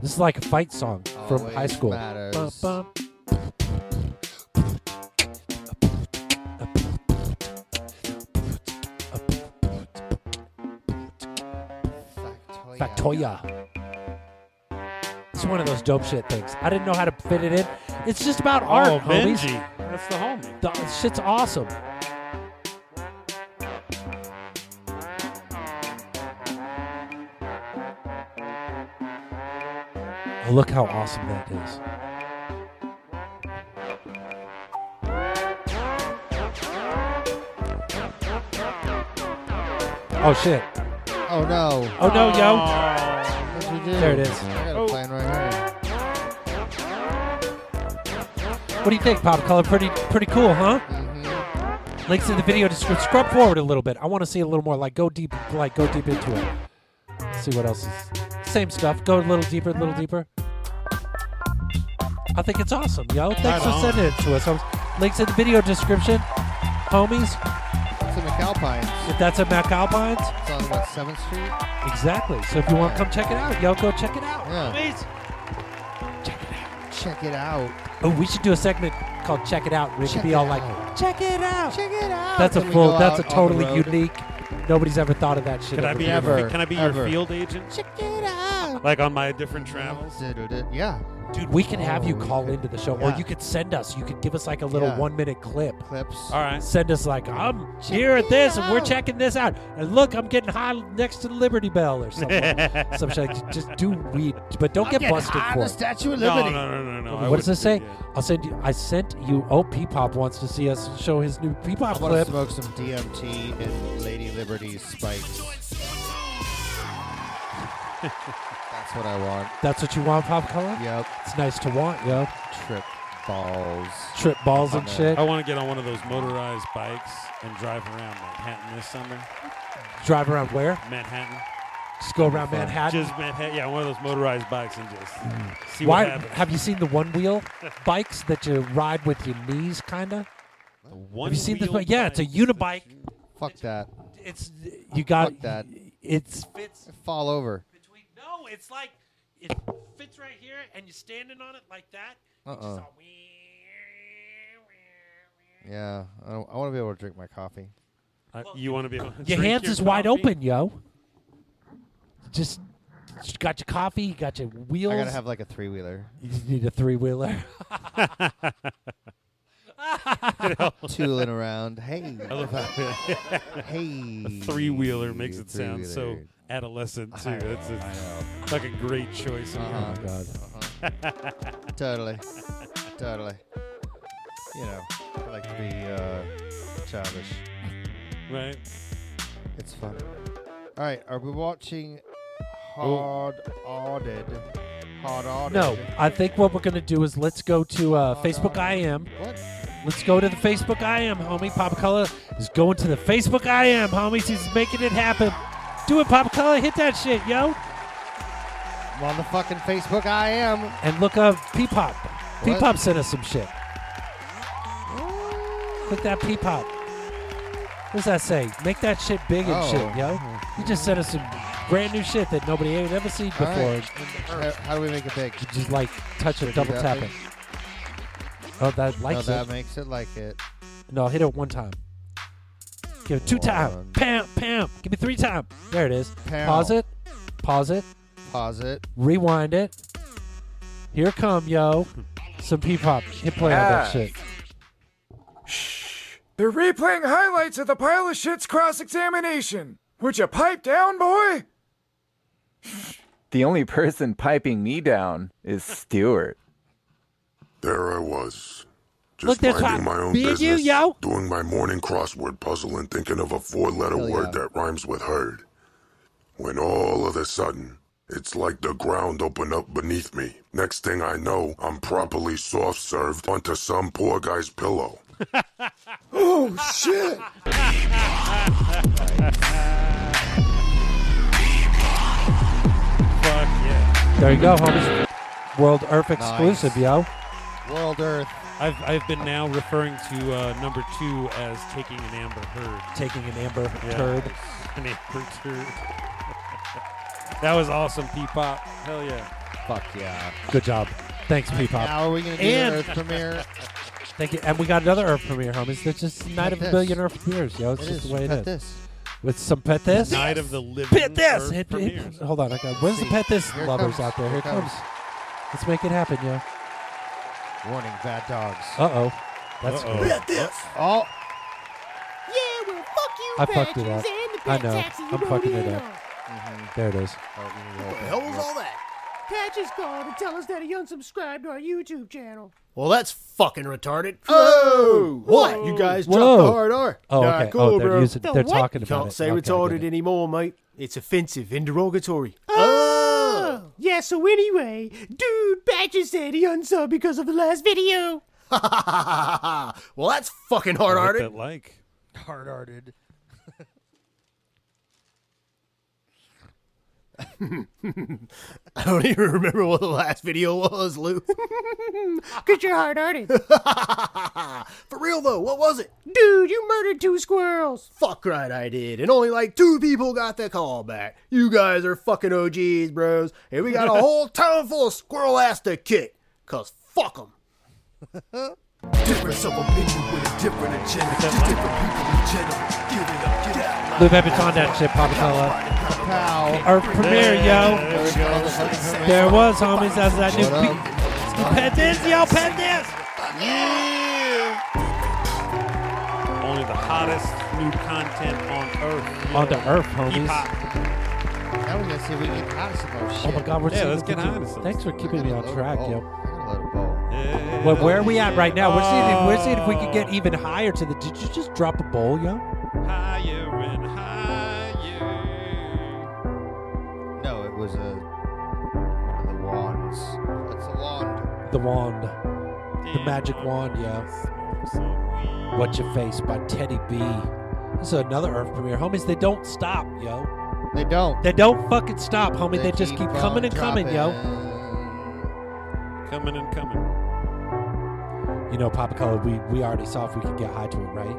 Speaker 1: This is like a fight song from high
Speaker 2: Always
Speaker 1: school.
Speaker 2: matters.
Speaker 1: Bum, bum. Factoya. It's one of those dope shit things. I didn't know how to fit it in. It's just about art,
Speaker 3: Oh,
Speaker 1: homies.
Speaker 3: Benji. That's the homie.
Speaker 1: The the shit's awesome. Oh, look how awesome that is. Oh shit.
Speaker 2: Oh no.
Speaker 1: Oh no, yo.
Speaker 3: Uh,
Speaker 2: What'd you do?
Speaker 1: There it is.
Speaker 2: I got a plan right here.
Speaker 1: What do you think, Pop Color? Pretty, pretty cool, huh?
Speaker 2: Mm-hmm.
Speaker 1: Links in the video description. Scrub forward a little bit. I want to see a little more. Like go deep. Like go deep into it. See what else is. Same stuff. Go a little deeper. A little deeper. I think it's awesome, yo. Thanks for
Speaker 3: on.
Speaker 1: sending it to us. homies. Links in the video description, homies.
Speaker 2: It's in McAlpines.
Speaker 1: If that's at MacAlpine's,
Speaker 2: It's on what Seventh Street.
Speaker 1: exactly. So if you want to come check it out, yo, go check it out.
Speaker 2: Yeah.
Speaker 1: Please.
Speaker 2: Check it out.
Speaker 1: Oh, we should do a segment called "Check It Out." Where it could
Speaker 2: Check
Speaker 1: be
Speaker 2: it
Speaker 1: all like.
Speaker 2: Check it out. Check it out.
Speaker 1: That's a
Speaker 2: Then we
Speaker 1: full.
Speaker 2: go
Speaker 1: That's a
Speaker 2: out on the
Speaker 1: totally
Speaker 2: road.
Speaker 1: unique. Nobody's ever thought of that shit.
Speaker 3: Can I
Speaker 1: over
Speaker 3: be
Speaker 1: here.
Speaker 3: your, can I be your field agent?
Speaker 2: Check it out.
Speaker 3: Like on my different travels?
Speaker 2: Yeah.
Speaker 1: Dude, we can have you
Speaker 2: Oh, we
Speaker 1: call
Speaker 2: could-
Speaker 1: into the show,
Speaker 2: yeah.
Speaker 1: or you could send us. You could give us like a little
Speaker 2: Yeah.
Speaker 1: one-minute clip.
Speaker 2: Clips.
Speaker 3: All right.
Speaker 1: Send us like I'm here at this, and we're checking this out. And look, I'm getting high next to the Liberty Bell or something.
Speaker 3: (laughs)
Speaker 1: Some shit. like- Just do weed, but don't
Speaker 2: I'm
Speaker 1: get
Speaker 2: getting
Speaker 1: busted
Speaker 2: high on
Speaker 1: for
Speaker 2: the
Speaker 1: it.
Speaker 2: Statue of No, Liberty.
Speaker 3: no, no, no, no, I
Speaker 1: What does
Speaker 3: wouldn't
Speaker 1: it say? I'll send you. I sent you. Oh, P-pop wants to see us show his new P-pop
Speaker 2: I want to
Speaker 1: clip.
Speaker 2: smoke some DMT and Lady Liberty's spikes. That's what I want.
Speaker 1: That's what you want, pop color.
Speaker 2: Yep.
Speaker 1: It's nice to want, yo.
Speaker 2: Trip balls.
Speaker 1: Trip balls
Speaker 2: I'm
Speaker 1: and
Speaker 2: in.
Speaker 1: shit.
Speaker 3: I want to get on one of those motorized bikes and drive around Manhattan this summer.
Speaker 1: Drive around where?
Speaker 3: Manhattan.
Speaker 1: Just go around Manhattan.
Speaker 3: Just Manhattan. Yeah, one of those motorized bikes and just see
Speaker 1: Why
Speaker 3: what happens.
Speaker 1: have you seen the
Speaker 3: (laughs)
Speaker 1: one wheel bikes that you ride with your knees, kinda? Have you seen this?
Speaker 3: one-wheel
Speaker 1: Bike? Yeah, it's a unibike.
Speaker 2: Fuck that.
Speaker 1: It's you got
Speaker 2: Fuck that.
Speaker 1: It's fits.
Speaker 2: Fall over.
Speaker 1: No, it's like it fits right here, and you're standing on it like that.
Speaker 2: Uh oh. Yeah, I, don't- I want to be able to drink my coffee.
Speaker 3: Uh, you want to be able to
Speaker 1: Your
Speaker 3: drink
Speaker 1: hands
Speaker 3: your
Speaker 1: is wide
Speaker 3: coffee?
Speaker 1: open, yo. Just, just got your coffee, you got your wheels.
Speaker 2: I
Speaker 3: (laughs)
Speaker 2: gotta
Speaker 1: (laughs)
Speaker 2: have like a three wheeler.
Speaker 1: You just need a three (laughs) wheeler.
Speaker 2: Tooling around. Hey.
Speaker 3: (laughs) I love how- (laughs)
Speaker 2: hey.
Speaker 3: A three wheeler makes it sound so
Speaker 2: three-wheeler.
Speaker 3: adolescent too.
Speaker 2: I know,
Speaker 3: That's
Speaker 2: I know.
Speaker 3: a, it's like a great choice. on
Speaker 2: Uh-huh.
Speaker 3: your part.
Speaker 2: Uh-huh. totally. Totally. You know, I like to be uh, childish.
Speaker 3: Right.
Speaker 2: It's fun. All right, are we watching
Speaker 1: Oh.
Speaker 2: Hard Audit? Hard Audit?
Speaker 1: No, I think what we're gonna do is let's go to uh, Facebook IM.
Speaker 2: What?
Speaker 1: Let's go to the Facebook IM, homie. Pop Color is going to the Facebook IM, homies. He's making it happen. Do it, Pop Color. Hit that shit, yo.
Speaker 2: I'm on the fucking Facebook I am.
Speaker 1: And look up P Pop. P
Speaker 2: What?
Speaker 1: Pop sent us some shit. Click that P Pop. What does that say? Make that shit big and
Speaker 2: Oh.
Speaker 1: shit, yo. He just sent us some brand new shit that nobody had ever seen
Speaker 2: All
Speaker 1: before.
Speaker 2: right. How, how do we make it big?
Speaker 1: You just like touch it,
Speaker 2: Should I do
Speaker 1: double
Speaker 2: that
Speaker 1: tap it.
Speaker 2: first?
Speaker 1: Oh, that
Speaker 2: no,
Speaker 1: likes
Speaker 2: that
Speaker 1: it.
Speaker 2: makes it like it.
Speaker 1: No, hit it one time. Give it two
Speaker 2: One.
Speaker 1: time. Pam, pam. Give me three time. There it is.
Speaker 2: Pow.
Speaker 1: Pause it. Pause it.
Speaker 2: Pause it.
Speaker 1: Rewind it. Here it come, yo. Some P pop. Hit play on that
Speaker 14: Yeah.
Speaker 1: shit.
Speaker 14: They're replaying highlights of the pile of shit's cross examination. Would you pipe down, boy?
Speaker 15: The only person piping me down is Stewart.
Speaker 11: There I was, just
Speaker 1: Look, that's
Speaker 11: minding
Speaker 1: why-
Speaker 11: my own
Speaker 1: me and you,
Speaker 11: business,
Speaker 8: (laughs)
Speaker 1: yo.
Speaker 11: doing my morning crossword puzzle and thinking of a four-letter
Speaker 2: Hell
Speaker 11: word
Speaker 2: yeah.
Speaker 11: that rhymes with herd. When all of a sudden, it's like the ground opened up beneath me. Next thing I know, I'm properly soft-served onto some poor guy's pillow.
Speaker 14: Oh, shit!
Speaker 3: Fuck yeah.
Speaker 1: There you go, homies. World Earth exclusive, yo.
Speaker 2: World Earth.
Speaker 3: I've I've been now referring to uh, number two as taking an amber herd.
Speaker 1: Taking an amber
Speaker 3: Yeah.
Speaker 1: turd.
Speaker 3: An amber turd. (laughs) that was awesome, P Pop. Hell yeah.
Speaker 2: Fuck yeah.
Speaker 1: Good job. Thanks, P pop.
Speaker 2: Now are we gonna do
Speaker 1: And-
Speaker 2: the Earth premiere?
Speaker 1: Thank you. And we got another Earth premiere, homies. That's just the night
Speaker 2: Cut
Speaker 1: of a
Speaker 2: this.
Speaker 1: billion Earth premieres, yo. It's
Speaker 2: It
Speaker 1: just
Speaker 2: is.
Speaker 1: the way it
Speaker 2: Cut
Speaker 1: is.
Speaker 2: this.
Speaker 1: with some pet this.
Speaker 3: Night of the Living
Speaker 1: Pet this.
Speaker 3: Earth
Speaker 1: It- it-
Speaker 3: premieres.
Speaker 1: hold on, I got. Where's the pet this
Speaker 2: Here it
Speaker 1: lovers
Speaker 2: comes,
Speaker 1: out there?
Speaker 2: here it
Speaker 1: Here it comes.
Speaker 2: comes.
Speaker 1: Let's make it happen, yo.
Speaker 2: Warning, bad dogs.
Speaker 1: Uh oh. That's
Speaker 2: Uh-oh.
Speaker 1: good.
Speaker 2: Pet this.
Speaker 1: Oh.
Speaker 4: Yeah, well, fuck you,
Speaker 1: I fucked it
Speaker 4: Badgers,
Speaker 1: up.
Speaker 4: and the
Speaker 1: I
Speaker 4: bad
Speaker 1: know.
Speaker 4: taxi you
Speaker 1: I'm
Speaker 4: rode
Speaker 1: fucking it
Speaker 4: in
Speaker 1: up.
Speaker 4: on.
Speaker 2: Mm-hmm.
Speaker 1: There it is.
Speaker 2: Oh,
Speaker 4: What
Speaker 8: the hell was all that?
Speaker 4: Patch is called to tell us that he unsubscribed to our YouTube channel.
Speaker 8: Well, that's fucking retarded.
Speaker 4: Oh!
Speaker 8: What? You guys dropped
Speaker 1: Whoa.
Speaker 8: the hard R.
Speaker 1: Oh,
Speaker 8: Nah,
Speaker 1: okay.
Speaker 8: cool,
Speaker 1: Oh, they're
Speaker 8: bro.
Speaker 1: using- The they're what? talking about
Speaker 8: Can't
Speaker 1: it.
Speaker 8: say
Speaker 1: Okay, I get
Speaker 8: retarded anymore, mate. It's offensive and derogatory.
Speaker 4: Oh! Yeah, so anyway, dude, Badger said he unsubbed because of the last video.
Speaker 8: (laughs) well, that's fucking
Speaker 3: What
Speaker 8: hard-hearted.
Speaker 3: that like?
Speaker 2: Hard-hearted.
Speaker 8: (laughs) I don't even remember what the last video was,
Speaker 4: (laughs)
Speaker 8: Lou.
Speaker 4: Cause you're hard-hearted.
Speaker 8: (laughs) For real though, what was it?
Speaker 4: Dude, you murdered two squirrels.
Speaker 8: Fuck right, I did, and only like two people got the call back. You guys are fucking OGs, bros, and we got a
Speaker 4: (laughs)
Speaker 8: whole (laughs) town full of squirrel ass to kick. Cause fuck 'em.
Speaker 16: Difference of opinion with a different agenda. Just different people in general. Give it up, get out.
Speaker 1: Lou Peppers on that shit, Papa Cola. Our premiere, yo.
Speaker 2: There we go. Let's let it
Speaker 1: There it was, homies. That was that new.
Speaker 2: What
Speaker 1: pe- Pet this, yo. Pet this.
Speaker 3: Yeah. (laughs) Only the hottest new content on earth.
Speaker 1: On the earth, homies.
Speaker 2: I was gonna see if we can get high some more shit.
Speaker 1: Oh my God, we're
Speaker 3: Yeah,
Speaker 1: seeing-
Speaker 3: let's get
Speaker 1: we're-
Speaker 3: high to some
Speaker 1: Thanks for keeping me on track, yo.
Speaker 3: Yeah.
Speaker 1: Well, where are we at right now? We're seeing if, we're seeing if we
Speaker 3: Oh.
Speaker 1: can get even higher to the. Did you just drop a bowl, yo?
Speaker 3: Higher and higher.
Speaker 2: No, it was a one of the wands. What's a wand?
Speaker 1: The wand, the magic wand, yo. What's your face by Teddy B. This is another Earth premiere, homies. They don't stop, yo.
Speaker 2: They don't.
Speaker 1: They don't fucking stop, homie. They, just keep
Speaker 2: on
Speaker 1: coming and coming, yo.
Speaker 3: Coming and coming.
Speaker 1: You know, Papa Color, we, we already saw if we could get high to it, right?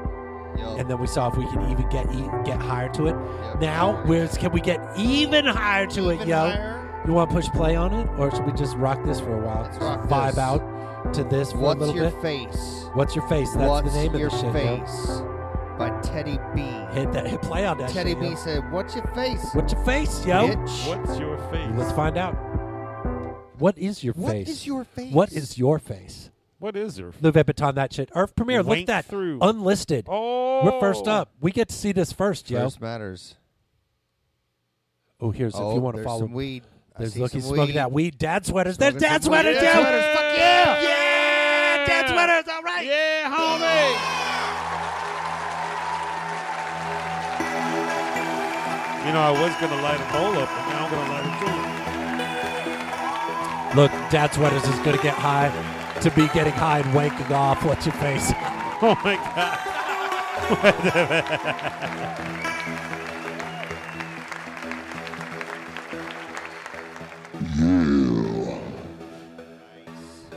Speaker 2: Yup.
Speaker 1: And then we saw if we could even get e- get higher to it. Now, where's can we get even higher to it,
Speaker 2: Even
Speaker 1: yo?
Speaker 2: higher?
Speaker 1: You want to push play on it, or should we just rock this for a while? Just
Speaker 2: rock
Speaker 1: vibe
Speaker 2: this.
Speaker 1: out to this for
Speaker 2: What's
Speaker 1: a little
Speaker 2: your
Speaker 1: bit.
Speaker 2: face?
Speaker 1: What's your face? That's
Speaker 2: What's
Speaker 1: the name
Speaker 2: your
Speaker 1: of the shit. yo.
Speaker 2: face? By Teddy B.
Speaker 1: Hit that. Hit play on that.
Speaker 2: Teddy
Speaker 1: shit,
Speaker 2: B
Speaker 1: yo.
Speaker 2: said, "What's your face?
Speaker 1: What's your face, yo?
Speaker 2: Bitch.
Speaker 3: What's your face?
Speaker 1: Let's find out. What is your
Speaker 2: What
Speaker 1: face?
Speaker 2: is your face?
Speaker 1: What is your face?
Speaker 3: What is your
Speaker 1: Lou Vuitton, that shit. Earth premiere. Look
Speaker 3: Wank
Speaker 1: at that.
Speaker 3: through.
Speaker 1: Unlisted.
Speaker 3: Oh.
Speaker 1: We're first up. We get to see this first, yo.
Speaker 2: First matters."
Speaker 1: Oh, here's if
Speaker 2: Oh,
Speaker 1: you want to
Speaker 2: there's
Speaker 1: follow.
Speaker 2: some weed. I
Speaker 1: There's
Speaker 2: see
Speaker 1: look, he's
Speaker 2: some
Speaker 1: smoking
Speaker 2: weed.
Speaker 1: that weed. Dad sweaters. There's
Speaker 2: Smoking
Speaker 1: dad
Speaker 2: some weed.
Speaker 1: sweaters, yo.
Speaker 2: Dad sweaters, fuck yeah!
Speaker 1: Yeah, dad sweaters. All right.
Speaker 3: Yeah, homie. You know, I was gonna light a bowl up, but now I'm gonna light a joint.
Speaker 1: Look, dad sweaters is gonna get high. To be getting high and wanking off. What's
Speaker 2: (laughs)
Speaker 1: your face?
Speaker 3: Oh my god.
Speaker 11: Yeah.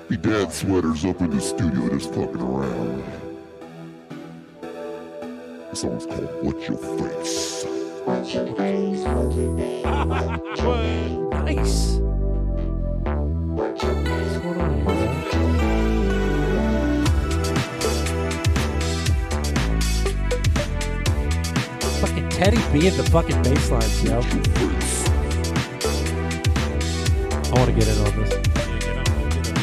Speaker 11: Be dad sweaters up in the studio just fucking around. This song's called What's Your Face.
Speaker 1: (laughs) nice. (laughs) Fucking Teddy B in the fucking bass lines, yo. I want to get in on this.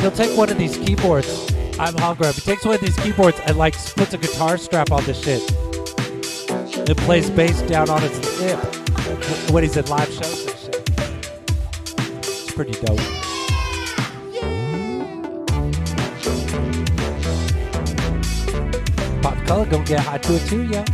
Speaker 1: He'll take one of these keyboards. I'm hungry. He takes one of these keyboards and like puts a guitar strap on this shit. It plays bass down on its lip when he's at live shows and shit. It's pretty dope. Pop color gonna get hot to it too, yeah.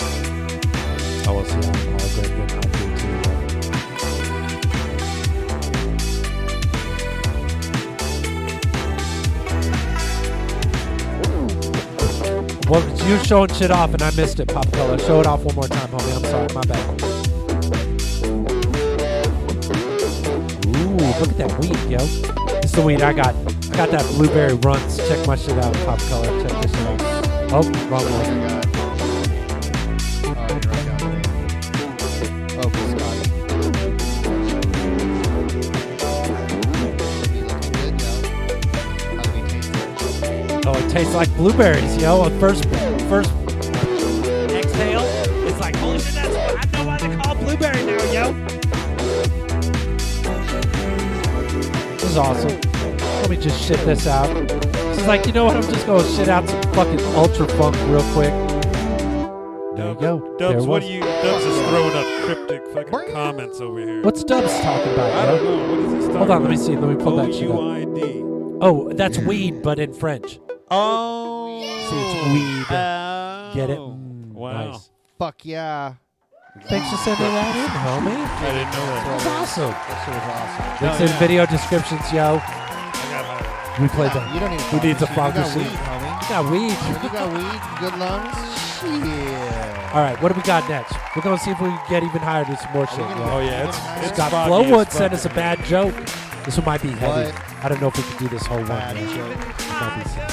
Speaker 1: I will see how Color gonna get hot to it too. Yeah. You're showing shit off, and I missed it, Pop Color. Show it off one more time, homie. I'm sorry. My bad. Ooh, look at that weed, yo. This is the weed I got. I got that blueberry runs. Check my shit out, Pop Color. Check this shit out. Oh, wrong one. Oh, it tastes like blueberries, yo. At first, first exhale, it's like, holy shit, that's I know why they call it blueberry now, yo. This is awesome. Let me just shit this out. She's like, you know what? I'm just gonna shit out some fucking ultra funk real quick. There you go. There
Speaker 3: Dubs,
Speaker 1: it
Speaker 3: what
Speaker 1: was.
Speaker 3: are you? Dubs is throwing up cryptic fucking comments over here.
Speaker 1: What's Dubs talking about?
Speaker 3: I don't
Speaker 1: yo?
Speaker 3: know. What is this
Speaker 1: Hold on, let me see. Let me pull that shit up.
Speaker 3: O-U-I-D.
Speaker 1: Oh, that's weed, but in French.
Speaker 3: Oh.
Speaker 1: See, it's weed. Get it? Mm,
Speaker 3: Wow.
Speaker 1: Nice.
Speaker 2: Fuck yeah.
Speaker 1: Thanks for sending that in, homie.
Speaker 3: I didn't know that.
Speaker 1: That's awesome. That
Speaker 2: shit was awesome.
Speaker 1: Links in video descriptions, yo. We played that.
Speaker 2: You don't need
Speaker 1: Who needs a
Speaker 2: fucking
Speaker 1: fucking
Speaker 2: shit. You
Speaker 1: got weed, homie.
Speaker 2: You got weed. You got weed. Good lungs. Yeah.
Speaker 1: All right, what do we got next? We're gonna see if we can get even higher to some more shit.
Speaker 3: gonna
Speaker 1: yo.
Speaker 3: get- Oh, yeah, it's- it's
Speaker 1: Scott
Speaker 3: foggy
Speaker 1: Flowwood
Speaker 3: as
Speaker 1: sent
Speaker 3: fuck.
Speaker 1: us a bad joke. This one might be heavy.
Speaker 2: What?
Speaker 1: I don't know if we can do this whole one.
Speaker 2: Bad
Speaker 1: man.
Speaker 2: joke.
Speaker 1: Might be sick.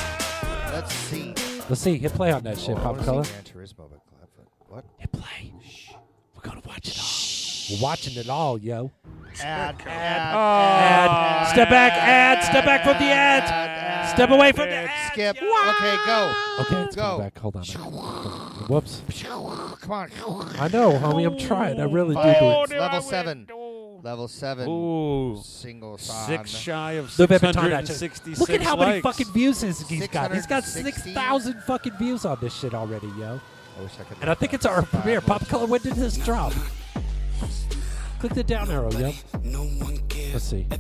Speaker 2: Let's see.
Speaker 1: Let's see. Hit play on that shit,
Speaker 2: Oh, I
Speaker 1: Pop
Speaker 2: wanna see
Speaker 1: Color.
Speaker 2: Gran Turismo, but Clapfoot. What?
Speaker 1: Hit play. Shh. We're gonna watch it all. We're watching it all, yo.
Speaker 2: Ad. Ad.
Speaker 1: Oh. ad. Step back, ad. Step back from the ad. Step away from the ad.
Speaker 2: Skip. Okay, go.
Speaker 1: Okay, it's
Speaker 2: Go.
Speaker 1: coming back. Hold on. Whoops.
Speaker 2: Come on.
Speaker 1: I know, Oh, homie. I'm trying. I really do.
Speaker 2: Five.
Speaker 1: do.
Speaker 2: It's level seven. Level seven.
Speaker 3: Ooh.
Speaker 2: Single
Speaker 3: Six shy of
Speaker 1: Look at that shit.
Speaker 3: 666
Speaker 1: Look at how many
Speaker 3: likes.
Speaker 1: fucking views this he's got. He's got 6,000 fucking views on this shit already, yo.
Speaker 2: I wish I could.
Speaker 1: And I think it's our premiere. Pop Color, when did this drop? Click the down arrow, yo. Let's see.
Speaker 2: Uh,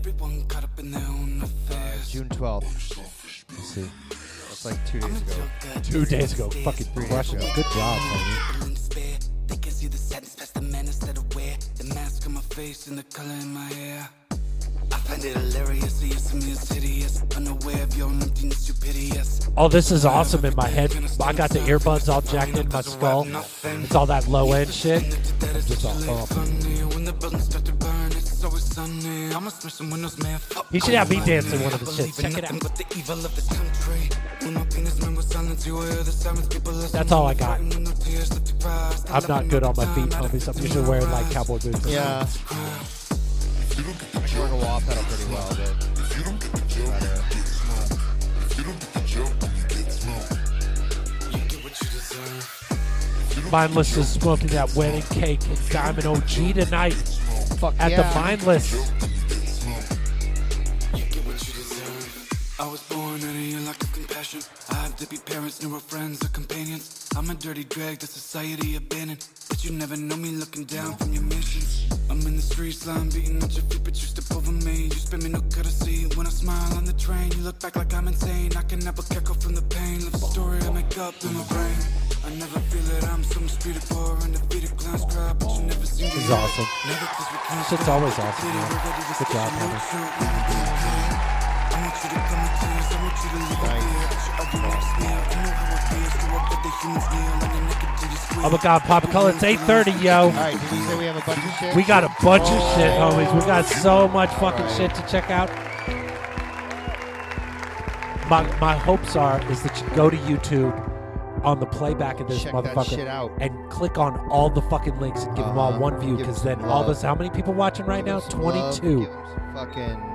Speaker 2: June twelfth.
Speaker 1: Let's see.
Speaker 2: That's like two days ago.
Speaker 1: Two days ago. Fucking
Speaker 2: Three days
Speaker 1: crushing.
Speaker 2: ago.
Speaker 1: Good job, homie. Oh, this is awesome in my head. I got the earbuds all jacked in my skull. It's all that low end shit. I'm just all up. He should have me dancing one of the shit. Check it out. That's all I got. I'm not good on my feet, homies. I'm usually wearing like cowboy boots.
Speaker 2: Yeah. I can work a wall pedal pretty well, but.
Speaker 1: Mindless is smoking that wedding cake and Diamond OG tonight at
Speaker 2: yeah.
Speaker 1: the Mindless.
Speaker 17: I was born in a lack of compassion. I have dippy parents, newer friends, or companions. I'm a dirty drag that society abandoned. But you never know me looking down from your missions. I'm in the street slime, beating at your feet, but you step over me. You spin me no courtesy. When I smile on the train, you look back like I'm insane. I can never cackle from the pain. Love story I make up in my brain. I never feel it, I'm some street of poor, undefeated clowns cry, but you never see
Speaker 1: This is awesome. This shit's always awesome, man. Good job, homie. Oh my God, Papa Color, it's 8:30, yo.
Speaker 2: All right. Did you say we have a bunch of shit?
Speaker 1: We got a bunch of shit,
Speaker 2: Oh.
Speaker 1: homies. We got so much fucking shit to check out. My, my hopes are is that you go to YouTube on the playback of this
Speaker 2: Check that
Speaker 1: motherfucker
Speaker 2: shit out.
Speaker 1: and click on all the fucking links and give them all
Speaker 2: Uh-huh.
Speaker 1: one view
Speaker 2: Give
Speaker 1: because
Speaker 2: them
Speaker 1: then
Speaker 2: some
Speaker 1: all of
Speaker 2: love.
Speaker 1: us, how many people watching right now?
Speaker 2: Give them some love,
Speaker 1: 22.
Speaker 2: give them some Fucking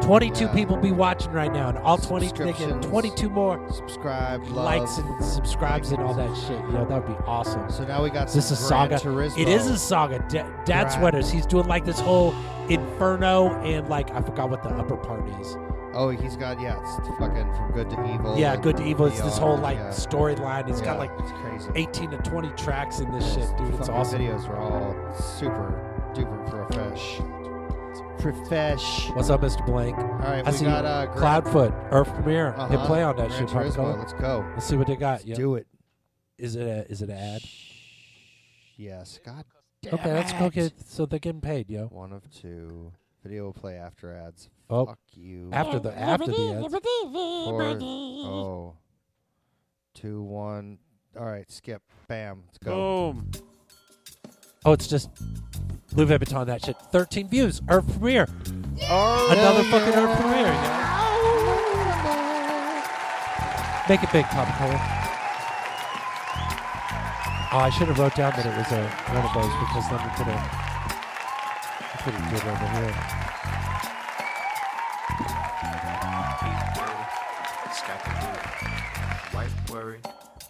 Speaker 1: 22
Speaker 2: yeah.
Speaker 1: people be watching right now and all 20 nigga,
Speaker 2: Subscriptions.
Speaker 1: 22 more
Speaker 2: subscribe, love.
Speaker 1: likes and subscribes and all that shit. You know, that would be awesome.
Speaker 2: So now we got
Speaker 1: Is this a
Speaker 2: some
Speaker 1: saga?
Speaker 2: Gran Turismo.
Speaker 1: It is a saga. Da- Dad
Speaker 2: Gran-
Speaker 1: sweaters. He's doing like this whole inferno and like I forgot what the upper part is.
Speaker 2: Oh, he's got yeah, it's fucking from good to evil.
Speaker 1: yeah,
Speaker 2: and
Speaker 1: good to evil. It's this whole
Speaker 2: beyond,
Speaker 1: like
Speaker 2: yeah.
Speaker 1: storyline. He's got
Speaker 2: Yeah,
Speaker 1: like
Speaker 2: it's crazy.
Speaker 1: 18 to 20 tracks in this shit, dude. It's
Speaker 2: Fucking
Speaker 1: awesome.
Speaker 2: Videos are all super duper profesh. Profesh.
Speaker 1: What's up, Mr. Blank? All
Speaker 2: right,
Speaker 1: I
Speaker 2: we
Speaker 1: see
Speaker 2: got, uh, Gran-
Speaker 1: Cloudfoot, Earth Premiere. Hit
Speaker 2: Uh-huh,
Speaker 1: play on that
Speaker 2: Gran
Speaker 1: shit. Papa
Speaker 2: Turismo,
Speaker 1: Color.
Speaker 2: let's go.
Speaker 1: Let's see what they got.
Speaker 2: Let's do it.
Speaker 1: Is it a, is it an ad?
Speaker 2: Yes. God. Damn
Speaker 1: okay, let's go
Speaker 2: it.
Speaker 1: get. So they're getting paid, yo.
Speaker 2: One of two. Video will play after ads.
Speaker 1: Oh.
Speaker 2: Fuck you.
Speaker 1: After the after the ads.
Speaker 2: Or- oh. two, one. All right, skip. Bam. Let's go.
Speaker 1: Boom. Oh, it's just Lou Vuitton that shit. 13 views. Earth premiere. Another fucking Earth premiere. you know? Make it big, Papa Color. Oh, I should have wrote down that it was a one of those because then we could have. We could have did it over here.
Speaker 18: It's got to do it. Wife worried,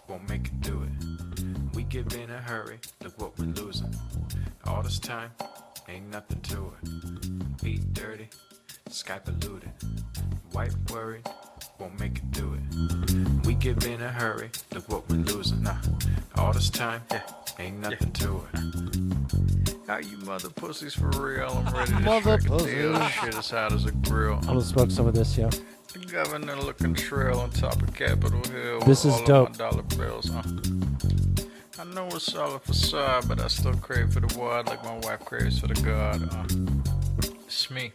Speaker 18: won't make it do it. We give in a hurry, look what we're losing. All this time, ain't nothing to it. Feet dirty, sky polluted. Wife worried, won't make it do it. We give in a hurry, look what we're losing. Nah, all this time, yeah, ain't nothing to it. Are you mother pussies for real? I'm ready to
Speaker 1: Mother
Speaker 18: shrink a deal.
Speaker 1: pussies.
Speaker 18: Shit as hot as a grill.
Speaker 1: I'm gonna smoke some of this, yo.
Speaker 18: The governor looking trail on top of Capitol Hill.
Speaker 1: This
Speaker 18: with
Speaker 1: is
Speaker 18: all
Speaker 1: dope.
Speaker 18: Of my dollar bills. huh? I know it's all a facade, but I still crave for the wad like my wife craves for the God. huh? It's me.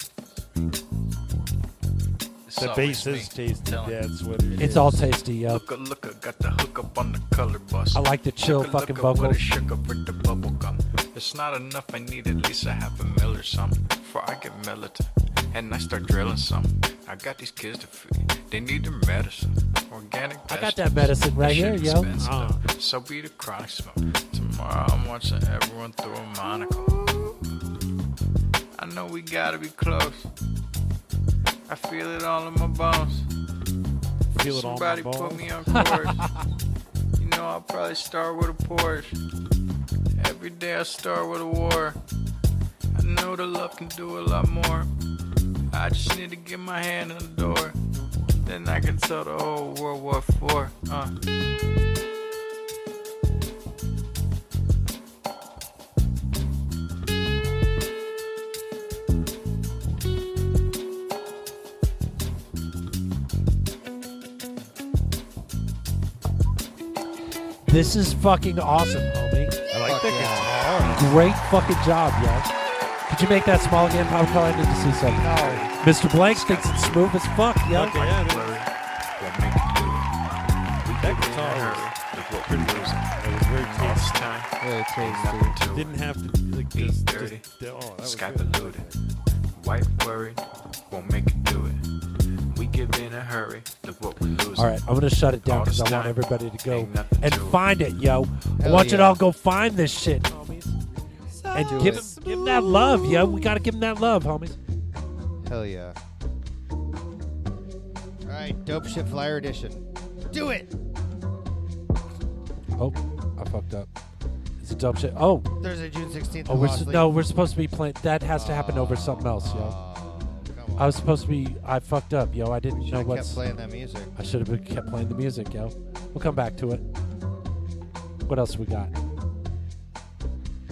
Speaker 18: It's
Speaker 3: The
Speaker 18: always
Speaker 3: bass is
Speaker 18: me.
Speaker 3: tasty.
Speaker 18: Telling
Speaker 3: That's what it is.
Speaker 1: It's all tasty, yo.
Speaker 18: Look, look, got the hook up on the color bus.
Speaker 1: I like the chill
Speaker 18: Look, look,
Speaker 1: fucking
Speaker 18: what
Speaker 1: vocals.
Speaker 18: it shook up with the bubble gum. It's not enough, I need at least a half a mil or something. Before I get militant and I start drilling some. I got these kids to feed, they need their medicine. Organic
Speaker 1: I got that medicine right here, yo. Oh.
Speaker 18: Uh. So be the chronic smoke. Tomorrow I'm watching everyone through a monocle. I know we gotta be close. I feel it all in my bones.
Speaker 3: Feel it all in my
Speaker 18: Somebody put
Speaker 3: bones.
Speaker 18: me on course. you know I'll probably start with a Porsche. Every day I start with a war. I know the love can do a lot more. I just need to get my hand in the door. Then I can tell the whole World War Four. Uh.
Speaker 1: This is fucking awesome, homie.
Speaker 3: I like the guitar.
Speaker 1: Great fucking job, yo. Could you make that small again, Papa Color? I need to see something. Mr. Blank thinks it's smooth as fuck, yo.
Speaker 18: Okay, yeah, it is. That guitar was pretty good. It was very tasty. Time. Very tasty. Didn't have to like just, oh, dirty. Sky polluted. White worried. Won't make it do it. We give in a hurry. Look what we're losing.
Speaker 1: All right, I'm gonna shut it down
Speaker 18: All
Speaker 1: because
Speaker 18: this
Speaker 1: I want
Speaker 18: time.
Speaker 1: everybody to go
Speaker 18: Ain't nothing
Speaker 1: and
Speaker 18: to it.
Speaker 1: find it, yo. I
Speaker 18: Hell
Speaker 1: want you to
Speaker 18: yeah.
Speaker 1: all go find this shit, homies, and
Speaker 2: Do
Speaker 1: give
Speaker 2: it.
Speaker 1: him, give him that love, yo. We gotta give him that love, homies.
Speaker 2: Hell yeah. All right, dope shit flyer edition. Do it.
Speaker 1: Oh, I fucked up. It's a dumb shit. Oh,
Speaker 2: Thursday, June Oh, 16th.
Speaker 1: Oh,
Speaker 2: the
Speaker 1: we're
Speaker 2: Lost
Speaker 1: s-
Speaker 2: League.
Speaker 1: no, we're supposed to be playing. That has to happen over something else, yo. I was supposed to be. I fucked up, yo. I didn't know
Speaker 2: Should've
Speaker 1: what's.
Speaker 2: kept playing that music.
Speaker 1: I should have kept playing the music, yo. We'll come back to it. What else we got?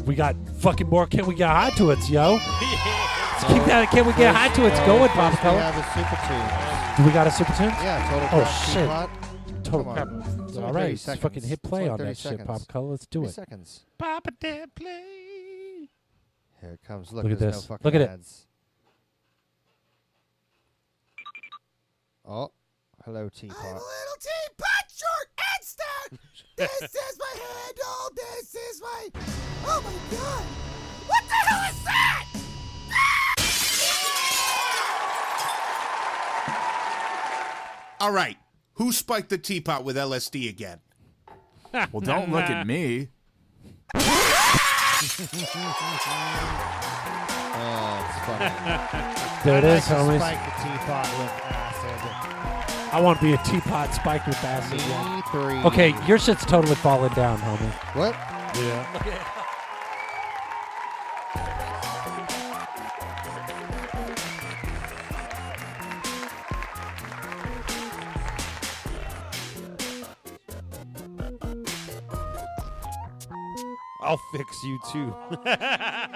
Speaker 1: We got fucking more. Can we get high to it, yo? Let's keep that. Can we get high to it? Going,
Speaker 2: First
Speaker 1: Papa
Speaker 2: we
Speaker 1: Color.
Speaker 2: have a super tune.
Speaker 1: Do we got a super tune?
Speaker 2: Yeah, total
Speaker 1: Oh
Speaker 2: crap
Speaker 1: shit.
Speaker 2: teapot.
Speaker 1: Total
Speaker 2: Come on.
Speaker 1: crap.
Speaker 2: It's only 30
Speaker 1: All right, let's
Speaker 2: seconds.
Speaker 1: fucking hit
Speaker 2: It's
Speaker 1: play
Speaker 2: only
Speaker 1: on
Speaker 2: 30
Speaker 1: that shit,
Speaker 2: seconds.
Speaker 1: Pop Color. Let's do
Speaker 2: 30
Speaker 1: it.
Speaker 2: seconds.
Speaker 1: Papa Dad play.
Speaker 2: Here it comes. Look,
Speaker 1: Look at
Speaker 2: there's
Speaker 1: this.
Speaker 2: No fucking
Speaker 1: Look at it.
Speaker 2: ads. it. Oh, hello teapot.
Speaker 19: Little teapot, short and stout.
Speaker 20: (laughs)
Speaker 19: This is my handle. This is my. Oh my god! What the hell is that?
Speaker 20: All right. Who spiked the teapot with LSD
Speaker 4: (laughs)
Speaker 20: again?
Speaker 21: Well, don't look at me.
Speaker 2: Oh, it's funny.
Speaker 1: There it
Speaker 2: I'd like
Speaker 1: is,
Speaker 2: to
Speaker 1: homies.
Speaker 2: Spike the teapot with acid.
Speaker 1: I want to be a teapot spiked with acid. yo.
Speaker 2: Me three.
Speaker 1: Okay, your shit's totally falling down, homie.
Speaker 2: (laughs) What?
Speaker 1: Yeah.
Speaker 3: I'll fix you
Speaker 18: (laughs)
Speaker 3: too.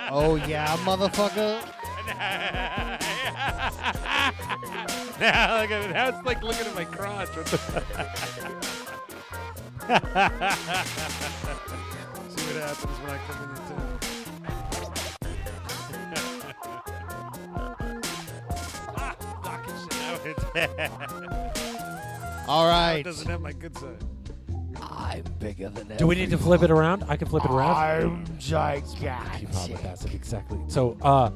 Speaker 2: oh yeah, motherfucker.
Speaker 3: now look at now it's
Speaker 4: (laughs)
Speaker 3: like looking at my crotch. What the See what happens when I come in the (laughs) town.
Speaker 2: All
Speaker 3: Now Ah,
Speaker 2: right.
Speaker 3: It doesn't have my good side.
Speaker 1: I'm bigger than Do we need to flip it around? I can flip it around.
Speaker 19: I'm
Speaker 1: You probably has it exactly. So uh,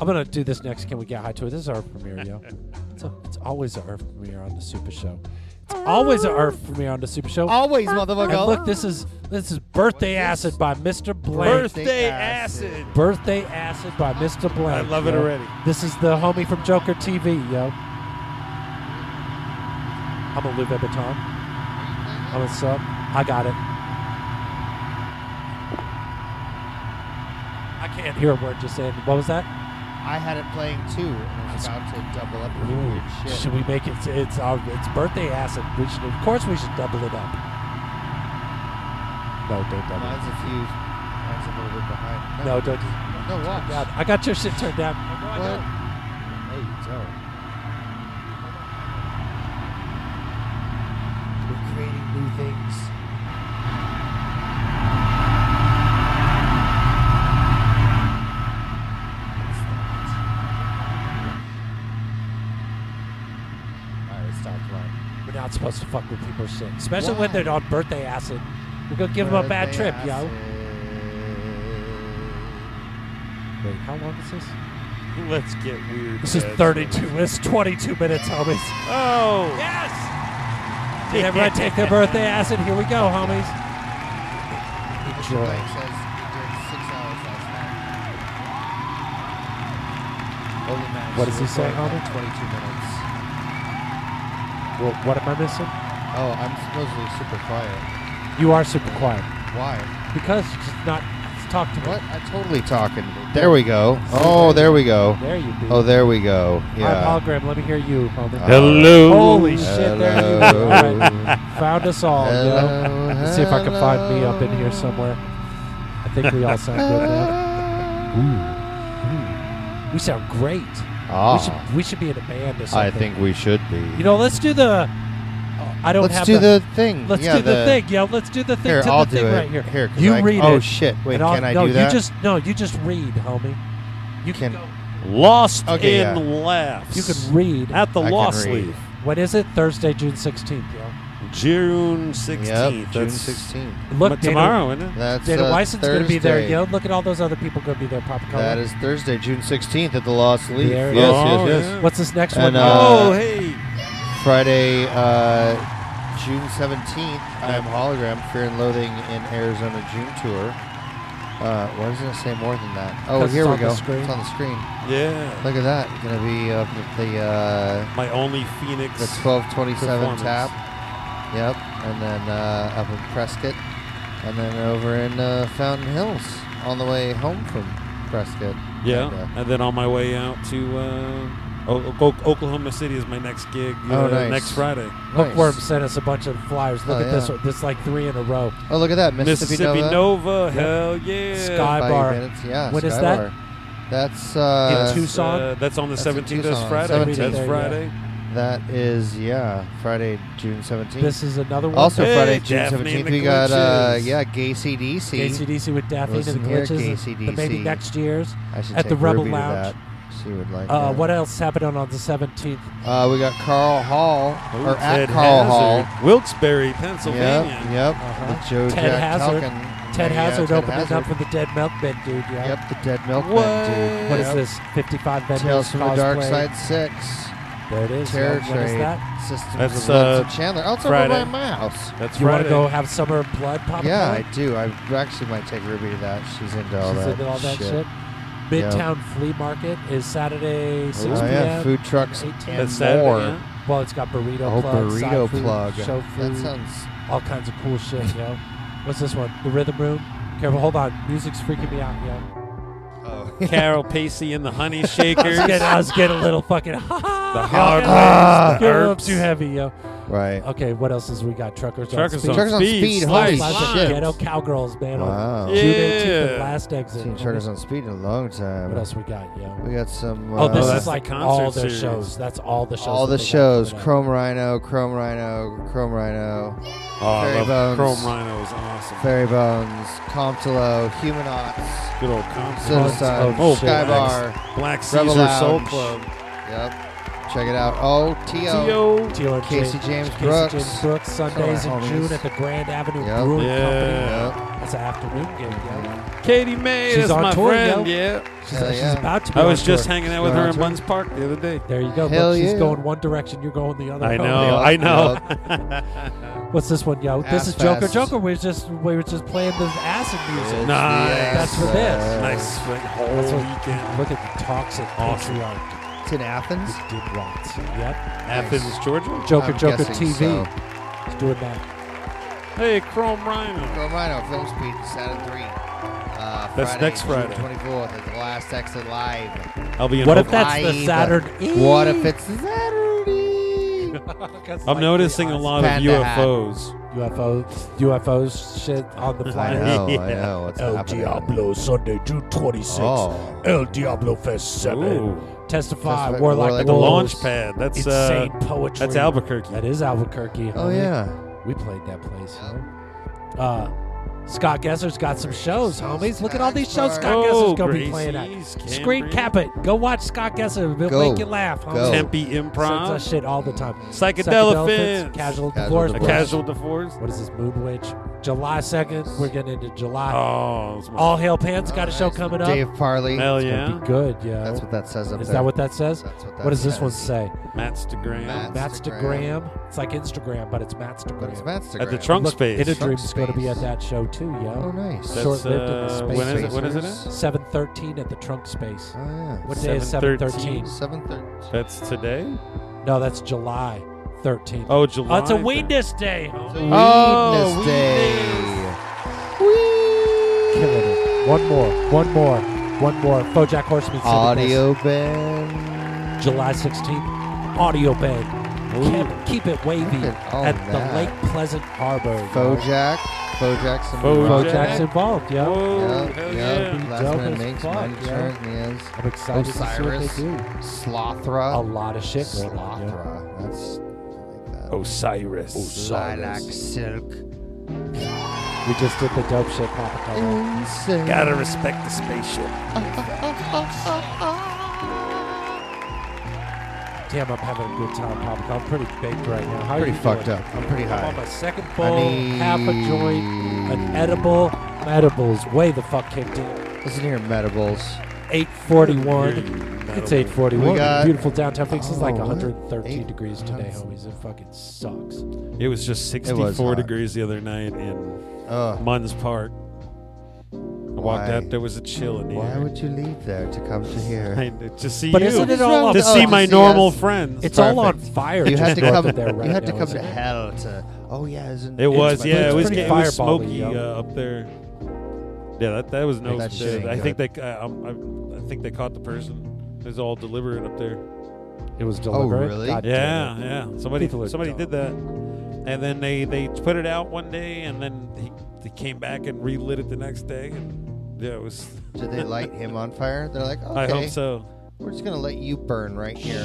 Speaker 1: I'm gonna do this next. Can we get high to it? This is our premiere,
Speaker 2: (laughs)
Speaker 1: yo. it's, a, it's always our premiere on the Super Show. It's always our premiere on the Super Show.
Speaker 2: Always, motherfucker.
Speaker 1: And look, this is this is birthday acid by Mr. Blank.
Speaker 3: Birthday acid.
Speaker 1: Birthday acid by Mr. Blank.
Speaker 3: I love it
Speaker 1: yo.
Speaker 3: already.
Speaker 1: This is the homie from Joker TV, yo. I'm a Lou Vuitton. I'm a sub. I got it. I can't hear a word just said. What was that?
Speaker 2: I had it playing too, and I was about to double up with weird shit.
Speaker 1: Should we make it? It's our it's birthday acid. We should, of course, we should double it up. No, don't double.
Speaker 2: Mine's a
Speaker 1: it.
Speaker 2: few. Mine's a little bit behind.
Speaker 1: No, don't.
Speaker 2: No,
Speaker 1: turn
Speaker 2: watch.
Speaker 1: down. I got your shit turned down.
Speaker 2: What? No, you don't. We're creating new things.
Speaker 1: All right, stop playing. We're not supposed to fuck with people's shit, especially when
Speaker 2: Why?
Speaker 1: they're on birthday acid. We're gonna give them a bad
Speaker 2: Birthday
Speaker 1: trip, yo. Wait, how long is this?
Speaker 3: Let's get weird.
Speaker 1: This is
Speaker 3: That's
Speaker 1: 32. It's 22 minutes, homies.
Speaker 3: Oh.
Speaker 1: Yes. Did everyone take their birthday acid? Here we go, homies. Enjoy.
Speaker 2: Blake says he did six hours last night. Holy man.
Speaker 1: What does he say, homie?
Speaker 2: Like 22 minutes.
Speaker 1: Well, what am I missing?
Speaker 2: Oh, I'm supposedly super quiet.
Speaker 1: You are super quiet.
Speaker 2: Why?
Speaker 1: Because it's just not just talk to me.
Speaker 2: What? I Totally talking. There we go. Oh, there we go.
Speaker 1: There you be.
Speaker 2: Oh, there we go.
Speaker 1: Hi,
Speaker 2: Yeah.
Speaker 1: Paul Graham. Let me hear you, homie.
Speaker 2: Hello.
Speaker 1: Holy shit, there you go.
Speaker 2: Hello.
Speaker 1: All right. Found us all, you
Speaker 2: Hello,
Speaker 1: know? Let's see if I can find me up in here somewhere. I think we all sound
Speaker 2: (laughs)
Speaker 1: good now. Ooh. Ooh. We sound great.
Speaker 2: Ah.
Speaker 1: We, should, we should be in a band or
Speaker 2: I
Speaker 1: something.
Speaker 2: think we should be.
Speaker 1: You know, let's do the. oh, I don't
Speaker 2: Let's
Speaker 1: have
Speaker 2: do
Speaker 1: the,
Speaker 2: the thing.
Speaker 1: Let's
Speaker 2: Yeah,
Speaker 1: do the,
Speaker 2: the-
Speaker 1: thing. Yeah, let's do the thing.
Speaker 2: Here,
Speaker 1: to
Speaker 2: I'll
Speaker 1: the
Speaker 2: do
Speaker 1: thing
Speaker 2: it.
Speaker 1: right here.
Speaker 2: Here, 'cause
Speaker 1: you
Speaker 2: I-
Speaker 1: read it.
Speaker 2: oh, shit. Wait,
Speaker 1: And I'll-
Speaker 2: can I
Speaker 1: no,
Speaker 2: do that?
Speaker 1: You just no. You just read, homie. You can.
Speaker 3: Lost
Speaker 1: Okay,
Speaker 3: in
Speaker 1: yeah.
Speaker 3: laughs.
Speaker 1: You can read
Speaker 3: at the
Speaker 1: I can
Speaker 3: loss
Speaker 1: read.
Speaker 3: leaf.
Speaker 1: What is it? Thursday, June sixteenth. Yo.
Speaker 3: June sixteenth.
Speaker 2: June 16th.
Speaker 1: Look,
Speaker 3: But
Speaker 1: Dana-
Speaker 3: tomorrow, isn't it?
Speaker 2: That's,
Speaker 1: Dana
Speaker 2: uh,
Speaker 1: Weisson's going to be there.
Speaker 2: Thursday.
Speaker 1: Yo, look at all those other people going to be there. Papa Color.
Speaker 2: That is Thursday, June 16th at the Lost Leaf.
Speaker 1: There
Speaker 2: Yes,
Speaker 1: it
Speaker 2: yes,
Speaker 1: is.
Speaker 2: yes,
Speaker 1: Yeah. What's this next
Speaker 2: And,
Speaker 1: one?
Speaker 2: uh,
Speaker 1: Oh, hey.
Speaker 2: Friday, uh, June 17th, I am Hologram, Fear and Loathing in Arizona June Tour. Uh, why doesn't it say more than that? Oh,
Speaker 3: 'Cause
Speaker 2: here
Speaker 3: it's
Speaker 2: we
Speaker 3: on the
Speaker 2: go.
Speaker 3: screen.
Speaker 2: It's on the screen.
Speaker 3: Yeah.
Speaker 2: Look at that. Going to be up at the... Uh,
Speaker 3: My only Phoenix.
Speaker 2: The 1227
Speaker 3: performance.
Speaker 2: tap. Yep. And then uh, up in Prescott. And then over in uh, Fountain Hills on the way home from Prescott.
Speaker 3: Yeah,
Speaker 2: And, uh,
Speaker 3: and then on my way out to uh, o- O- Oklahoma City is my next gig.
Speaker 2: Oh,
Speaker 3: uh,
Speaker 2: nice.
Speaker 3: Next Friday.
Speaker 1: Hookworm sent us a bunch of flyers. Look
Speaker 2: Oh,
Speaker 1: at this
Speaker 2: yeah.
Speaker 1: one. There's like three in a row.
Speaker 2: Oh, look at that. Mississippi,
Speaker 3: Mississippi Nova,
Speaker 1: Yep.
Speaker 3: hell yeah.
Speaker 1: Sky
Speaker 2: Bayou
Speaker 1: Bar.
Speaker 2: Bandits, Yeah.
Speaker 1: When
Speaker 2: Sky
Speaker 1: is that?
Speaker 2: Bar. That's uh,
Speaker 1: In Tucson?
Speaker 3: Uh, that's on the
Speaker 2: in
Speaker 3: 17th. That's
Speaker 2: Tucson.
Speaker 3: Friday.
Speaker 2: 17th.
Speaker 3: That's Friday.
Speaker 2: That is yeah, Friday, June seventeenth.
Speaker 1: This is another one?
Speaker 2: Also
Speaker 1: Hey,
Speaker 2: Friday, June
Speaker 1: Daphne and
Speaker 2: seventeenth.
Speaker 1: the
Speaker 2: We got uh,
Speaker 1: Glitches.
Speaker 2: yeah, Gay CDC.
Speaker 1: KCDC with Daphne and the
Speaker 2: Listen here,
Speaker 1: Glitches.
Speaker 2: KCDC.
Speaker 1: The maybe next year's
Speaker 2: I should
Speaker 1: at the
Speaker 2: take
Speaker 1: Rebel
Speaker 2: Ruby to
Speaker 1: Lounge.
Speaker 2: that. She would like.
Speaker 1: Uh,
Speaker 2: that.
Speaker 1: what else happened on, on the 17th?
Speaker 2: Uh, we got Carl Hall
Speaker 1: Ooh,
Speaker 2: or at
Speaker 1: Ted
Speaker 2: Carl
Speaker 1: Hazard.
Speaker 2: Hall,
Speaker 3: Wilkes-Barre, Pennsylvania.
Speaker 2: Yep, yep. With Joe
Speaker 1: Uh-huh. Ted
Speaker 2: Jack
Speaker 1: Hazard.
Speaker 2: Talkin.
Speaker 1: Ted
Speaker 2: Yeah,
Speaker 1: Hazard
Speaker 2: Ted
Speaker 1: opening
Speaker 2: Hazard.
Speaker 1: up for the Dead Milkmen, dude. Yeah.
Speaker 2: Yep, the Dead Milkmen, dude.
Speaker 1: What is
Speaker 2: Yep.
Speaker 1: this? 55 Vendors
Speaker 2: Tales from the Dark
Speaker 1: cosplay.
Speaker 2: Side Six.
Speaker 1: There it is.
Speaker 2: Terror
Speaker 1: What is
Speaker 2: Trade.
Speaker 1: that?
Speaker 2: Systems
Speaker 1: That's,
Speaker 2: of Love
Speaker 1: uh,
Speaker 2: and Chandler. Also
Speaker 1: Friday.
Speaker 2: over by my house.
Speaker 3: That's
Speaker 1: you want to go have Summer of Blood pop
Speaker 2: Yeah, I do. I actually might take Ruby to that. She's into all
Speaker 1: She's
Speaker 2: that.
Speaker 1: into all that shit.
Speaker 2: shit.
Speaker 1: Midtown Flea Market is Saturday, 6
Speaker 2: Oh,
Speaker 1: p.m.
Speaker 2: yeah, food trucks
Speaker 1: and 18.
Speaker 2: That's Saturday, more. yeah?
Speaker 1: Well, it's got burrito
Speaker 2: Oh,
Speaker 1: plug, side
Speaker 2: burrito
Speaker 1: food,
Speaker 2: plug.
Speaker 1: show
Speaker 2: That
Speaker 1: food,
Speaker 2: sounds-
Speaker 1: all kinds of cool shit, yo. What's this one? The Rhythm Room? Careful, hold on. Music's freaking me out, yo.
Speaker 2: Oh. (laughs)
Speaker 3: Carol Pacey and the Honey
Speaker 1: I
Speaker 3: Shakers.
Speaker 1: was getting, I was getting a little fucking. (laughs) the
Speaker 3: hard
Speaker 1: Ah,
Speaker 3: waves, the
Speaker 1: Get a little
Speaker 3: erps.
Speaker 1: too heavy, yo.
Speaker 2: Right.
Speaker 1: Okay, what else is we got? Truckers,
Speaker 3: Truckers
Speaker 1: on speed.
Speaker 3: on Truckers on Speed, Speed,
Speaker 2: holy
Speaker 1: Slides
Speaker 2: shit.
Speaker 1: and Ghetto cowgirls, man.
Speaker 2: Wow.
Speaker 1: On June 18th,
Speaker 3: Yeah.
Speaker 1: and last exit.
Speaker 2: Seen Charters on Speed in a long time.
Speaker 1: What else we got, yo?
Speaker 2: We got some.
Speaker 1: Oh, this
Speaker 2: uh,
Speaker 1: is like all their shows. That's all the shows.
Speaker 2: All the
Speaker 1: that they got
Speaker 2: shows.
Speaker 1: coming up.
Speaker 2: Chrome Rhino, Chrome Rhino, Chrome Rhino.
Speaker 3: Oh, I
Speaker 2: Fairy
Speaker 3: love
Speaker 2: Bones.
Speaker 3: Chrome Rhino is awesome.
Speaker 2: Fairy Bones, Comptolo, Humanauts.
Speaker 3: Good old Comptolo.
Speaker 2: Suicide,
Speaker 3: Oh,
Speaker 2: Sky
Speaker 3: Black-
Speaker 2: Bar,
Speaker 3: Black
Speaker 2: Rebel
Speaker 3: Caesar Soul
Speaker 2: Lounge.
Speaker 3: Club.
Speaker 2: Yep. Check it out. Oh, T.O.
Speaker 1: T.O.
Speaker 2: Casey James Brooks.
Speaker 1: Casey James Brooks. Sundays
Speaker 2: Come on,
Speaker 1: in June
Speaker 2: homies.
Speaker 1: at the Grand Avenue
Speaker 2: Yep.
Speaker 1: Brewing
Speaker 2: Yeah.
Speaker 1: Company. That's an afternoon game. Yeah.
Speaker 3: Katie May,
Speaker 1: She's
Speaker 3: that's
Speaker 1: on
Speaker 3: my
Speaker 1: tour,
Speaker 3: friend.
Speaker 1: yo.
Speaker 3: Yeah.
Speaker 1: She's,
Speaker 3: Hell
Speaker 1: she's
Speaker 3: yeah.
Speaker 1: about to be
Speaker 3: I
Speaker 1: on
Speaker 3: was just
Speaker 1: tour.
Speaker 3: hanging out
Speaker 1: She's
Speaker 3: with
Speaker 1: going
Speaker 3: her
Speaker 1: on
Speaker 3: in
Speaker 1: tour.
Speaker 3: Buns Park the other day.
Speaker 1: There you go.
Speaker 3: Hell
Speaker 1: Look, she's
Speaker 3: yeah.
Speaker 1: going one direction. You're going the other.
Speaker 3: I
Speaker 1: Go.
Speaker 3: know, I know.
Speaker 1: (laughs) What's this one, yo? This
Speaker 3: Ass
Speaker 1: is Joker.
Speaker 3: fest.
Speaker 1: Joker. We were just we were just playing the acid music.
Speaker 3: It's Nice. the
Speaker 1: That's for
Speaker 3: ass
Speaker 1: this.
Speaker 3: fest. Nice swing whole
Speaker 1: That's what-
Speaker 3: weekend.
Speaker 1: Look at the toxic
Speaker 3: Awesome.
Speaker 1: patriarch.
Speaker 2: It's in Athens.
Speaker 1: It did once. Yep.
Speaker 3: Athens, Georgia?
Speaker 1: Joker.
Speaker 3: I'm
Speaker 1: Joker
Speaker 3: guessing
Speaker 1: TV.
Speaker 3: so.
Speaker 1: He's doing that.
Speaker 3: Hey, Chrome Rhino.
Speaker 2: Chrome Rhino, Film Speed, Saturn 3. Uh,
Speaker 3: That's
Speaker 2: Friday,
Speaker 3: next
Speaker 2: June
Speaker 3: Friday.
Speaker 2: 24th at the Last Exit Live.
Speaker 3: I'll be in
Speaker 1: What if
Speaker 3: Oakland.
Speaker 1: that's the Saturn? E?
Speaker 2: What if it's the E?
Speaker 1: That's
Speaker 3: I'm
Speaker 1: like
Speaker 3: noticing
Speaker 1: the
Speaker 3: a
Speaker 1: odds.
Speaker 3: lot of
Speaker 1: Panda hat.
Speaker 3: UFOs.
Speaker 1: UFOs, UFOs, shit on the fly.
Speaker 3: know, (laughs) I know what's
Speaker 1: El
Speaker 3: happening.
Speaker 1: Diablo, Sunday, June 26th.
Speaker 3: Oh.
Speaker 1: El Diablo Fest 7.
Speaker 3: Ooh.
Speaker 1: Testify,
Speaker 3: Testify,
Speaker 1: Warlock
Speaker 3: Warlock
Speaker 1: the
Speaker 3: Wolves. The Launchpad, that's, uh,
Speaker 1: Insane Poetry.
Speaker 3: that's Albuquerque.
Speaker 1: That is Albuquerque.
Speaker 2: Oh,
Speaker 1: homie.
Speaker 2: yeah.
Speaker 1: We played that place, huh? Uh, Scott Gesser's got some shows, homies. Look at all these shows Scott
Speaker 3: Oh,
Speaker 1: Gesser's going to
Speaker 3: Gracie's,
Speaker 1: be playing at. Screen
Speaker 3: Cambria.
Speaker 1: cap it. Go watch Scott Gesser. He'll
Speaker 3: Go.
Speaker 1: make you laugh, homie.
Speaker 3: Go. Tempe Improv.
Speaker 1: Sends us shit all the time.
Speaker 3: Psychedelic
Speaker 1: Psychedelic
Speaker 3: Fins.
Speaker 1: Casual
Speaker 3: Casual
Speaker 1: divorce.
Speaker 3: Divorce. A Casual Divorce.
Speaker 1: What is this, Moon Witch? July 2nd, we're getting into July.
Speaker 3: Oh, that's my-
Speaker 1: All Hail (laughs) Pants got a show coming up.
Speaker 2: Dave Parley.
Speaker 3: Hell
Speaker 1: It's
Speaker 3: yeah.
Speaker 1: gonna be good, yeah.
Speaker 2: That's what that says up
Speaker 1: Is
Speaker 2: there.
Speaker 1: that what that says?
Speaker 2: That's what that
Speaker 1: does this one
Speaker 2: says.
Speaker 1: say?
Speaker 3: Matstagram.
Speaker 1: Matstagram. It's like Instagram, but it's Matstagram.
Speaker 2: But it's Matstagram.
Speaker 3: At the Trunk
Speaker 1: Look,
Speaker 3: Space.
Speaker 1: Inner
Speaker 3: Trunk
Speaker 1: Dream's going to be at that show too, yo.
Speaker 2: Oh, nice.
Speaker 3: That's,
Speaker 1: Short-lived
Speaker 3: uh,
Speaker 1: in the space.
Speaker 3: when is it- when is it at?
Speaker 1: Seven thirteen at the Trunk Space.
Speaker 2: Oh yeah.
Speaker 1: What day is
Speaker 3: 7:13?
Speaker 1: seven thirteen?
Speaker 2: 7:13.
Speaker 3: That's today?
Speaker 1: No, that's July thirteenth.
Speaker 3: Oh, July.
Speaker 1: it's a Weedness Day.
Speaker 2: Oh, Weedness
Speaker 1: Killing it. One more. One more. One more. Bojack Horseman.
Speaker 2: Audio
Speaker 1: Band. July 16th. Audio Band. Keep, keep it wavy
Speaker 2: Look at all
Speaker 1: at
Speaker 2: that.
Speaker 1: the Lake Pleasant Harbor. yo.
Speaker 2: Bojack. Bojack's
Speaker 1: Bojack's involved, yeah.
Speaker 2: Yep,
Speaker 1: Hell
Speaker 2: yep.
Speaker 1: yeah.
Speaker 2: Last
Speaker 1: Dope
Speaker 2: minute
Speaker 1: as
Speaker 2: makes
Speaker 1: fuck,
Speaker 2: money
Speaker 1: yo.
Speaker 2: turn. Yes.
Speaker 1: I'm excited to see what they
Speaker 2: Osiris.
Speaker 1: do.
Speaker 2: Slothra.
Speaker 1: A lot of shit going on, yeah.
Speaker 2: Slothra. That's
Speaker 3: Osiris.
Speaker 2: Lilac Silk.
Speaker 1: We just did the dope shit Papa
Speaker 2: Insane.
Speaker 3: Gotta respect the spaceship.
Speaker 1: Damn, I'm having a good time, Papa I'm pretty baked right now. How are
Speaker 2: Pretty
Speaker 1: you
Speaker 2: fucked
Speaker 1: doing?
Speaker 2: up. I'm pretty high.
Speaker 1: on my second
Speaker 2: I
Speaker 1: bowl, half a joint, an edible. Edibles way the fuck kicked in.
Speaker 2: Listen here, Medibles.
Speaker 1: 841. It's 841.
Speaker 2: We got-
Speaker 1: Beautiful downtown Phoenix. It's like
Speaker 2: Oh, what?
Speaker 1: 113 degrees today, homies. It fucking sucks.
Speaker 3: It was just
Speaker 1: It was
Speaker 3: 64
Speaker 1: hot.
Speaker 3: degrees the other night in
Speaker 2: Ugh.
Speaker 3: Munns Park. I walked
Speaker 2: Why?
Speaker 3: out. There was a chill in the
Speaker 2: Why
Speaker 3: air.
Speaker 2: would you leave there to come to here?
Speaker 3: (laughs) I did- to see
Speaker 1: But
Speaker 3: you.
Speaker 1: isn't it all
Speaker 3: to
Speaker 1: up-
Speaker 3: see
Speaker 1: Oh, to
Speaker 3: my
Speaker 1: see
Speaker 3: normal
Speaker 1: us.
Speaker 3: friends?
Speaker 1: It's all on fire
Speaker 2: You had
Speaker 1: just
Speaker 2: to
Speaker 1: north
Speaker 2: come.
Speaker 1: of there right
Speaker 2: you had to
Speaker 1: now,
Speaker 2: come
Speaker 1: isn't
Speaker 2: to
Speaker 1: it?
Speaker 2: hell to. Oh yeah, isn't
Speaker 3: It was,
Speaker 2: it's-
Speaker 3: yeah. It was,
Speaker 2: pretty
Speaker 3: getting, it was
Speaker 2: fireball-y,
Speaker 3: smoky
Speaker 2: yo.
Speaker 3: uh, up there. Yeah, that, that was no.
Speaker 2: That shit ain't
Speaker 3: I
Speaker 2: good.
Speaker 3: think they, uh, um, I, I think they caught the person. It was all deliberate up there.
Speaker 1: It was deliberate?
Speaker 2: Oh, really?
Speaker 1: God
Speaker 3: yeah,
Speaker 1: damn it.
Speaker 3: yeah. Somebody,
Speaker 1: People are
Speaker 3: somebody did that, and then they they put it out one day, and then he, they came back and relit it the next day, and yeah, it was.
Speaker 2: (laughs) Did they light him on fire? They're like, okay.
Speaker 3: I hope so.
Speaker 2: We're just gonna let you burn right here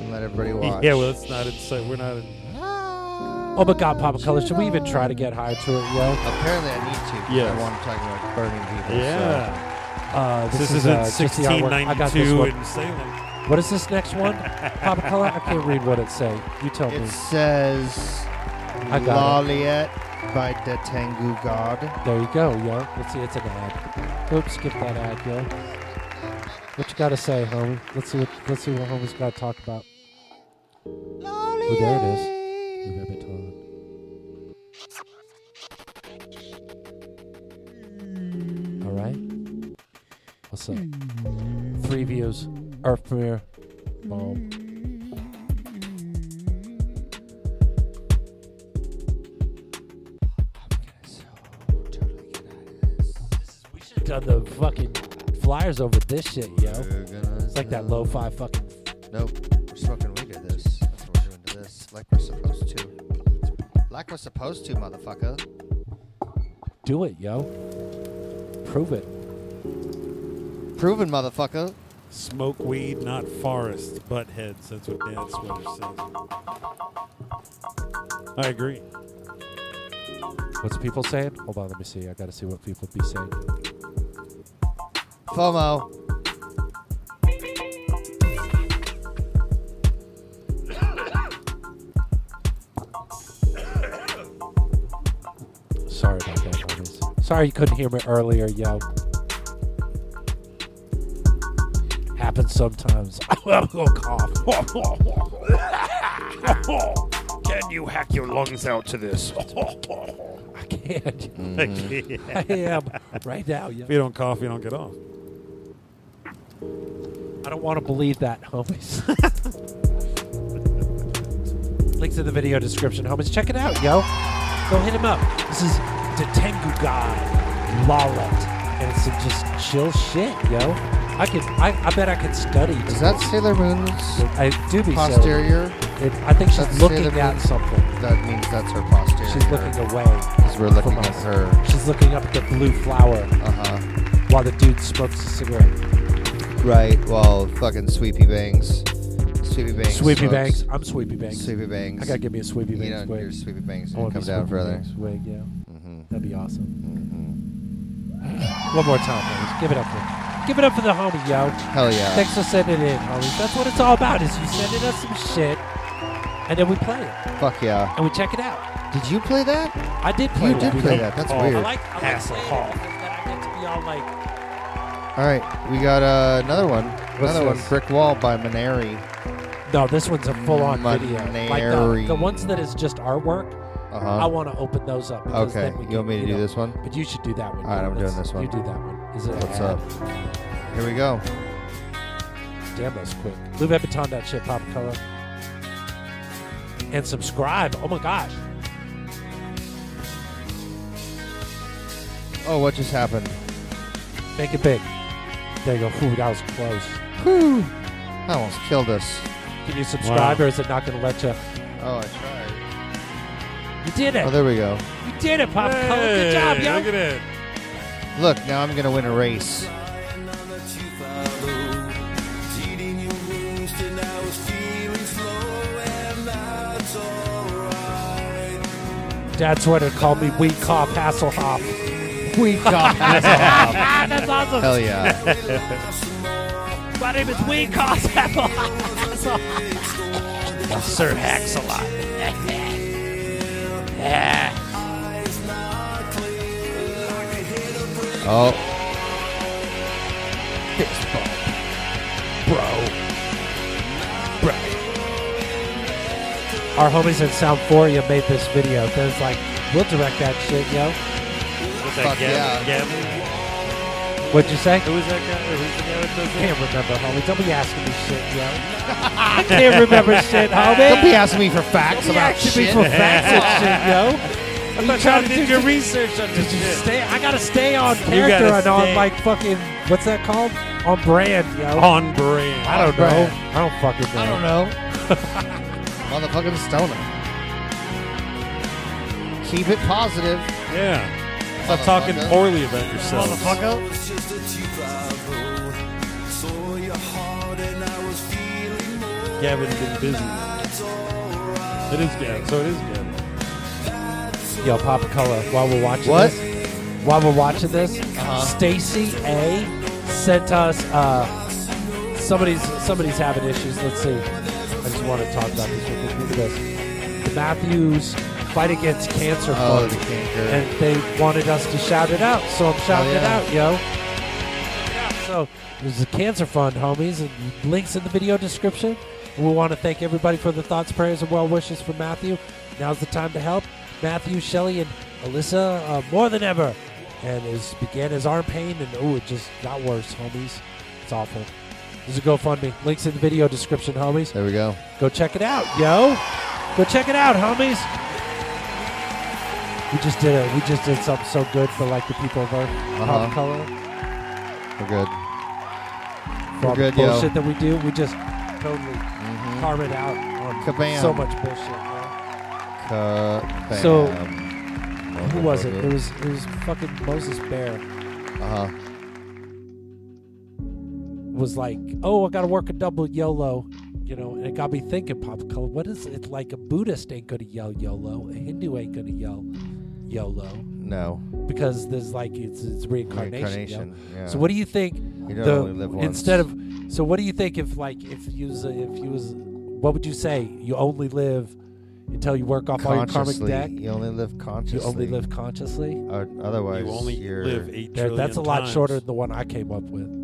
Speaker 2: and let everybody
Speaker 3: (laughs)
Speaker 2: watch.
Speaker 3: Yeah, well, it's not inside. We're not. In,
Speaker 2: Ah.
Speaker 1: Oh my God, Papa Color, should we even try to get high to it, yo?
Speaker 2: Apparently, I need to. 'cause
Speaker 3: Yes.
Speaker 2: I want to talk about burning people.
Speaker 3: yeah.
Speaker 1: Uh, this,
Speaker 3: This
Speaker 1: is
Speaker 3: is in
Speaker 1: uh, just the artwork. I got this
Speaker 3: 1692
Speaker 1: one.
Speaker 3: in Salem.
Speaker 1: What is this next
Speaker 3: (laughs)
Speaker 1: one? Papa Color, I can't read what it say. You tell
Speaker 2: So. It
Speaker 1: me.
Speaker 2: says
Speaker 1: I got it.
Speaker 2: Laliet by the Tengu God.
Speaker 1: There you go, yo. Let's see, it's an ad. Oops, skip that ad, yo. What you gotta say, homie? Let's see what let's see what homie's gotta talk about. Oh, there it is. The rabbit hole. All right. What's up? Three views. Earth premiere. Boom. We should have done the fucking flyers over this shit, yo. It's like that lo-fi fucking.
Speaker 2: Nope, we're smoking weed to this. That's what we're doing to this. Like we're supposed to. Like we're supposed to, motherfucker.
Speaker 1: Do it, yo. Prove it.
Speaker 2: Proven, motherfucker.
Speaker 3: Smoke weed, not forest, butt heads. That's what Dan Sweater says. I agree.
Speaker 1: What's people saying? Hold on, let me see. I gotta see what people be saying.
Speaker 2: FOMO.
Speaker 1: Sorry about that, homies. Sorry you couldn't hear me earlier, yo. Happens sometimes. I'm gonna cough.
Speaker 5: Can you hack your lungs out to this?
Speaker 1: I can't.
Speaker 3: Mhm.
Speaker 1: (laughs) I am right now, yo.
Speaker 3: If you don't cough, you don't get off.
Speaker 1: I don't want to believe that, homies. (laughs) Links in the video description, homies. Check it out, yo. Go hit him up. This is Detengu Guy Lawlet. And it's some just chill shit, yo. I can, I, I bet I could study. Is
Speaker 2: that Sailor Moon's
Speaker 1: I do be Sailor
Speaker 2: posterior?
Speaker 1: Moon. It, I think she's
Speaker 2: That's
Speaker 1: looking
Speaker 2: Sailor
Speaker 1: at
Speaker 2: Moon.
Speaker 1: something.
Speaker 2: That means that's her posterior.
Speaker 1: She's looking away. Because
Speaker 2: we're looking at her.
Speaker 1: She's looking up at the blue flower.
Speaker 2: Uh-huh.
Speaker 1: While the dude smokes a cigarette.
Speaker 2: Right. Well, fucking Sweepy Bangs. Sweepy Bangs.
Speaker 1: Sweepy
Speaker 2: smokes.
Speaker 1: Bangs. I'm Sweepy Bangs.
Speaker 2: Sweepy Bangs.
Speaker 1: I gotta give me a Sweepy
Speaker 2: You
Speaker 1: Bangs
Speaker 2: don't-
Speaker 1: wig.
Speaker 2: Your Sweepy Bangs
Speaker 1: I
Speaker 2: gonna
Speaker 1: wanna
Speaker 2: come
Speaker 1: be
Speaker 2: down Mm-hmm.
Speaker 1: Sweepy
Speaker 2: further.
Speaker 1: Bangs wig, yeah. That'd be awesome.
Speaker 2: Mm-hmm.
Speaker 1: One more time, homies. Give it up for Give it up for the homie, yo.
Speaker 2: Hell yeah.
Speaker 1: Thanks for sending it in, homies. That's what it's all about, is you sending us some shit, and then we play it.
Speaker 2: Fuck yeah.
Speaker 1: And we check it out.
Speaker 2: Did you play that?
Speaker 1: I did play
Speaker 2: You
Speaker 1: that.
Speaker 2: did play that. That's weird.
Speaker 1: I like, I like playing it because then I get to be all like,
Speaker 2: All right, we got uh, another one.
Speaker 1: What's
Speaker 2: another
Speaker 1: this?
Speaker 2: one. Brick Wall by Maneri.
Speaker 1: No, this one's a full-on video. Like the,
Speaker 2: Maneri.
Speaker 1: the ones that is just artwork,
Speaker 2: Uh-huh.
Speaker 1: I want to open those up. Because
Speaker 2: Okay,
Speaker 1: then we
Speaker 2: you
Speaker 1: can,
Speaker 2: want me to
Speaker 1: you
Speaker 2: do
Speaker 1: know,
Speaker 2: this one?
Speaker 1: But you should do that one.
Speaker 2: All right,
Speaker 1: yeah.
Speaker 2: I'm doing
Speaker 1: Let's-
Speaker 2: this one.
Speaker 1: You do that one. Is it an
Speaker 2: What's
Speaker 1: ad?
Speaker 2: up? Here we go.
Speaker 1: Damn, that's quick. Lou Vuitton, that shit, pop color. And subscribe. Oh my gosh.
Speaker 2: Oh, what just happened?
Speaker 1: Make it big. There you go. Ooh, that was close.
Speaker 2: Whew. That almost killed us.
Speaker 1: Can you subscribe
Speaker 2: Wow.
Speaker 1: or is it not going to let you?
Speaker 2: Oh, I tried.
Speaker 1: You did it.
Speaker 2: Oh, there we go.
Speaker 1: You did it, pop color. Good job, yo.
Speaker 3: Look at it.
Speaker 2: Look, now I'm gonna win a race.
Speaker 1: Dad's what it called me. We cough Hasselhoff.
Speaker 2: We
Speaker 1: (laughs)
Speaker 2: cough
Speaker 1: Hasselhoff. that's awesome.
Speaker 2: Hell
Speaker 1: (laughs)
Speaker 2: yeah.
Speaker 1: My name is Wing (laughs) Cough Hasselhoff. Oh,
Speaker 5: Sir hacks a lot.
Speaker 2: (laughs) Oh. Fist bump.
Speaker 5: Bro. Bro.
Speaker 1: Our homies at Soundforia made this video. There's like, we'll direct that shit, yo.
Speaker 5: What's
Speaker 2: Fuck yeah.
Speaker 1: What'd you say? Who
Speaker 3: was that guy? Who's the guy that does
Speaker 1: Can't remember, homie. Don't be asking me shit, yo. I can't remember
Speaker 2: (laughs)
Speaker 1: shit, homie.
Speaker 2: Don't be asking me for facts
Speaker 1: Don't be
Speaker 2: about
Speaker 1: asking
Speaker 2: shit.
Speaker 1: me
Speaker 2: (laughs)
Speaker 1: for facts and shit, yo.
Speaker 3: I'm
Speaker 1: You
Speaker 3: not
Speaker 1: trying
Speaker 3: trying to
Speaker 1: to
Speaker 3: do
Speaker 1: do
Speaker 3: your
Speaker 1: some-
Speaker 3: research on this shit.
Speaker 1: Stay, I gotta stay on
Speaker 3: You
Speaker 1: character
Speaker 3: gotta
Speaker 1: and on
Speaker 3: stay.
Speaker 1: like fucking what's that called? On brand, yo.
Speaker 3: On brand.
Speaker 1: I
Speaker 2: On
Speaker 1: don't know.
Speaker 2: brand.
Speaker 1: I don't fucking know.
Speaker 2: I don't know. (laughs) Motherfucking stoner. Keep it positive.
Speaker 3: Yeah. Stop talking
Speaker 2: Motherfucker.
Speaker 3: poorly about yourself.
Speaker 2: Motherfucker.
Speaker 3: Gavin's been busy. It is Gavin. So it is Gavin.
Speaker 1: Yo, Papa Color, while we're watching
Speaker 3: What?
Speaker 1: this, while we're watching this,
Speaker 2: Uh-huh.
Speaker 1: Stacy A sent us uh, somebody's somebody's having issues. Let's see. I just want to talk about this real quick. Look at this. The Matthews fight against cancer
Speaker 2: Oh,
Speaker 1: fund,
Speaker 2: the canker.
Speaker 1: and they wanted us to shout it out, so I'm shouting
Speaker 2: Oh, yeah.
Speaker 1: it out, yo. So there's the cancer fund, homies, and links in the video description. And we want to thank everybody for the thoughts, prayers, and well wishes for Matthew. Now's the time to help. Matthew, Shelley, and Alyssa uh, more than ever. And it began as arm pain, and oh, it just got worse, homies. It's awful. There's a GoFundMe. Links in the video description, homies.
Speaker 2: There we go.
Speaker 1: Go check it out, yo. Go check it out, homies. We just did it. We just did something so good for like the people of Earth.
Speaker 2: Uh-huh.
Speaker 1: Color
Speaker 2: We're good.
Speaker 1: for all
Speaker 2: We're
Speaker 1: the
Speaker 2: good, yo. Mm-hmm.
Speaker 1: bullshit that we do. We just totally carve it out on
Speaker 2: Kabam.
Speaker 1: so much bullshit. man.
Speaker 2: Ka-bam.
Speaker 1: So, Who was it? It was it was fucking Moses Bear.
Speaker 2: Uh huh.
Speaker 1: Was like, oh, I gotta work a double YOLO, you know. And it got me thinking, Pop Color, what is it like? A Buddhist ain't gonna yell YOLO. A Hindu ain't gonna yell YOLO.
Speaker 2: No.
Speaker 1: because there's like it's, it's reincarnation.
Speaker 2: Reincarnation,
Speaker 1: yo.
Speaker 2: yeah.
Speaker 1: So what do you think?
Speaker 2: You don't
Speaker 1: the-
Speaker 2: only live once.
Speaker 1: Instead of so, what do you think if like if you was if you was what would you say? You only live until you work off all your karmic
Speaker 2: Consciously.
Speaker 1: debt.
Speaker 2: You only live consciously.
Speaker 1: You only live consciously.
Speaker 2: Or otherwise,
Speaker 1: You only
Speaker 2: are
Speaker 1: live eight There- that's trillion a lot times. shorter than the one I came up with.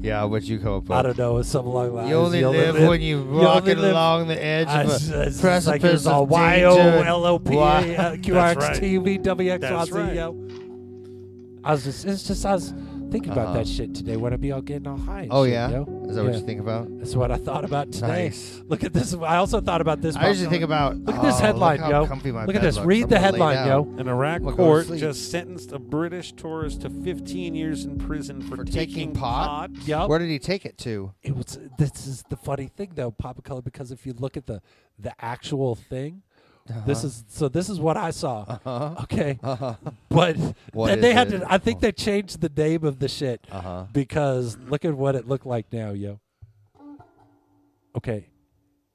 Speaker 2: Yeah, what you come up with?
Speaker 1: I don't know. It's something along the lines.
Speaker 2: You only live when you're
Speaker 1: you only
Speaker 2: walking
Speaker 1: live-
Speaker 2: along the edge
Speaker 1: I-
Speaker 2: of a
Speaker 1: it's- it's
Speaker 2: precipice
Speaker 1: like it's all
Speaker 2: of danger.
Speaker 1: Y-O-L-O-P,
Speaker 2: Why-
Speaker 1: uh,
Speaker 2: That's right.
Speaker 1: QRXTV,
Speaker 2: That's right.
Speaker 1: WXYZO. I was just, it's just, I was thinking about
Speaker 2: Uh-huh.
Speaker 1: that shit today when I be all getting all high. and
Speaker 2: Oh,
Speaker 1: shit,
Speaker 2: yeah?
Speaker 1: yo.
Speaker 2: Is that what you think about?
Speaker 1: That's what I thought about today.
Speaker 2: Nice.
Speaker 1: Look at this. I also thought about this.
Speaker 2: I usually
Speaker 1: Bob.
Speaker 2: think about,
Speaker 1: Look at this
Speaker 2: oh,
Speaker 1: headline,
Speaker 2: look how
Speaker 1: yo.
Speaker 2: comfy my
Speaker 1: Look at
Speaker 2: bed
Speaker 1: this.
Speaker 2: looks.
Speaker 1: Read
Speaker 2: I'm
Speaker 1: the
Speaker 2: gonna lay
Speaker 1: headline, yo.
Speaker 2: down.
Speaker 3: An Iraq
Speaker 2: We'll go to
Speaker 3: court
Speaker 2: sleep.
Speaker 3: just sentenced a British tourist to 15 years in prison for,
Speaker 2: taking pot?
Speaker 1: Yep.
Speaker 2: Where did he take it to?
Speaker 1: It was. This is the funny thing, though, Papa Color, because if you look at the the actual thing, this
Speaker 2: Uh-huh.
Speaker 1: is so. This is what I saw.
Speaker 2: Uh-huh.
Speaker 1: Okay,
Speaker 2: Uh-huh.
Speaker 1: but
Speaker 2: What
Speaker 1: and they
Speaker 2: is
Speaker 1: had
Speaker 2: it?
Speaker 1: to. I think they changed the name of the shit
Speaker 2: Uh-huh.
Speaker 1: because look at what it looked like now, yo. Okay.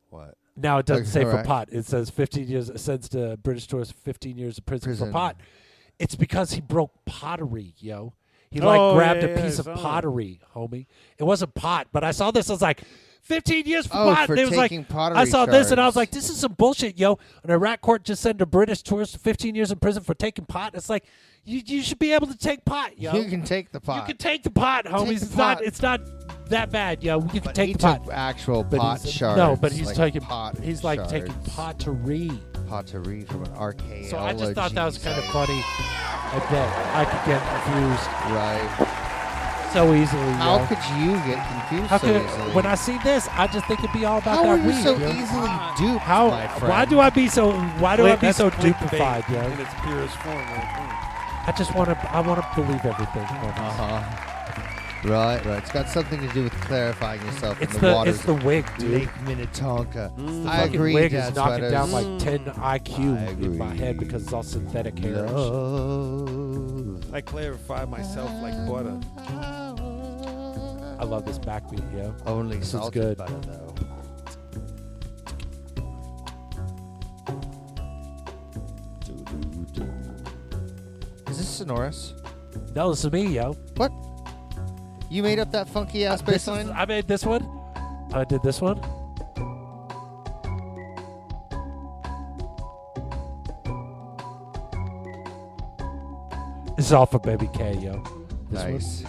Speaker 2: What?
Speaker 1: Now it doesn't
Speaker 2: Okay,
Speaker 1: say for
Speaker 2: alright.
Speaker 1: pot. It says 15 years. It says to British tourist 15 years of prison,
Speaker 2: Prison.
Speaker 1: for pot. It's because he broke pottery, yo. He
Speaker 3: Oh,
Speaker 1: like grabbed
Speaker 3: yeah,
Speaker 1: a
Speaker 3: yeah, I
Speaker 1: piece
Speaker 3: saw
Speaker 1: of
Speaker 3: that.
Speaker 1: pottery, homie. It wasn't pot, but I saw this. I was like, 15 years for
Speaker 2: Oh,
Speaker 1: pot.
Speaker 2: for
Speaker 1: They was like,
Speaker 2: taking pottery
Speaker 1: I saw this and I was
Speaker 2: shards.
Speaker 1: like, this is some bullshit, yo. An Iraq court just sent a British tourist to 15 years in prison for taking pot. It's like, you, you should be able to take pot, yo.
Speaker 2: You can take the pot.
Speaker 1: You can take the pot, homies.
Speaker 2: the
Speaker 1: it's
Speaker 2: pot.
Speaker 1: not. It's not that bad, yo. You can
Speaker 2: But
Speaker 1: take
Speaker 2: he
Speaker 1: the pot.
Speaker 2: took actual
Speaker 1: But
Speaker 2: pot
Speaker 1: he's-
Speaker 2: shards.
Speaker 1: No, but he's
Speaker 2: like
Speaker 1: taking
Speaker 2: pot.
Speaker 1: He's like taking
Speaker 2: shards.
Speaker 1: pottery.
Speaker 2: pottery from an archaeology.
Speaker 1: So I just thought that was kind of funny. I bet I could get confused
Speaker 2: right
Speaker 1: so easily.
Speaker 2: How
Speaker 1: yo.
Speaker 2: could you get confused
Speaker 1: How
Speaker 2: so
Speaker 1: could-
Speaker 2: easily?
Speaker 1: When I see this, I just think it'd be all about
Speaker 2: How
Speaker 1: that
Speaker 2: are you
Speaker 1: weed,
Speaker 2: so
Speaker 1: yo.
Speaker 2: easily duped,
Speaker 1: How?
Speaker 2: my
Speaker 1: Why
Speaker 2: friend?
Speaker 1: do I be so? Why do I
Speaker 3: Click-
Speaker 1: be
Speaker 3: that's
Speaker 1: so
Speaker 3: clickbait
Speaker 1: dupified, yo?
Speaker 3: In its purest form. right
Speaker 1: I just want to. I want to believe everything.
Speaker 2: Uh huh. Uh-huh. Right, right. It's got something to do with clarifying yourself
Speaker 1: It's
Speaker 2: in the,
Speaker 1: the-
Speaker 2: waters.
Speaker 1: it's the wig,
Speaker 2: of
Speaker 1: dude.
Speaker 2: Lake Minnetonka.
Speaker 1: The
Speaker 2: Mm, I
Speaker 1: fucking
Speaker 2: agree.
Speaker 1: wig
Speaker 2: Dad
Speaker 1: is knocking down
Speaker 2: Sweaters. Mm.
Speaker 1: like 10 IQ in my head because it's all synthetic hair. and shit.
Speaker 3: there. I clarify myself like butter.
Speaker 1: I love this backbeat, yo.
Speaker 2: Only
Speaker 1: this is
Speaker 2: salted
Speaker 1: good.
Speaker 2: butter, though. Is this sonorous?
Speaker 1: No, this is me, yo.
Speaker 2: What? You made up that funky ass
Speaker 1: Uh, This
Speaker 2: bass
Speaker 1: is-
Speaker 2: line?
Speaker 1: I made this one. I did this one. This is all for Baby K, yo. This one.
Speaker 2: Nice.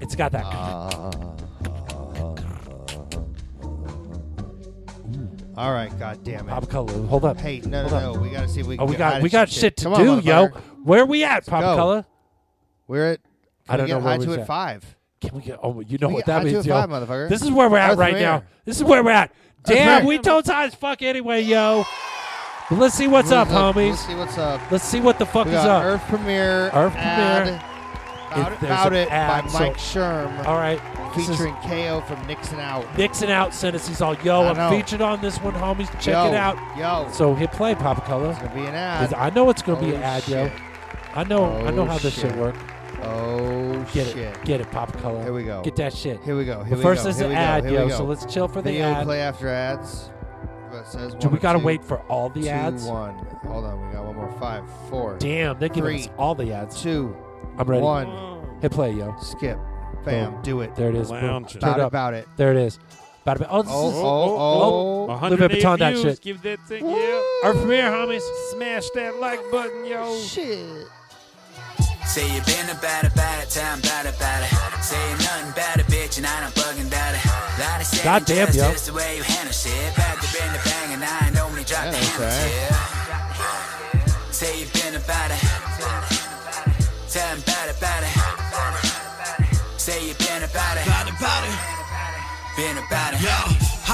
Speaker 1: It's got that.
Speaker 2: All right, God damn it.
Speaker 1: Papa Color, Mm. hold up.
Speaker 2: Hey, no, no,
Speaker 1: Hold
Speaker 2: no.
Speaker 1: up.
Speaker 2: We gotta see if we
Speaker 1: Oh,
Speaker 2: can
Speaker 1: we
Speaker 2: get
Speaker 1: got
Speaker 2: hide
Speaker 1: we
Speaker 2: shit
Speaker 1: got
Speaker 2: shit.
Speaker 1: shit to
Speaker 2: Come on,
Speaker 1: do, yo.
Speaker 2: motherfucker.
Speaker 1: Where we at,
Speaker 2: Let's
Speaker 1: Papa
Speaker 2: go.
Speaker 1: Color?
Speaker 2: We're at.
Speaker 1: I
Speaker 2: can
Speaker 1: don't
Speaker 2: we
Speaker 1: know
Speaker 2: get
Speaker 1: where
Speaker 2: high
Speaker 1: we
Speaker 2: to
Speaker 1: was
Speaker 2: at
Speaker 1: at.
Speaker 2: five.
Speaker 1: Can we get? Oh, you know
Speaker 2: We
Speaker 1: what
Speaker 2: get
Speaker 1: that
Speaker 2: high to
Speaker 1: means,
Speaker 2: at
Speaker 1: yo.
Speaker 2: five, motherfucker.
Speaker 1: This is where we're at
Speaker 2: Earth
Speaker 1: right
Speaker 2: from
Speaker 1: now.
Speaker 2: air.
Speaker 1: This is where we're at. Damn,
Speaker 2: air.
Speaker 1: we told high as fuck anyway, yo. But let's see what's up,
Speaker 2: Let's-
Speaker 1: homies.
Speaker 2: Let's see what's up.
Speaker 1: Let's see what the fuck
Speaker 2: we
Speaker 1: is
Speaker 2: got
Speaker 1: up.
Speaker 2: Earth premiere.
Speaker 1: Earth
Speaker 2: ad,
Speaker 1: Premiere.
Speaker 2: About,
Speaker 1: If
Speaker 2: It-
Speaker 1: there's
Speaker 2: About
Speaker 1: an
Speaker 2: it
Speaker 1: ad,
Speaker 2: by
Speaker 1: so-
Speaker 2: Mike Sherm.
Speaker 1: All right. This is-
Speaker 2: Featuring KO from Nixon Out.
Speaker 1: Nixon out sent us. He's all, yo,
Speaker 2: I
Speaker 1: I'm
Speaker 2: know.
Speaker 1: featured on this one, homies. Check
Speaker 2: Yo,
Speaker 1: it out.
Speaker 2: yo.
Speaker 1: So hit play, Papa Color. It's
Speaker 2: gonna be an ad.
Speaker 1: I know it's gonna be
Speaker 2: Oh,
Speaker 1: an ad,
Speaker 2: shit.
Speaker 1: yo. I know. I know
Speaker 2: Oh,
Speaker 1: how this shit,
Speaker 2: shit.
Speaker 1: work.
Speaker 2: Oh
Speaker 1: Get
Speaker 2: shit.
Speaker 1: it. Get it, Papa Color.
Speaker 2: Here we go.
Speaker 1: Get that shit.
Speaker 2: Here we go.
Speaker 1: But
Speaker 2: Here we
Speaker 1: first
Speaker 2: go.
Speaker 1: is
Speaker 2: Here
Speaker 1: an
Speaker 2: we go.
Speaker 1: ad,
Speaker 2: Here
Speaker 1: yo.
Speaker 2: we go.
Speaker 1: So let's chill for the
Speaker 2: Video
Speaker 1: ad.
Speaker 2: play after ads. What says
Speaker 1: Do we
Speaker 2: one,
Speaker 1: gotta
Speaker 2: two,
Speaker 1: wait for all the
Speaker 2: two,
Speaker 1: ads?
Speaker 2: One. Hold on. We got one more. Five, four.
Speaker 1: Damn, they're giving
Speaker 2: three,
Speaker 1: us all the ads.
Speaker 2: Two.
Speaker 1: I'm ready.
Speaker 2: One.
Speaker 1: Hit play, yo.
Speaker 2: Skip. Bam.
Speaker 1: Boom.
Speaker 2: Do it.
Speaker 1: There it is. Boom.
Speaker 3: Lounge it.
Speaker 1: Turn
Speaker 2: About
Speaker 1: it
Speaker 2: it,
Speaker 1: up.
Speaker 2: about it.
Speaker 1: There it is. About it. Oh, this
Speaker 2: Oh,
Speaker 1: is,
Speaker 2: oh, oh.
Speaker 1: Louis
Speaker 3: 108
Speaker 1: Vuitton that
Speaker 3: views.
Speaker 1: shit.
Speaker 3: Give that thing, yeah.
Speaker 1: Our premiere, homies.
Speaker 3: Smash that like button, yo.
Speaker 2: Shit.
Speaker 7: Say you been about it, about it, time about it, about it. Say you nothing about it, bitch, and I don't fucking doubt it. Lot of
Speaker 1: God
Speaker 7: saying
Speaker 1: damn,
Speaker 7: just
Speaker 1: yo.
Speaker 7: is the way you handle shit. Back to bring the bang, and I ain't normally drop the
Speaker 2: that's
Speaker 7: hammer,
Speaker 2: right.
Speaker 7: yeah. Say you been about it. Tell 'em about it, about it. Say you been about it.
Speaker 8: About it, about it.
Speaker 7: Been about it.
Speaker 8: Yo,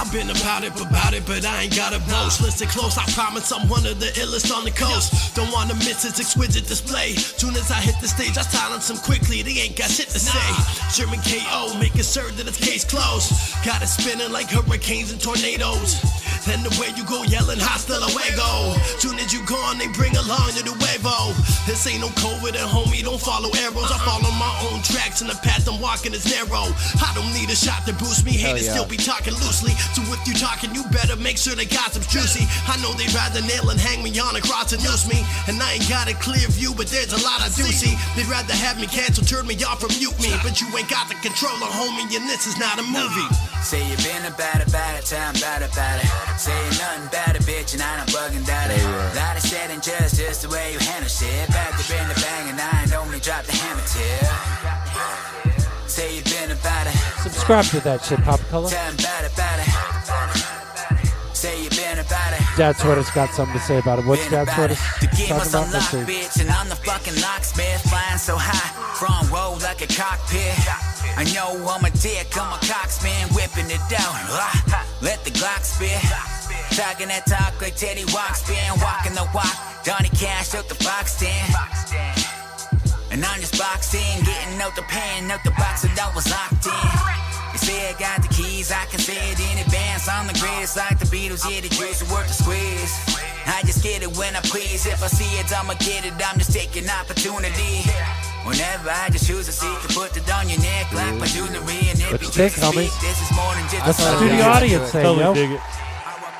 Speaker 8: I've been about it, about it, but I ain't got a boast. Listen close, I promise I'm one of the illest on the coast. Don't wanna miss this exquisite display. Soon as I hit the stage, I silence them quickly. They ain't got shit to say. German KO, making sure that it's case closed. Got it spinning like hurricanes and tornadoes. Then the way you go yelling, hasta luego. Soon as you gone, they bring along the nuevo. This ain't no COVID and homie, don't follow arrows.
Speaker 7: Uh-uh.
Speaker 8: I follow my own tracks and the path I'm walking is narrow. I don't need a shot to boost me.
Speaker 2: Hell
Speaker 8: Haters
Speaker 2: yeah.
Speaker 8: still be talking loosely. So if you talking, you better make sure they got some juicy. I know they'd rather nail and hang me on across and noose me. And I ain't got a clear view, but there's a lot I do see. They'd rather have me cancel, turn me off, or mute me. But you ain't got the controller, homie, and this is not a movie.
Speaker 7: Say you been about it, about it, time about it, about it. Say you nothing about it, bitch, and I don't bugging doubt it.
Speaker 6: Yeah.
Speaker 7: Lot of said and just, just the way you handle shit. Back to bend the bang, and I ain't only drop the hammer tip. Say you been about it,
Speaker 1: Subscribe to that shit, Pop Color.
Speaker 7: time about it, about it. Say you been about it.
Speaker 1: Dad Sweater's got something to say about it. What's Dad Sweater's
Speaker 7: The game
Speaker 1: talking
Speaker 7: was
Speaker 1: about? Let's
Speaker 7: unlocked,
Speaker 1: see.
Speaker 7: bitch, and I'm the fucking locksmith, flying so high, front row like a cockpit. I know I'm a dick, I'm a cocksman, whipping it down. Ah, Let the Glock spit. Talking that talk like Teddy Walkspin, walking the walk. Donnie Cash out the box stand. And I'm just boxing, getting out the pen, out the box that I was locked in. They say I got the keys, I can say it in advance. I'm the greatest, like the Beatles, yeah, the juice to work the squeeze. I just get it when I please. If I see it, I'ma get it. I'm just taking opportunity. Whenever I just choose a seat, can put it on your neck like my jewelry. And if
Speaker 1: What you
Speaker 7: you
Speaker 1: think,
Speaker 7: choose to
Speaker 1: homies?
Speaker 7: speak, this is more than just
Speaker 1: What's
Speaker 7: a
Speaker 1: the
Speaker 7: song.
Speaker 1: studio audience say, yo?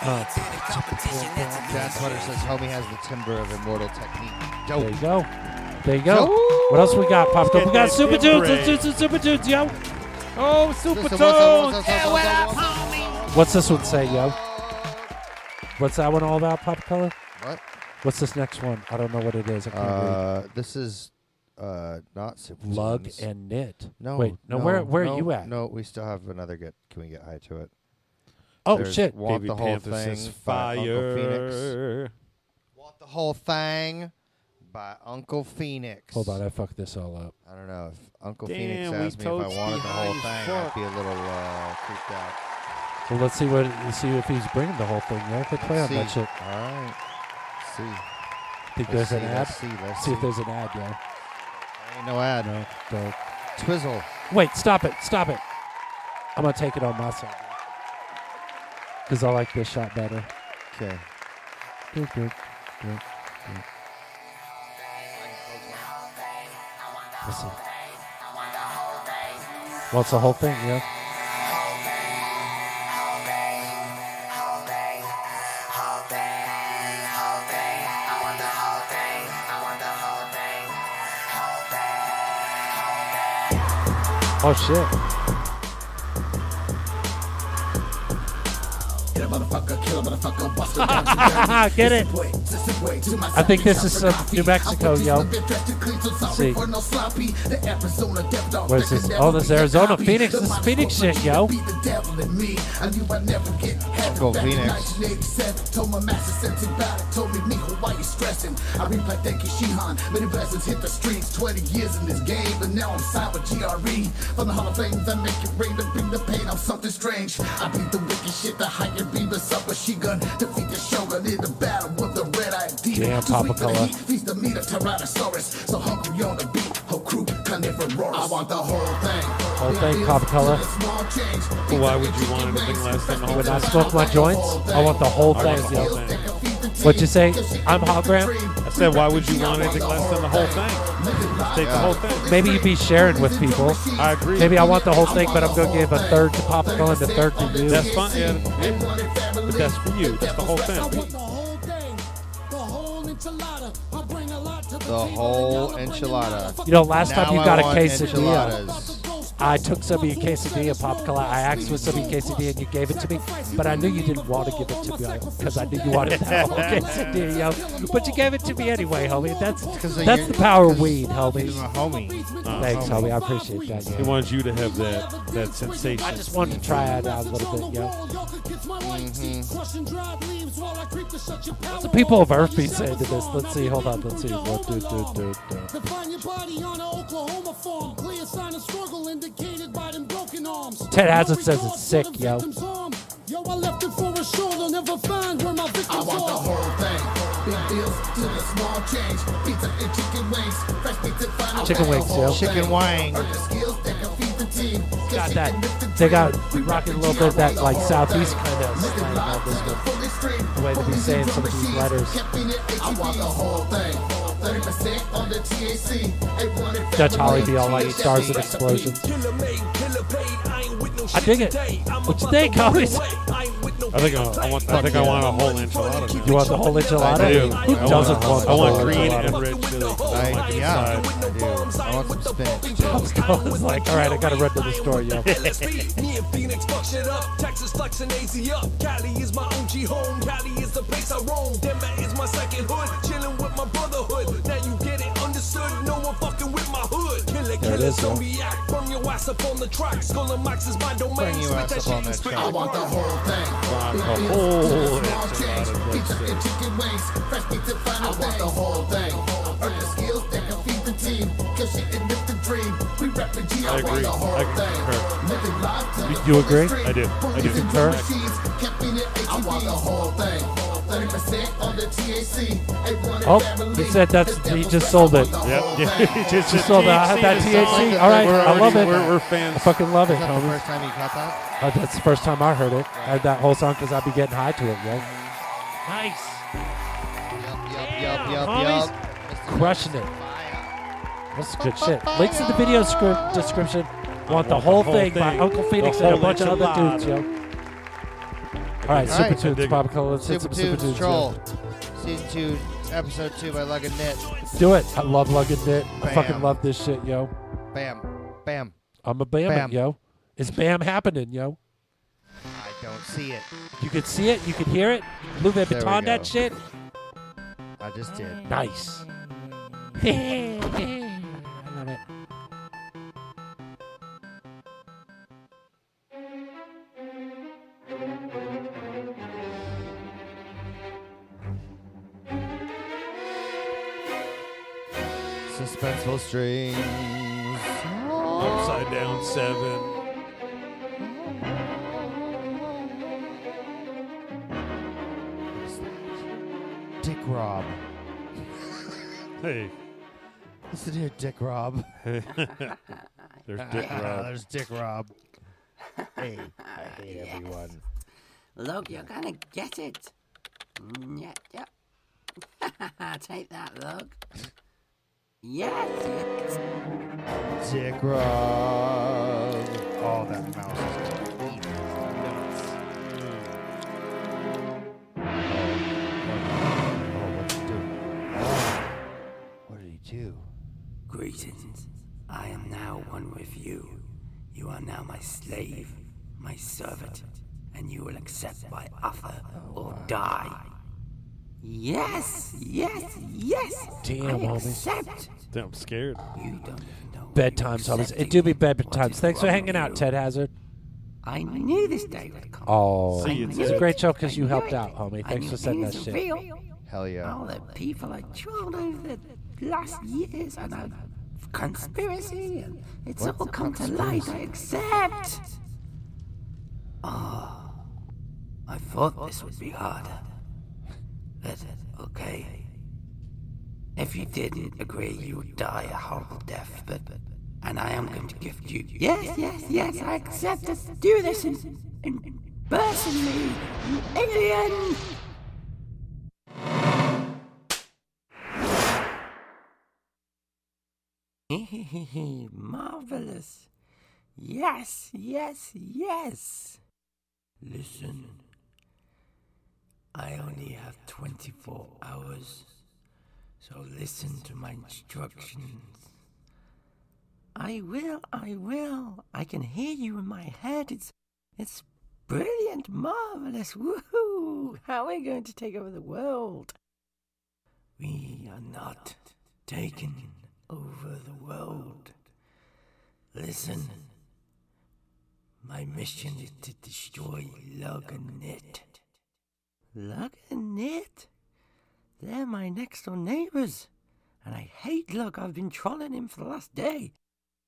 Speaker 2: Oh, Dad Sweater says Homie has the timber of immortal technique.
Speaker 1: There you go. There you go. What else we got, Pop Color? We got
Speaker 2: that
Speaker 1: Super
Speaker 2: timber
Speaker 1: Tunes. Let's do some Super Tunes, yo. Oh, Super Tunes. What's this one say, yo? What's that one all about, Pop Color?
Speaker 2: What?
Speaker 1: What's this next one? I don't know what it is. I can't read.
Speaker 2: Uh, this is uh, not super.
Speaker 1: Lug
Speaker 2: Tunes.
Speaker 1: and knit.
Speaker 2: No.
Speaker 1: Wait, no, where- where are
Speaker 2: no,
Speaker 1: you at?
Speaker 2: No, we still have another get. Can we get high to it?
Speaker 1: Oh,
Speaker 2: There's
Speaker 1: shit.
Speaker 2: Want
Speaker 1: Baby
Speaker 2: the whole
Speaker 1: Panther
Speaker 2: thing
Speaker 1: says
Speaker 2: by Uncle
Speaker 1: fire.
Speaker 2: Phoenix. Want the whole thing by Uncle Phoenix.
Speaker 1: Hold on, I fucked this all up.
Speaker 2: I don't know if Uncle
Speaker 1: Damn,
Speaker 2: Phoenix
Speaker 1: we
Speaker 2: asked me if I
Speaker 1: told you
Speaker 2: wanted the
Speaker 1: how
Speaker 2: whole
Speaker 1: you
Speaker 2: thing. I'd
Speaker 1: fuck.
Speaker 2: be a little uh, creeped out.
Speaker 1: So let's see what see if he's bringing the whole thing. Yeah, let's play on that
Speaker 2: see.
Speaker 1: shit.
Speaker 2: All right. see.
Speaker 1: Think
Speaker 2: Let's
Speaker 1: there's an
Speaker 2: see,
Speaker 1: ad.
Speaker 2: let's see, let's
Speaker 1: if
Speaker 2: see.
Speaker 1: there's an ad. Yeah.
Speaker 2: Ain't no ad.
Speaker 1: No. Don't.
Speaker 2: Twizzle.
Speaker 1: Wait, stop it, stop it. I'm gonna take it on myself because I like this shot better.
Speaker 2: Okay.
Speaker 1: Good, good, Listen. What's the whole thing? Yeah. Oh shit. (laughs) Get it. I think this is some New Mexico, yo. Let's see. Where's this? Oh, this Arizona Phoenix. This is Phoenix shit, yo.
Speaker 2: Uncle Phoenix.
Speaker 6: E.
Speaker 1: Damn, Papa Color. Whole thing, Papa Color.
Speaker 3: Why would you want anything less than the whole
Speaker 1: When I
Speaker 3: thing?
Speaker 1: smoke my joints, I want the whole
Speaker 3: I want
Speaker 1: thing,
Speaker 3: the
Speaker 1: yo.
Speaker 3: whole thing.
Speaker 1: What'd you say? I'm hologram.
Speaker 3: I said, why would you want anything less than the whole thing? Just take the whole thing.
Speaker 1: Maybe you'd be sharing with people.
Speaker 3: I agree.
Speaker 1: Maybe I want the whole thing, but I'm gonna give a third to popcorn and a third to you.
Speaker 3: That's fine. Yeah. yeah. But that's for you. That's the whole thing.
Speaker 2: The whole enchilada.
Speaker 1: You know, last time you
Speaker 2: Now I
Speaker 1: got a
Speaker 2: want
Speaker 1: quesadilla, I took some of your quesadilla, Pop Color. I asked for some of your quesadilla, and you gave it to me. But I knew you didn't want to give it to me because I knew you wanted (laughs)
Speaker 3: (laughs)
Speaker 1: that whole quesadilla. yo. But you gave it to me anyway, homie. That's that's the power of weed, homie. Thanks, homie. I appreciate that.
Speaker 3: He
Speaker 1: Yeah.
Speaker 3: wants you to have that that sensation.
Speaker 1: I just wanted to try it out a little bit, yo. What's the people of Earth be saying to this? Let's see. Hold on. Let's see. What do do do do? Ted Hazard says it's sick, yo. Chicken wings, yo.
Speaker 2: Chicken wings.
Speaker 1: Got that. They got rocking a little bit that like southeast kind of slang about this one. The way they be saying some of these letters.
Speaker 6: 30% on the THC.
Speaker 1: Dutch Holly be all like stars and explosions. I dig it. What you think, homies?
Speaker 3: I think I, I want. I
Speaker 1: Fuck
Speaker 3: think I
Speaker 1: yeah.
Speaker 3: want a whole enchilada. now.
Speaker 1: You want the whole enchilada?
Speaker 3: I do.
Speaker 1: Who
Speaker 3: I
Speaker 1: doesn't
Speaker 3: want,
Speaker 1: want the
Speaker 3: I want
Speaker 1: whole
Speaker 3: green
Speaker 1: enchilada?
Speaker 3: and red chili.
Speaker 4: I, yeah,
Speaker 3: inside.
Speaker 4: I do. I want some spinach.
Speaker 1: I was going- (laughs) I was like, all right, I gotta run to the store, yo.
Speaker 8: LSD, me and Phoenix fuck shit up. Texas flex and AZ up. Cali is my OG home. Cali is the place I roam. Denver is my second hood. Chilling with my brotherhood. Now you get it understood. No one fucking with my hood. Killer,
Speaker 1: There it
Speaker 8: killer,
Speaker 1: is, yo.
Speaker 8: zombiac. Burn your ass up on the track. Skull and Max is my domain.
Speaker 4: Bring your
Speaker 8: Spit that
Speaker 4: ass up
Speaker 8: shit
Speaker 4: on
Speaker 8: and
Speaker 4: that
Speaker 8: spit
Speaker 4: track.
Speaker 8: it.
Speaker 6: want the whole thing.
Speaker 4: Want the
Speaker 6: Beef
Speaker 4: whole
Speaker 6: is a small
Speaker 4: enchilada,
Speaker 6: change.
Speaker 4: let's
Speaker 6: Pizza and chicken wings, fresh meat to final I want the whole thing. Earn the skills that can feed the team. Cause shit and lift the dream. We rep the G,
Speaker 3: I
Speaker 6: I want
Speaker 3: agree.
Speaker 6: the whole
Speaker 3: I concur.
Speaker 6: thing. Living live to the
Speaker 3: You, you agree? I
Speaker 6: fullest dream.
Speaker 3: do. I do.
Speaker 6: Bullets and
Speaker 3: Concur.
Speaker 6: machines, caffeine and I want the whole thing. 30% on the THC. They want it
Speaker 1: Oh, he said that's he just sold it.
Speaker 3: Yep. (laughs) Yeah, he just
Speaker 1: Just
Speaker 3: said
Speaker 1: sold that,
Speaker 3: THC
Speaker 1: that
Speaker 3: is
Speaker 1: THC.
Speaker 3: sold.
Speaker 1: All right,
Speaker 3: We're
Speaker 1: I love
Speaker 3: already-
Speaker 1: it.
Speaker 3: we're- we're fans.
Speaker 1: I fucking love it.
Speaker 4: Is that the
Speaker 1: homie.
Speaker 4: first time you caught that?
Speaker 1: Uh, that's the first time I heard it. I heard that whole song because I'd be getting high to it, yo. Nice.
Speaker 4: Yup, yup,
Speaker 1: homies.
Speaker 4: yup.
Speaker 1: Crushing it. That's good shit. Links in the video script description. Want the whole thing by Uncle Phoenix
Speaker 3: The
Speaker 1: and a
Speaker 3: whole
Speaker 1: bunch of other
Speaker 3: enchilada.
Speaker 1: dudes, yo. All right,
Speaker 4: All
Speaker 1: Super
Speaker 4: right.
Speaker 1: Tunes, Bob Cola. Let's hit
Speaker 4: Super
Speaker 1: some Super
Speaker 4: Tunes
Speaker 1: Tunes.
Speaker 4: Troll.
Speaker 1: yo.
Speaker 4: Season 2, Episode 2 by Lug and Knit.
Speaker 1: Do it. I love lugging it. I fucking
Speaker 4: Bam.
Speaker 1: love this shit, yo.
Speaker 4: Bam. Bam.
Speaker 1: I'm a bam,
Speaker 4: Bam.
Speaker 1: yo. It's bam happening, yo.
Speaker 4: I don't see it.
Speaker 1: You can see it. You can hear it. Louis
Speaker 4: There we
Speaker 1: Vuitton
Speaker 4: go.
Speaker 1: that shit.
Speaker 4: I just did.
Speaker 1: Nice. I (laughs) love it.
Speaker 4: Suspenseful strings.
Speaker 3: Upside down seven.
Speaker 4: Dick Rob.
Speaker 3: Hey.
Speaker 4: Listen here, Dick Rob.
Speaker 3: (laughs) There's
Speaker 4: (laughs)
Speaker 3: Dick Rob.
Speaker 4: There's Dick Rob.
Speaker 10: (laughs)
Speaker 4: Hey, I hate everyone.
Speaker 10: Look, you're gonna get it. Mm, Yep, yep. (laughs) Take that, look. Yes, yes.
Speaker 4: Dick Rob. Oh, that mouse is going nuts. Oh, what's he doing? Oh, What did he do?
Speaker 10: Greetings. I am now one with you. You are now my slave, my servant, and you will accept my offer or die. Yes, yes, yes.
Speaker 1: Damn,
Speaker 10: I
Speaker 1: homie.
Speaker 10: accept.
Speaker 3: Damn, I'm scared.
Speaker 1: Bedtimes, homies. It do be bedtimes. Thanks for hanging out, Ted Hazard.
Speaker 10: I knew this day would come.
Speaker 1: Oh,
Speaker 10: See,
Speaker 1: it's
Speaker 10: it's-
Speaker 1: a great show because you helped out, homie. Thanks for sending that
Speaker 10: Things are
Speaker 1: shit.
Speaker 10: real.
Speaker 4: Hell yeah.
Speaker 10: All the people I traveled over the last years and a conspiracy, and it's
Speaker 4: What's
Speaker 10: all
Speaker 4: a
Speaker 10: come to light. I
Speaker 4: conspiracy?
Speaker 10: accept. Ah, I thought this would be harder. But okay. If you didn't agree, you would die a horrible death. But and I am going to gift you. Yes, yes, yes. I accept it. Do this and, and burst me, you alien. (laughs) Marvelous. Yes, yes, yes. Listen. I only have 24 hours, so listen to my instructions. I will, I will. I can hear you in my head. It's, it's brilliant, marvelous. Woohoo! How are we going to take over the world? We are not taking over the world. Listen, my mission is to destroy Luganet. Luganet? They're my next door neighbors. And I hate Lug. I've been trolling him for the last day.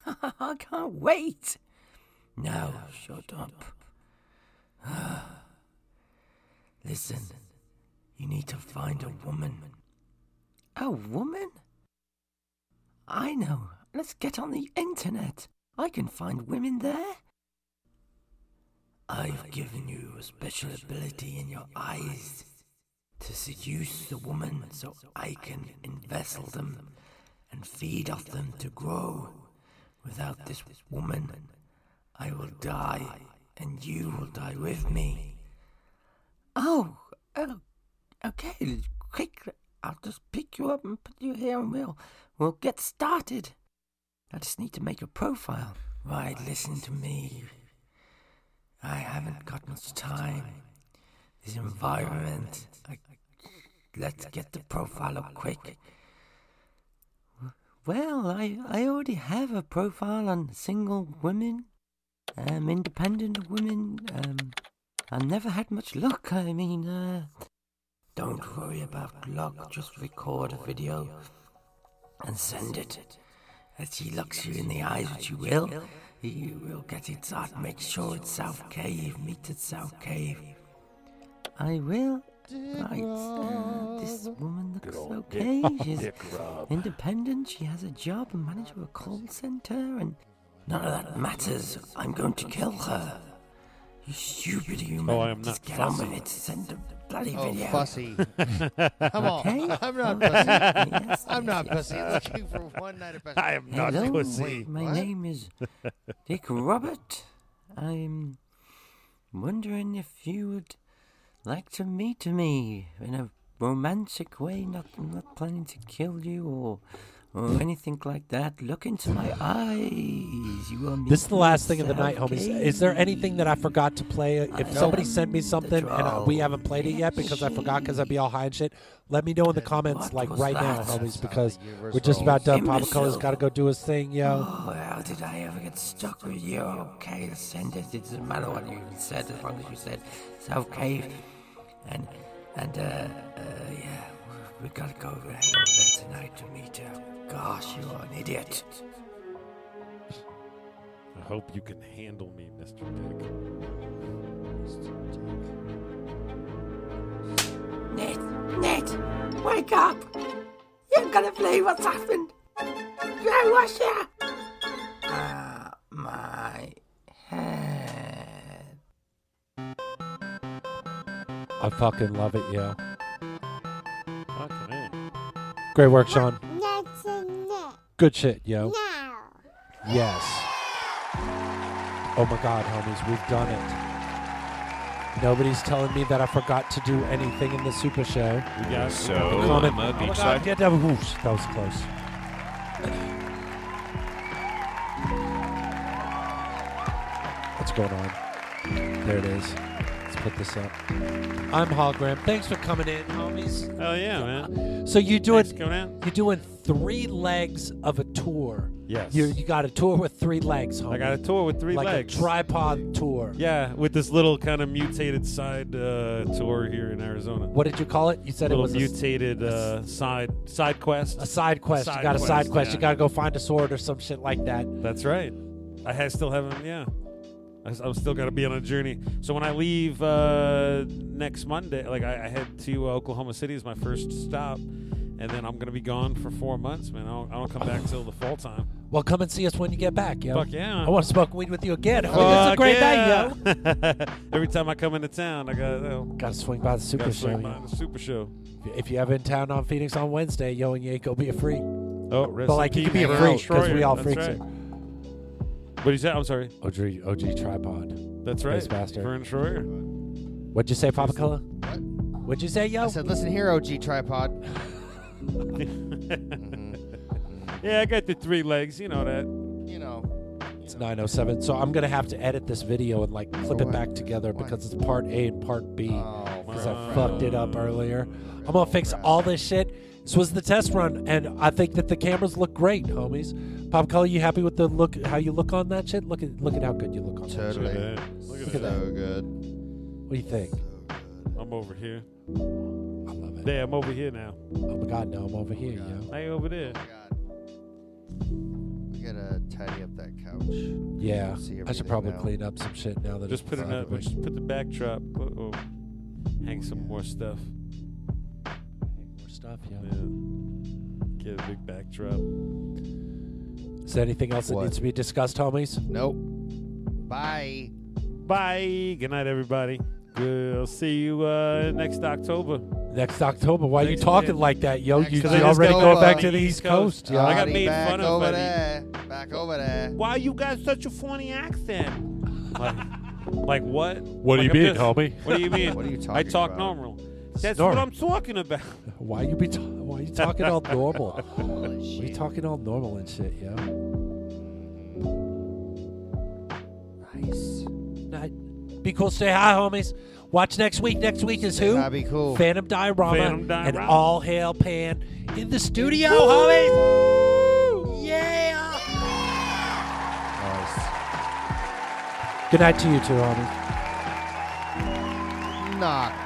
Speaker 10: (laughs) I can't wait. Now, shut up. (sighs) Listen, you need to find a woman. A woman? I know. Let's get on the internet. I can find women there. I've given you a special ability in your eyes. to seduce the woman so I can inveigle them and feed off them to grow. Without this woman, I will die, and you will die with me. Oh, oh, okay, quick. I'll just pick you up and put you here, and we'll, we'll get started. I just need to make a profile. Right, listen to me. I haven't got much time. This environment. I, let's get the profile up quick. Well, I, I already have a profile on single women, um, independent women. Um, I never had much luck. I mean, uh, don't worry about luck. Just record a video and send it. As he looks you in the eyes, which you will, you will get it out. Make sure it's South Cave. Meet at South Cave. I will. Right. This woman looks okay. She's independent. She has a job and manager of a call center, and none of that matters. I'm going to kill her. You stupid human.
Speaker 3: Oh, I am not
Speaker 10: Just get on with
Speaker 3: fussy.
Speaker 10: it. Send a bloody
Speaker 2: Oh,
Speaker 10: video.
Speaker 3: (laughs)
Speaker 2: fussy. Come on.
Speaker 10: Okay?
Speaker 2: I'm not
Speaker 10: Okay.
Speaker 2: pussy. (laughs)
Speaker 10: Yes,
Speaker 2: I'm
Speaker 10: yes,
Speaker 2: not
Speaker 10: yes.
Speaker 2: pussy. Looking for one night of best- I am not
Speaker 10: Hello,
Speaker 2: pussy.
Speaker 10: My
Speaker 2: What?
Speaker 10: name is Dick Robert. I'm wondering if you would like to meet me in a romantic way. Not, I'm not planning to kill you or or anything like that. Look into my eyes. You will meet
Speaker 1: This is the
Speaker 10: me
Speaker 1: last thing of the
Speaker 10: yourself,
Speaker 1: night, homies.
Speaker 10: okay?
Speaker 1: Is there anything that I forgot to play? uh, If somebody sent me something and I- we haven't played it yet because I forgot because I'd be all high and shit, let me know in the comments like
Speaker 10: was
Speaker 1: right now,
Speaker 10: that?
Speaker 1: homies, because
Speaker 10: universe
Speaker 1: we're just
Speaker 10: rolls.
Speaker 1: about done.
Speaker 10: Imbecile.
Speaker 1: Papacoa's got to go do his thing, yo.
Speaker 10: Oh, how did I ever get stuck with you? Okay, send it. It doesn't matter what you said, as long as you said South Cave. And, and, uh, uh, yeah, we gotta go over there tonight to meet her. Gosh, you are an idiot.
Speaker 3: I hope you can handle me, Mr. Dick.
Speaker 10: Ned, Ned, wake up! You're gonna believe what's happened! Go wash ya! Ah, my head.
Speaker 1: I fucking love it, yo.
Speaker 3: Fucking A.
Speaker 1: Great work, Sean.
Speaker 19: That's a net.
Speaker 1: Good shit, yo.
Speaker 19: Now.
Speaker 1: Yes. Oh my God, homies, we've done it. Nobody's telling me that I forgot to do anything in the Super Show.
Speaker 3: We got-
Speaker 4: So,
Speaker 1: Comment-
Speaker 4: I'm a
Speaker 1: Oh my God,
Speaker 4: beachside.
Speaker 1: get that- oof, that was close. What's going on? There it is. Let's put this up. I'm Hologram. Thanks for coming in, homies.
Speaker 3: Oh yeah, man.
Speaker 1: So you doing
Speaker 3: Thanks, Conan.
Speaker 1: you're doing three legs of a tour.
Speaker 3: Yes.
Speaker 1: You you got a tour with three legs, homie.
Speaker 3: I got a tour with three
Speaker 1: like
Speaker 3: legs.
Speaker 1: a tripod tour.
Speaker 3: Yeah, with this little kind of mutated side uh, tour here in Arizona.
Speaker 1: What did you call it? You said it
Speaker 3: little
Speaker 1: was a s-
Speaker 3: mutated uh, side side quest.
Speaker 1: A side quest. you got a side quest. You got to go find a sword or some shit like that.
Speaker 3: That's right. I ha- still haven't. Yeah, I, am still got to be on a journey. So when I leave uh, next Monday, like I, I head to uh, Oklahoma City as my first stop, and then I'm gonna be gone for four months, man. I don't, I don't come back till the fall time.
Speaker 1: Well, come and see us when you get back, yo.
Speaker 3: Fuck yeah.
Speaker 1: I want to smoke weed with you again. homie. This is a
Speaker 3: Fuck
Speaker 1: great
Speaker 3: yeah. (laughs)
Speaker 1: night, yo.
Speaker 3: Every time I come into town, I got to
Speaker 1: Got to swing by
Speaker 3: (laughs)
Speaker 1: the (laughs) Super Show.
Speaker 3: Swing
Speaker 1: yo.
Speaker 3: by the super show.
Speaker 1: If you have in town on Phoenix on Wednesday, yo, and you ain't gonna be a freak.
Speaker 3: Oh, rest
Speaker 1: but
Speaker 3: in
Speaker 1: like you
Speaker 3: peace,
Speaker 1: can be a
Speaker 3: Earl
Speaker 1: freak because we
Speaker 3: Troyer.
Speaker 1: all
Speaker 3: That's
Speaker 1: freaks.
Speaker 3: right.
Speaker 1: here.
Speaker 3: What do you say? I'm sorry.
Speaker 1: OG, OG tripod.
Speaker 3: That's right.
Speaker 1: Bass master.
Speaker 3: Vern Troyer.
Speaker 1: What'd you say, Papa Cola? What'd you say, yo?
Speaker 2: I said, listen here, OG
Speaker 3: (laughs)
Speaker 2: tripod.
Speaker 4: Mm-hmm.
Speaker 3: Yeah, I got the three legs. You know that.
Speaker 2: You know.
Speaker 1: It's 907. So I'm going to have to edit this video and like clip it back together because it's part A and part B.
Speaker 2: Oh,
Speaker 1: Because I fucked it up earlier. I'm going to fix all this shit. This was the test run, and I think that the cameras look great, homies. Pop Color, you happy with the look? How you look on that shit? Look at look at how good you look on
Speaker 2: Totally.
Speaker 1: that shit.
Speaker 3: Look at
Speaker 2: Look
Speaker 3: that.
Speaker 2: at so good.
Speaker 1: What do you think?
Speaker 3: I'm over here. I love it. Yeah, I'm over here now.
Speaker 1: Oh my god, no, I'm over here, yo.
Speaker 3: I ain't over there.
Speaker 2: Oh We gotta tidy up that couch.
Speaker 1: Yeah,
Speaker 2: See
Speaker 1: I should
Speaker 2: everything
Speaker 1: probably
Speaker 2: now.
Speaker 1: clean up some shit now that
Speaker 3: Just
Speaker 1: it's
Speaker 3: put it up.
Speaker 1: sideways.
Speaker 3: Just put the backdrop. Oh, hang some more stuff.
Speaker 1: More stuff, yeah.
Speaker 3: Get a big backdrop.
Speaker 1: Is there anything else that
Speaker 3: What?
Speaker 1: needs to be discussed, homies?
Speaker 2: Nope. Bye.
Speaker 3: Bye. Good night, everybody. Good. I'll see you uh, next October.
Speaker 1: Next October. Why are you talking like that, yo? You,
Speaker 3: Next
Speaker 1: you already
Speaker 3: October.
Speaker 1: going back to the
Speaker 3: Buddy.
Speaker 1: uh, East Coast. yo.
Speaker 3: I got made fun of
Speaker 2: over
Speaker 3: buddy.
Speaker 2: there. Back over there.
Speaker 3: Why you got such a funny accent? Like, like what?
Speaker 1: What do
Speaker 3: Like, I'm
Speaker 1: you mean,
Speaker 3: just-
Speaker 1: homie?
Speaker 3: What do you mean?
Speaker 1: (laughs) What are you
Speaker 3: I
Speaker 1: talking
Speaker 3: talk
Speaker 1: about?
Speaker 3: normal. That's
Speaker 1: normal.
Speaker 3: what I'm talking about.
Speaker 1: Why you be ta- why you talking all (laughs) normal? Why you talking all normal and shit, yo? Nice. Be cool. Say hi, homies. Watch next week. Next week is who?
Speaker 2: hi, be cool.
Speaker 1: Phantom Diorama
Speaker 2: Phantom
Speaker 1: and
Speaker 2: Diorama.
Speaker 1: All Hail Pan in the studio,
Speaker 2: Woo!
Speaker 1: homies. Yeah. Good night to you too, homies.
Speaker 2: Knock.